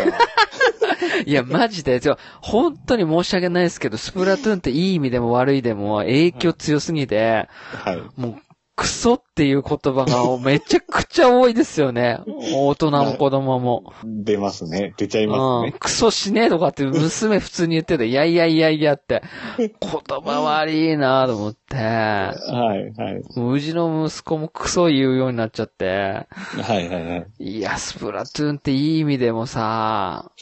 いや、マジで、ちょ本当に申し訳ないですけど、スプラトゥーンっていい意味でも悪いでも影響強すぎて、
はい。
もう、クソっていう言葉がめちゃくちゃ多いですよ
<laughs>
ね。大人も子供も。
出ますね。出ちゃいます
うん。
ね。
クソしねえとかって娘普通に言ってた。いやいやいやいやって。言葉悪いなと思って。
はい、はい。
うちの息子もクソ言うようになっちゃって。
はい、はい、はい。
いや、スプラトゥーンっていい意味でもさ、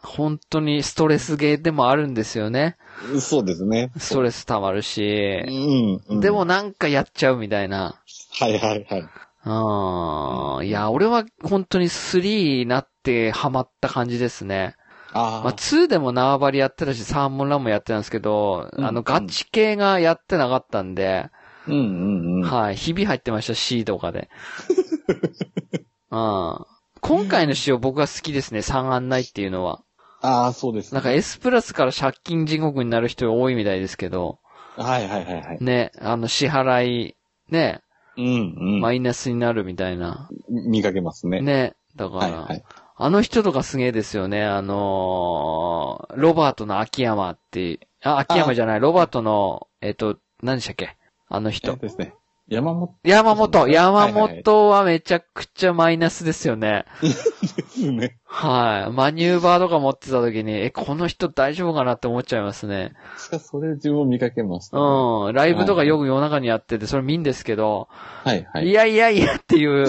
本当にストレスゲーでもあるんですよね。
そうですね。
ストレス溜まるし
う。ん。うん
でも、なんかやっちゃうみたいな。
はいはいは
う
い。
ん。いや、俺は本当に3になってハマった感じですね。
あ
まあ、2でも縄張りやってたし、サーモンランもやってたんですけど、
うん
あの、ガチ系がやってなかったんで、
うんうんうん。
はい、日々入ってました、C とか
<laughs>
で。うん。今回の仕様僕は好きですね、3案内っていうのは。
ああ、そうです。
なんか S プラスから借金地獄になる人が多いみたいですけど、
はいはいはいはい。
ね、あの、支払い、ね、
うんうん。
マイナスになるみたいな。
見かけますね。
ね、だから、
はいはい。
あの人とかすげえですよね。あのーロバートの秋山って、あ、秋山じゃない、ロバートの、えっと、何でしたっけあの
え
人
ー。ですね。山本
山
そう
本、
ですねはい
山
はい
本はめちゃくちゃマイナスですよね。
ですね。
はい。マニューバーとか持ってた時に、え、この人大丈夫かなって思っちゃいますね。
しかしそれ自分を見かけます。は
うん。ライブとかよく夜中にやってて、それ見んですけど、
いはいい。
やいやいやって
<laughs>
いう。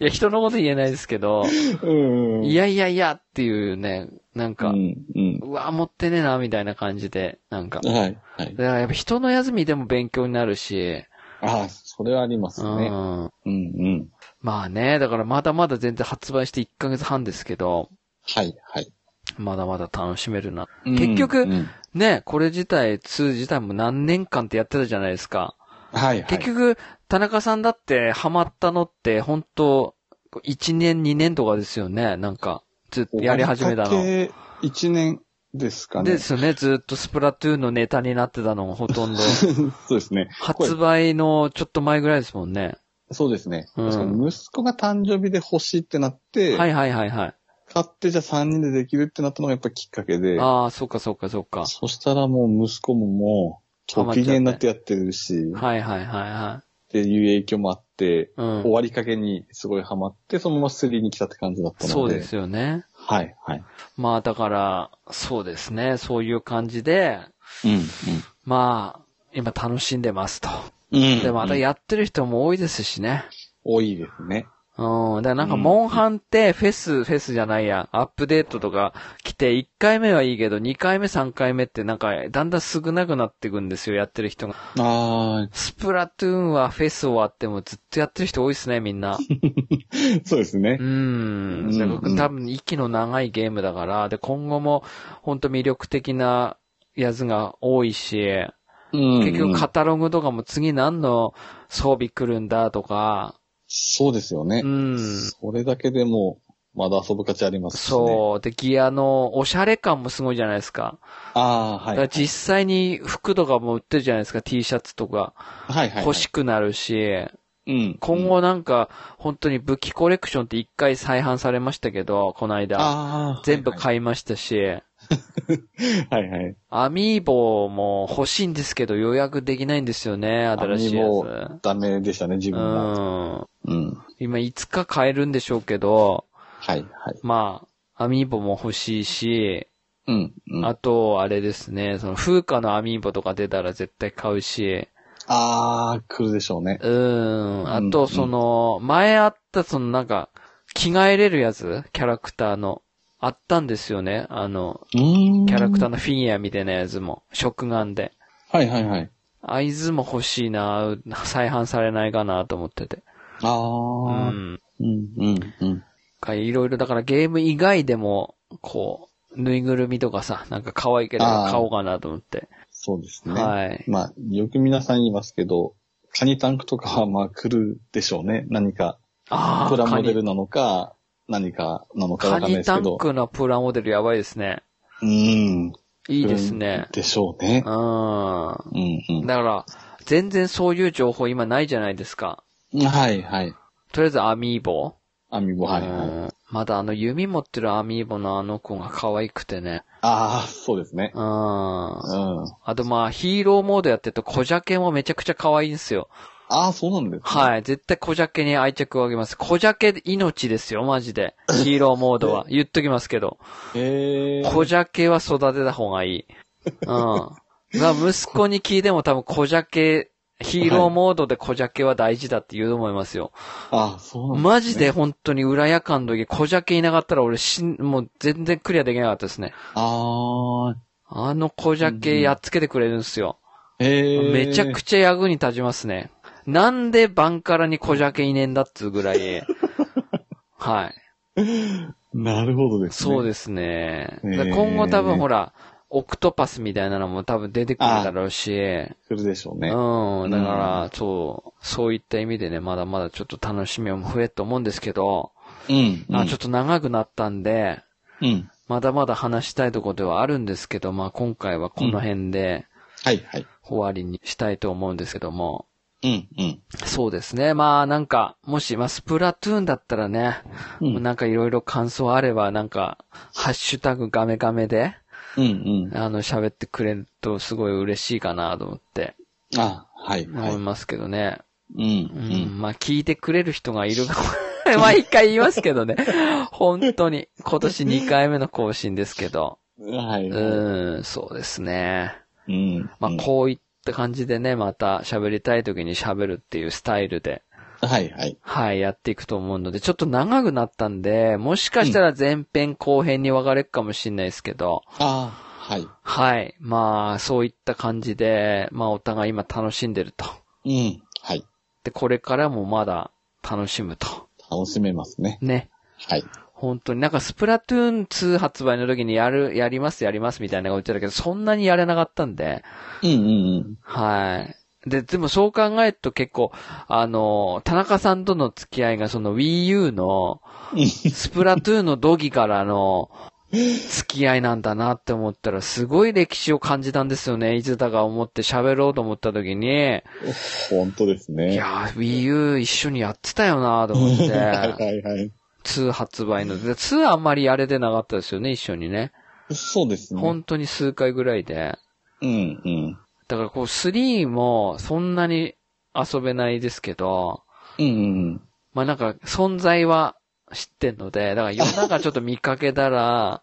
いや、人のこと言えないですけど、
うんうん。
いやいやいやっていうね、なん
う
か、
んうん。
うわ、持ってねえな、みたいな感じで、なんか。だか
はいはい。
らやっぱ人の休みでも勉強になるし、
ああ、それはあります
う
ね。
ん。
うんうん。
まあね、だからまだまだ全然発売して1ヶ月半ですけど、
はいはい。
まだまだ楽しめるな。
うん
結局
うん
ね、これ自体、2自体も何年間ってやってたじゃないですか。
はいはい。
結局、田中さんだってハマったのって、本当1年2年とかですよね、なんか。ずっとやり始めたの。
の。一年ですかね。
ですよね、ずっとスプラトゥーンのネタになってたのもほとんど。
<laughs> そう <laughs> ですね。
発売のちょっと前ぐらいですもんね。
そうですね。
うん
確かに息子が誕生日で欲しいってなって、
はいはいはいはい。
買ってじゃあ3人でできるってなったのがやっぱきっかけで、
ああ、そうかそうかそうか。
そしたらもう息子ももう、
ハマっちゃ
特
って
芸になってやってるし、っ
はいはいはいは
ていう影響もあって、
い。うん
終。わりかけにすごいハマって、そのまま3に来たって感じだったので。
そうですよね。
はい、はい。
まあだから、そうですね。そういう感じで、
うん、
まあ、今楽しんでますと。
うん。
で、またやってる人も多いですしね。
多いですね。
うん。だからなんか、
うん
モンハンって、フェス、フェスじゃないや、アップデートとか来て、1回目はいいけど、2回目、3回目ってなんか、だんだん少なくなっていくんですよ、やってる人が。
ああ、
スプラトゥーンはフェス終わってもずっとやってる人多いですね、みんな。
<laughs> そうですね
う。ん。すごく多分息の長いゲームだから、で、今後も本当魅力的なやつが多いし、
うん
結局カタログとかも次何の装備来るんだとか、
そうですよね
う。ん。
それだけでも、まだ遊ぶ価値ありますしね。う。
そう。で、ギアのおしゃれ感もすごいじゃないですか。
あ
だ
あ、はい。
か
は
ら
い
実際に服とかも売ってるじゃないですか、T シャツとか。
はい、はい。
欲しくなるし、
うん。
今後なんか、本当に武器コレクションって一回再販されましたけど、この間。
ああ。
全部
はい
買いましたし、
はい。はいはい。
アミーボも欲しいんですけど予約できないんですよね、新しいや
アミー
つ。
ダメでしたね、自
う
分が。
ん。
うん。
今いつか買えるんでしょうけど、
はい、はい。
まあ、アミーボも欲しいし、
うん。うん、
あと、あれですね、その、風化のアミーボとか出たら絶対買うし、
ああ、来るでしょうね。
うん、あ
うんう
と、
ん
その、前あった、その、なんか、着替えれるやつキャラクターの。あったんですよね。あの、
うーん。
キャラクターのフィギュアみたいなやつも、食眼で。
はい、はい、はい。
合図も欲しいな再販されないかなと思ってて。
あ
う
あ、
ん。
うん、うん、うん。
かいろいろ、だからゲーム以外でも、こう、ぬいぐるみとかさ、なんか可愛いければ買おうかなと思って。
そうですね。
はい。
まあ、よく皆さん言いますけど、カニタンクとかはまあ来るでしょうね。何か、
ああ、
プラ
カ
モデ
ニ
ル、なのか、何かなのか
カ
わかんないで
ニ
す
タ
け
ン
ど。
クのプラモデルやばいですね。
うん。
いいですね。
でしょうね
う。ん。
うん、うん。
だから、全然そういう情報今ないじゃないですか。
はい、はい。
とりあえずアミーボ
アミーボ、はい、はい。
うんまだあの弓持ってるアミーボのあの子が可愛くてね。
ああ、そうですね。
うん。
うん。
あ
あ
とまあヒーローモードやってると小ジャケもめちゃくちゃ可愛いんですよ。
あ、そうなんです、ね。い。
はい。絶対小ジャケに愛着をあげます。小ジャケ命ですよ、マジで。ヒーローモードは。言っときますけど。
ええ
小ジャケは育てた方がいい。うん。が、息子に聞いても多分小ジャケ、ヒーローモードで小ジャケは大事だって言うと思いますよ。
ああ、そうなん
マジで本当に裏夜間の時、小ジャケいなかったら俺しん、もう全然クリアできなかったですね。
ああ、
あの小ジャケやっつけてくれるんですよ。
ええ
めちゃく
ち
ちゃ役に立ちますね。なんでバンカラに小ジャケいねえんだっつうぐら <laughs> い。はい。
ゃ。なるほどですね。
そう
で
ですね。
ね
だから今後多分ほら、オクトパスみたいなのも多分出てくるだろうし、
す。するでしょうね。
うん。だから、そう、そういった意味でね、まだまだちょっと楽しみも増えると思うんですけど、
うん。
あちょっ
っ
と長くなったんで、
と。うん。
まだまだ話したいところではあるんですけど、まあ今回はこの辺で
はい、はい。
終わりにしたいと思うんですけども、
うん、うん。
そうですね。まあなんか、もし、まあスプラトゥーンだったらね、
うん、うん、
なんかいろいろ感想あれば、なんか、ハッシュタグガメガメで、
うん。
あの喋ってくれるとすごい嬉しいかなと思って、
あはい、は
思
い
い。ますけどね。
うん、
う
うん。
ん、まあ聞いてくれる人がいるか毎回言い <laughs> ますけどね。本当に。今年2回目の更新ですけど。
はい。
うん、そうですね。
うん。
まあ
うん
こういった感じでね、また喋りたい時に喋るっていうスタイルで、
はい、はい。
はい、やっていくと思うので、ちょっと長くなったんで、もしかしたら前編後編に分かれるかもしれないですけど、
あはい。
はい。まあ、そういった感じで、まあ、お互い今楽しんでると。
うん、はい。
で、これからもまだ楽しむと。
楽しめますね。
ね。
はい。
本当になんかスプラトゥーン2発売の時にやる、やりますやりますみたいなのが言ってたけど、そんなにやれなかったんで、
うん、うん、
はい。で、でもそう考えると結構、あの、田中さんとの付き合いがその Wii U の
うん。
スプラトゥーンの土器からの付き合いなんだなって思ったら、すごい歴史を感じたんですよね。いつだか思って喋ろうと思った時に、
本当です
い
ね。
やー、Wii U 一緒にやってたよなと思っ
<laughs> はい、
て、
はい、はい。
2発売の。で2あんまりやれてなかったですよね、一緒にね。
そうですね。
本当に数回ぐらいで。
うん、うん。
だからこう3もそんなに遊べないですけど、
うん、うん。
まあなんか存在は知ってんので、だから夜中ちょっと見かけた
<laughs>
ら、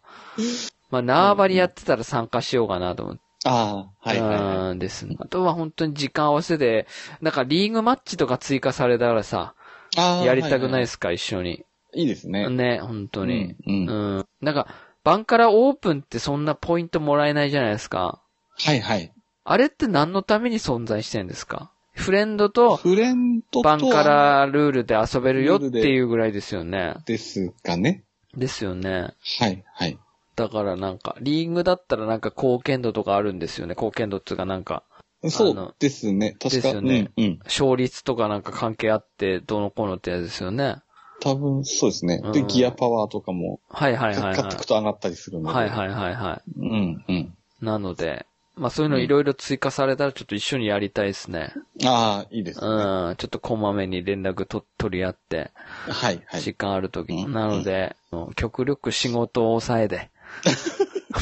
まあ縄張りやってたら参加しようかなと思って。
ああ、はい、はいはい。
うんですね。あとは本当に時間合わせで、なんかリーグマッチとか追加されたらさ、
ああ
やりたくない
は
で
い
すか、一緒に。
はい。いいですね。
ね、本当に。
うん。うん
うん。なんか、バンカラオープンってそんなポイントもらえないじゃないですか。
はいはい。
あれって何のために存在してんですかフレンドと
フレンドと
バンカ
は
ラルールで遊べるよっていうぐらいですよね。
ですかね。
ですよね。
はいはい。
だからなんか、リーグだったらなんか貢献度とかあるんですよね。貢献度っていうかなんか、
そうですね。確
です
か
よね
うん。うん。
勝率とかなんか関係あって、どうのこうのってやつですよね。
多分そうですね。
う
で、
ん
ギアパワーとかも、
はいはいはい
買ってい
は
くと上がったりする
い。
ので。
はいはいはいはい。
い。うんうん。
なので、まあそういうのいろいろ追加されたらちょっと一緒にやりたいですね。
ああ、いいです
う
ね。は
ん、ちょっとこまめに連絡と取り合って、
いはい。
時間ある時に。
うん
なので、もう極力仕事を抑え
<laughs>
で。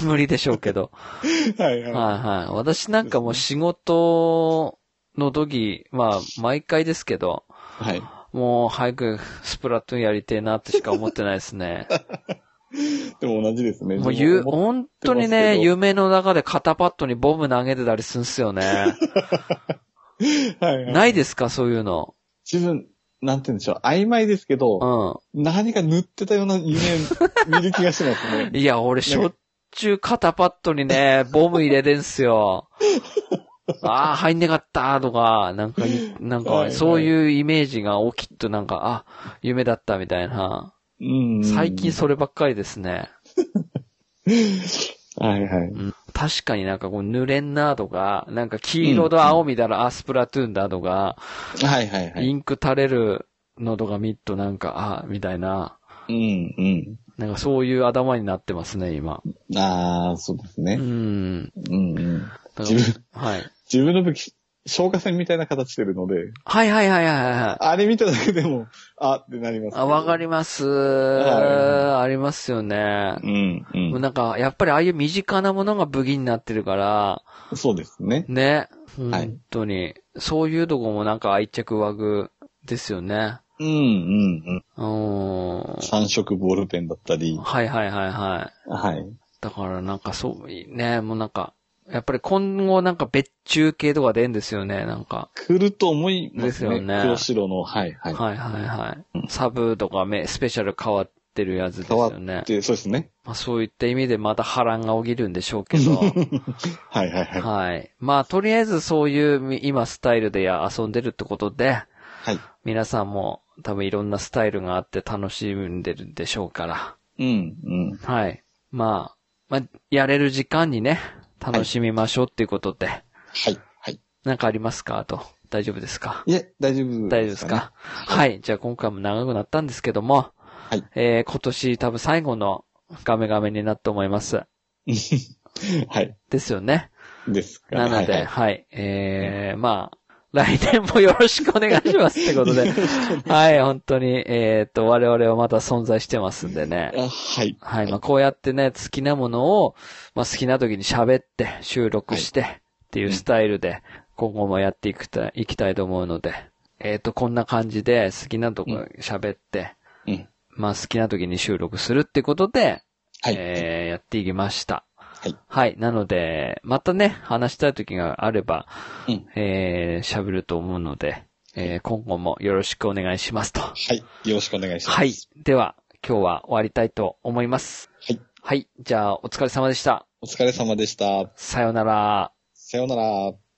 無理でしょうけど。
はい
はい
は
はい。私なんかもう仕事の時、まあ毎回ですけど、
い。はい。
もう早くスプラトゥーンやりてえなってしか思ってないです
<laughs>
ね。
でも同じですね。
もう
で
ゆ、
思っ
本当に
思ってますけ
ね、
ど
夢の中で肩パッドにボム投げてたりするんすよね。
はいはい。
ないですか、そういうの。
自分、なんて言うんでしょう。曖昧ですけど、
う
何か塗ってたような夢見る気がしますね
<laughs> ん。。いや、俺しょっちゅう肩パッドにね、ボム入れてんす
<laughs>
よ。ああ、入んねかったとか、なんかい、なん
はいは
か、
い
そういうイメージが起きっとなんか、あ、夢だったみたいな。
うん。
最近そればっかりですね。
はいはい。
うん確かになんかこう、濡れんなとか、なんか黄色と青見たら、あ、スプラトゥーンだとか、
はいはいはい。
インク垂れるのとか見っとなんか、あ、みたいな。
うんうん。
なんかそういう頭になってますね、今。
ああ、そうです
う
ね。
ん。
うんうん。
だから
自分
はい。
自分の武器、消火栓みたいな形してるので、
はいはいはいはいはい。
あれ見ただけでも、あってなります、
あ、わかります。
は
ありますよね。
うん、
もう
う
なんか、やっぱりああいう身近なものが武器になってるから、
ん。そうですね。
ね。
はい
本当に。そういうとこもなんか愛着湧くですよね。
うん、うん、うん。
うーん。
三色ボールペンだったり、
はいはいはいはい。
はい。
だからなんかそう、いいね、もうなんか、やっぱり今後なんか別注系とか出んですよね、なんか。
来ると思いま
ですす
ね。
よね
黒白の、はい、はい。
はいはいはい。サブとかめスペシャル変わってるやつです
変わ
よ
っ
ね。
て、そうですね。
まあそういった意味でまた波乱が起きるんでしょうけ
<laughs>
ど。
はい、はい、はい。
はい。まあとりあえずそういうみ今スタイルでや遊んでるってことで、
はい。
皆さんも多分いろんなスタイルがあって楽しんでるんでしょうから。
うん、うん。
はい。まあ、まあ、やれる時間にね、楽しみましょうっていうことで。
はい、はい。
なんかありますかあと。大丈夫ですか
いえ、大丈夫
大丈夫ですかはい。じゃあ今回も長くなったんですけども、
はい
えー、今年多分最後のガメガメになると思います。
ねはい。
ですよね。
ですか
なので、
は
はいい、
はい
えー、まあ、来年もよろしくお願いしますってこと <laughs> で、はい、本当に、えー、っと、我々はまだ存在してますんでね。
あはい。
はい、まあこうやってね、好きなものを、まあ好きな時に喋って、収録して、っていうスタイルで、今後もやっていくた、いきたいと思うので、えっ、と、こんな感じで好きなとこ喋って、
うん。
まあ好きな時に収録するってことで、
はい。
えーやっていきました。
はい。
はい、なので、またね、話したい時があれば、
うん。
えー喋ると思うので、えー今後もよろしくお願いしますと。
はい。よろしくお願いします。
はい。では、今日は終わりたいと思います。
はい。
はい。じゃあ、お疲れ様でした。
お疲れ様でした。
さようなら。
さようなら。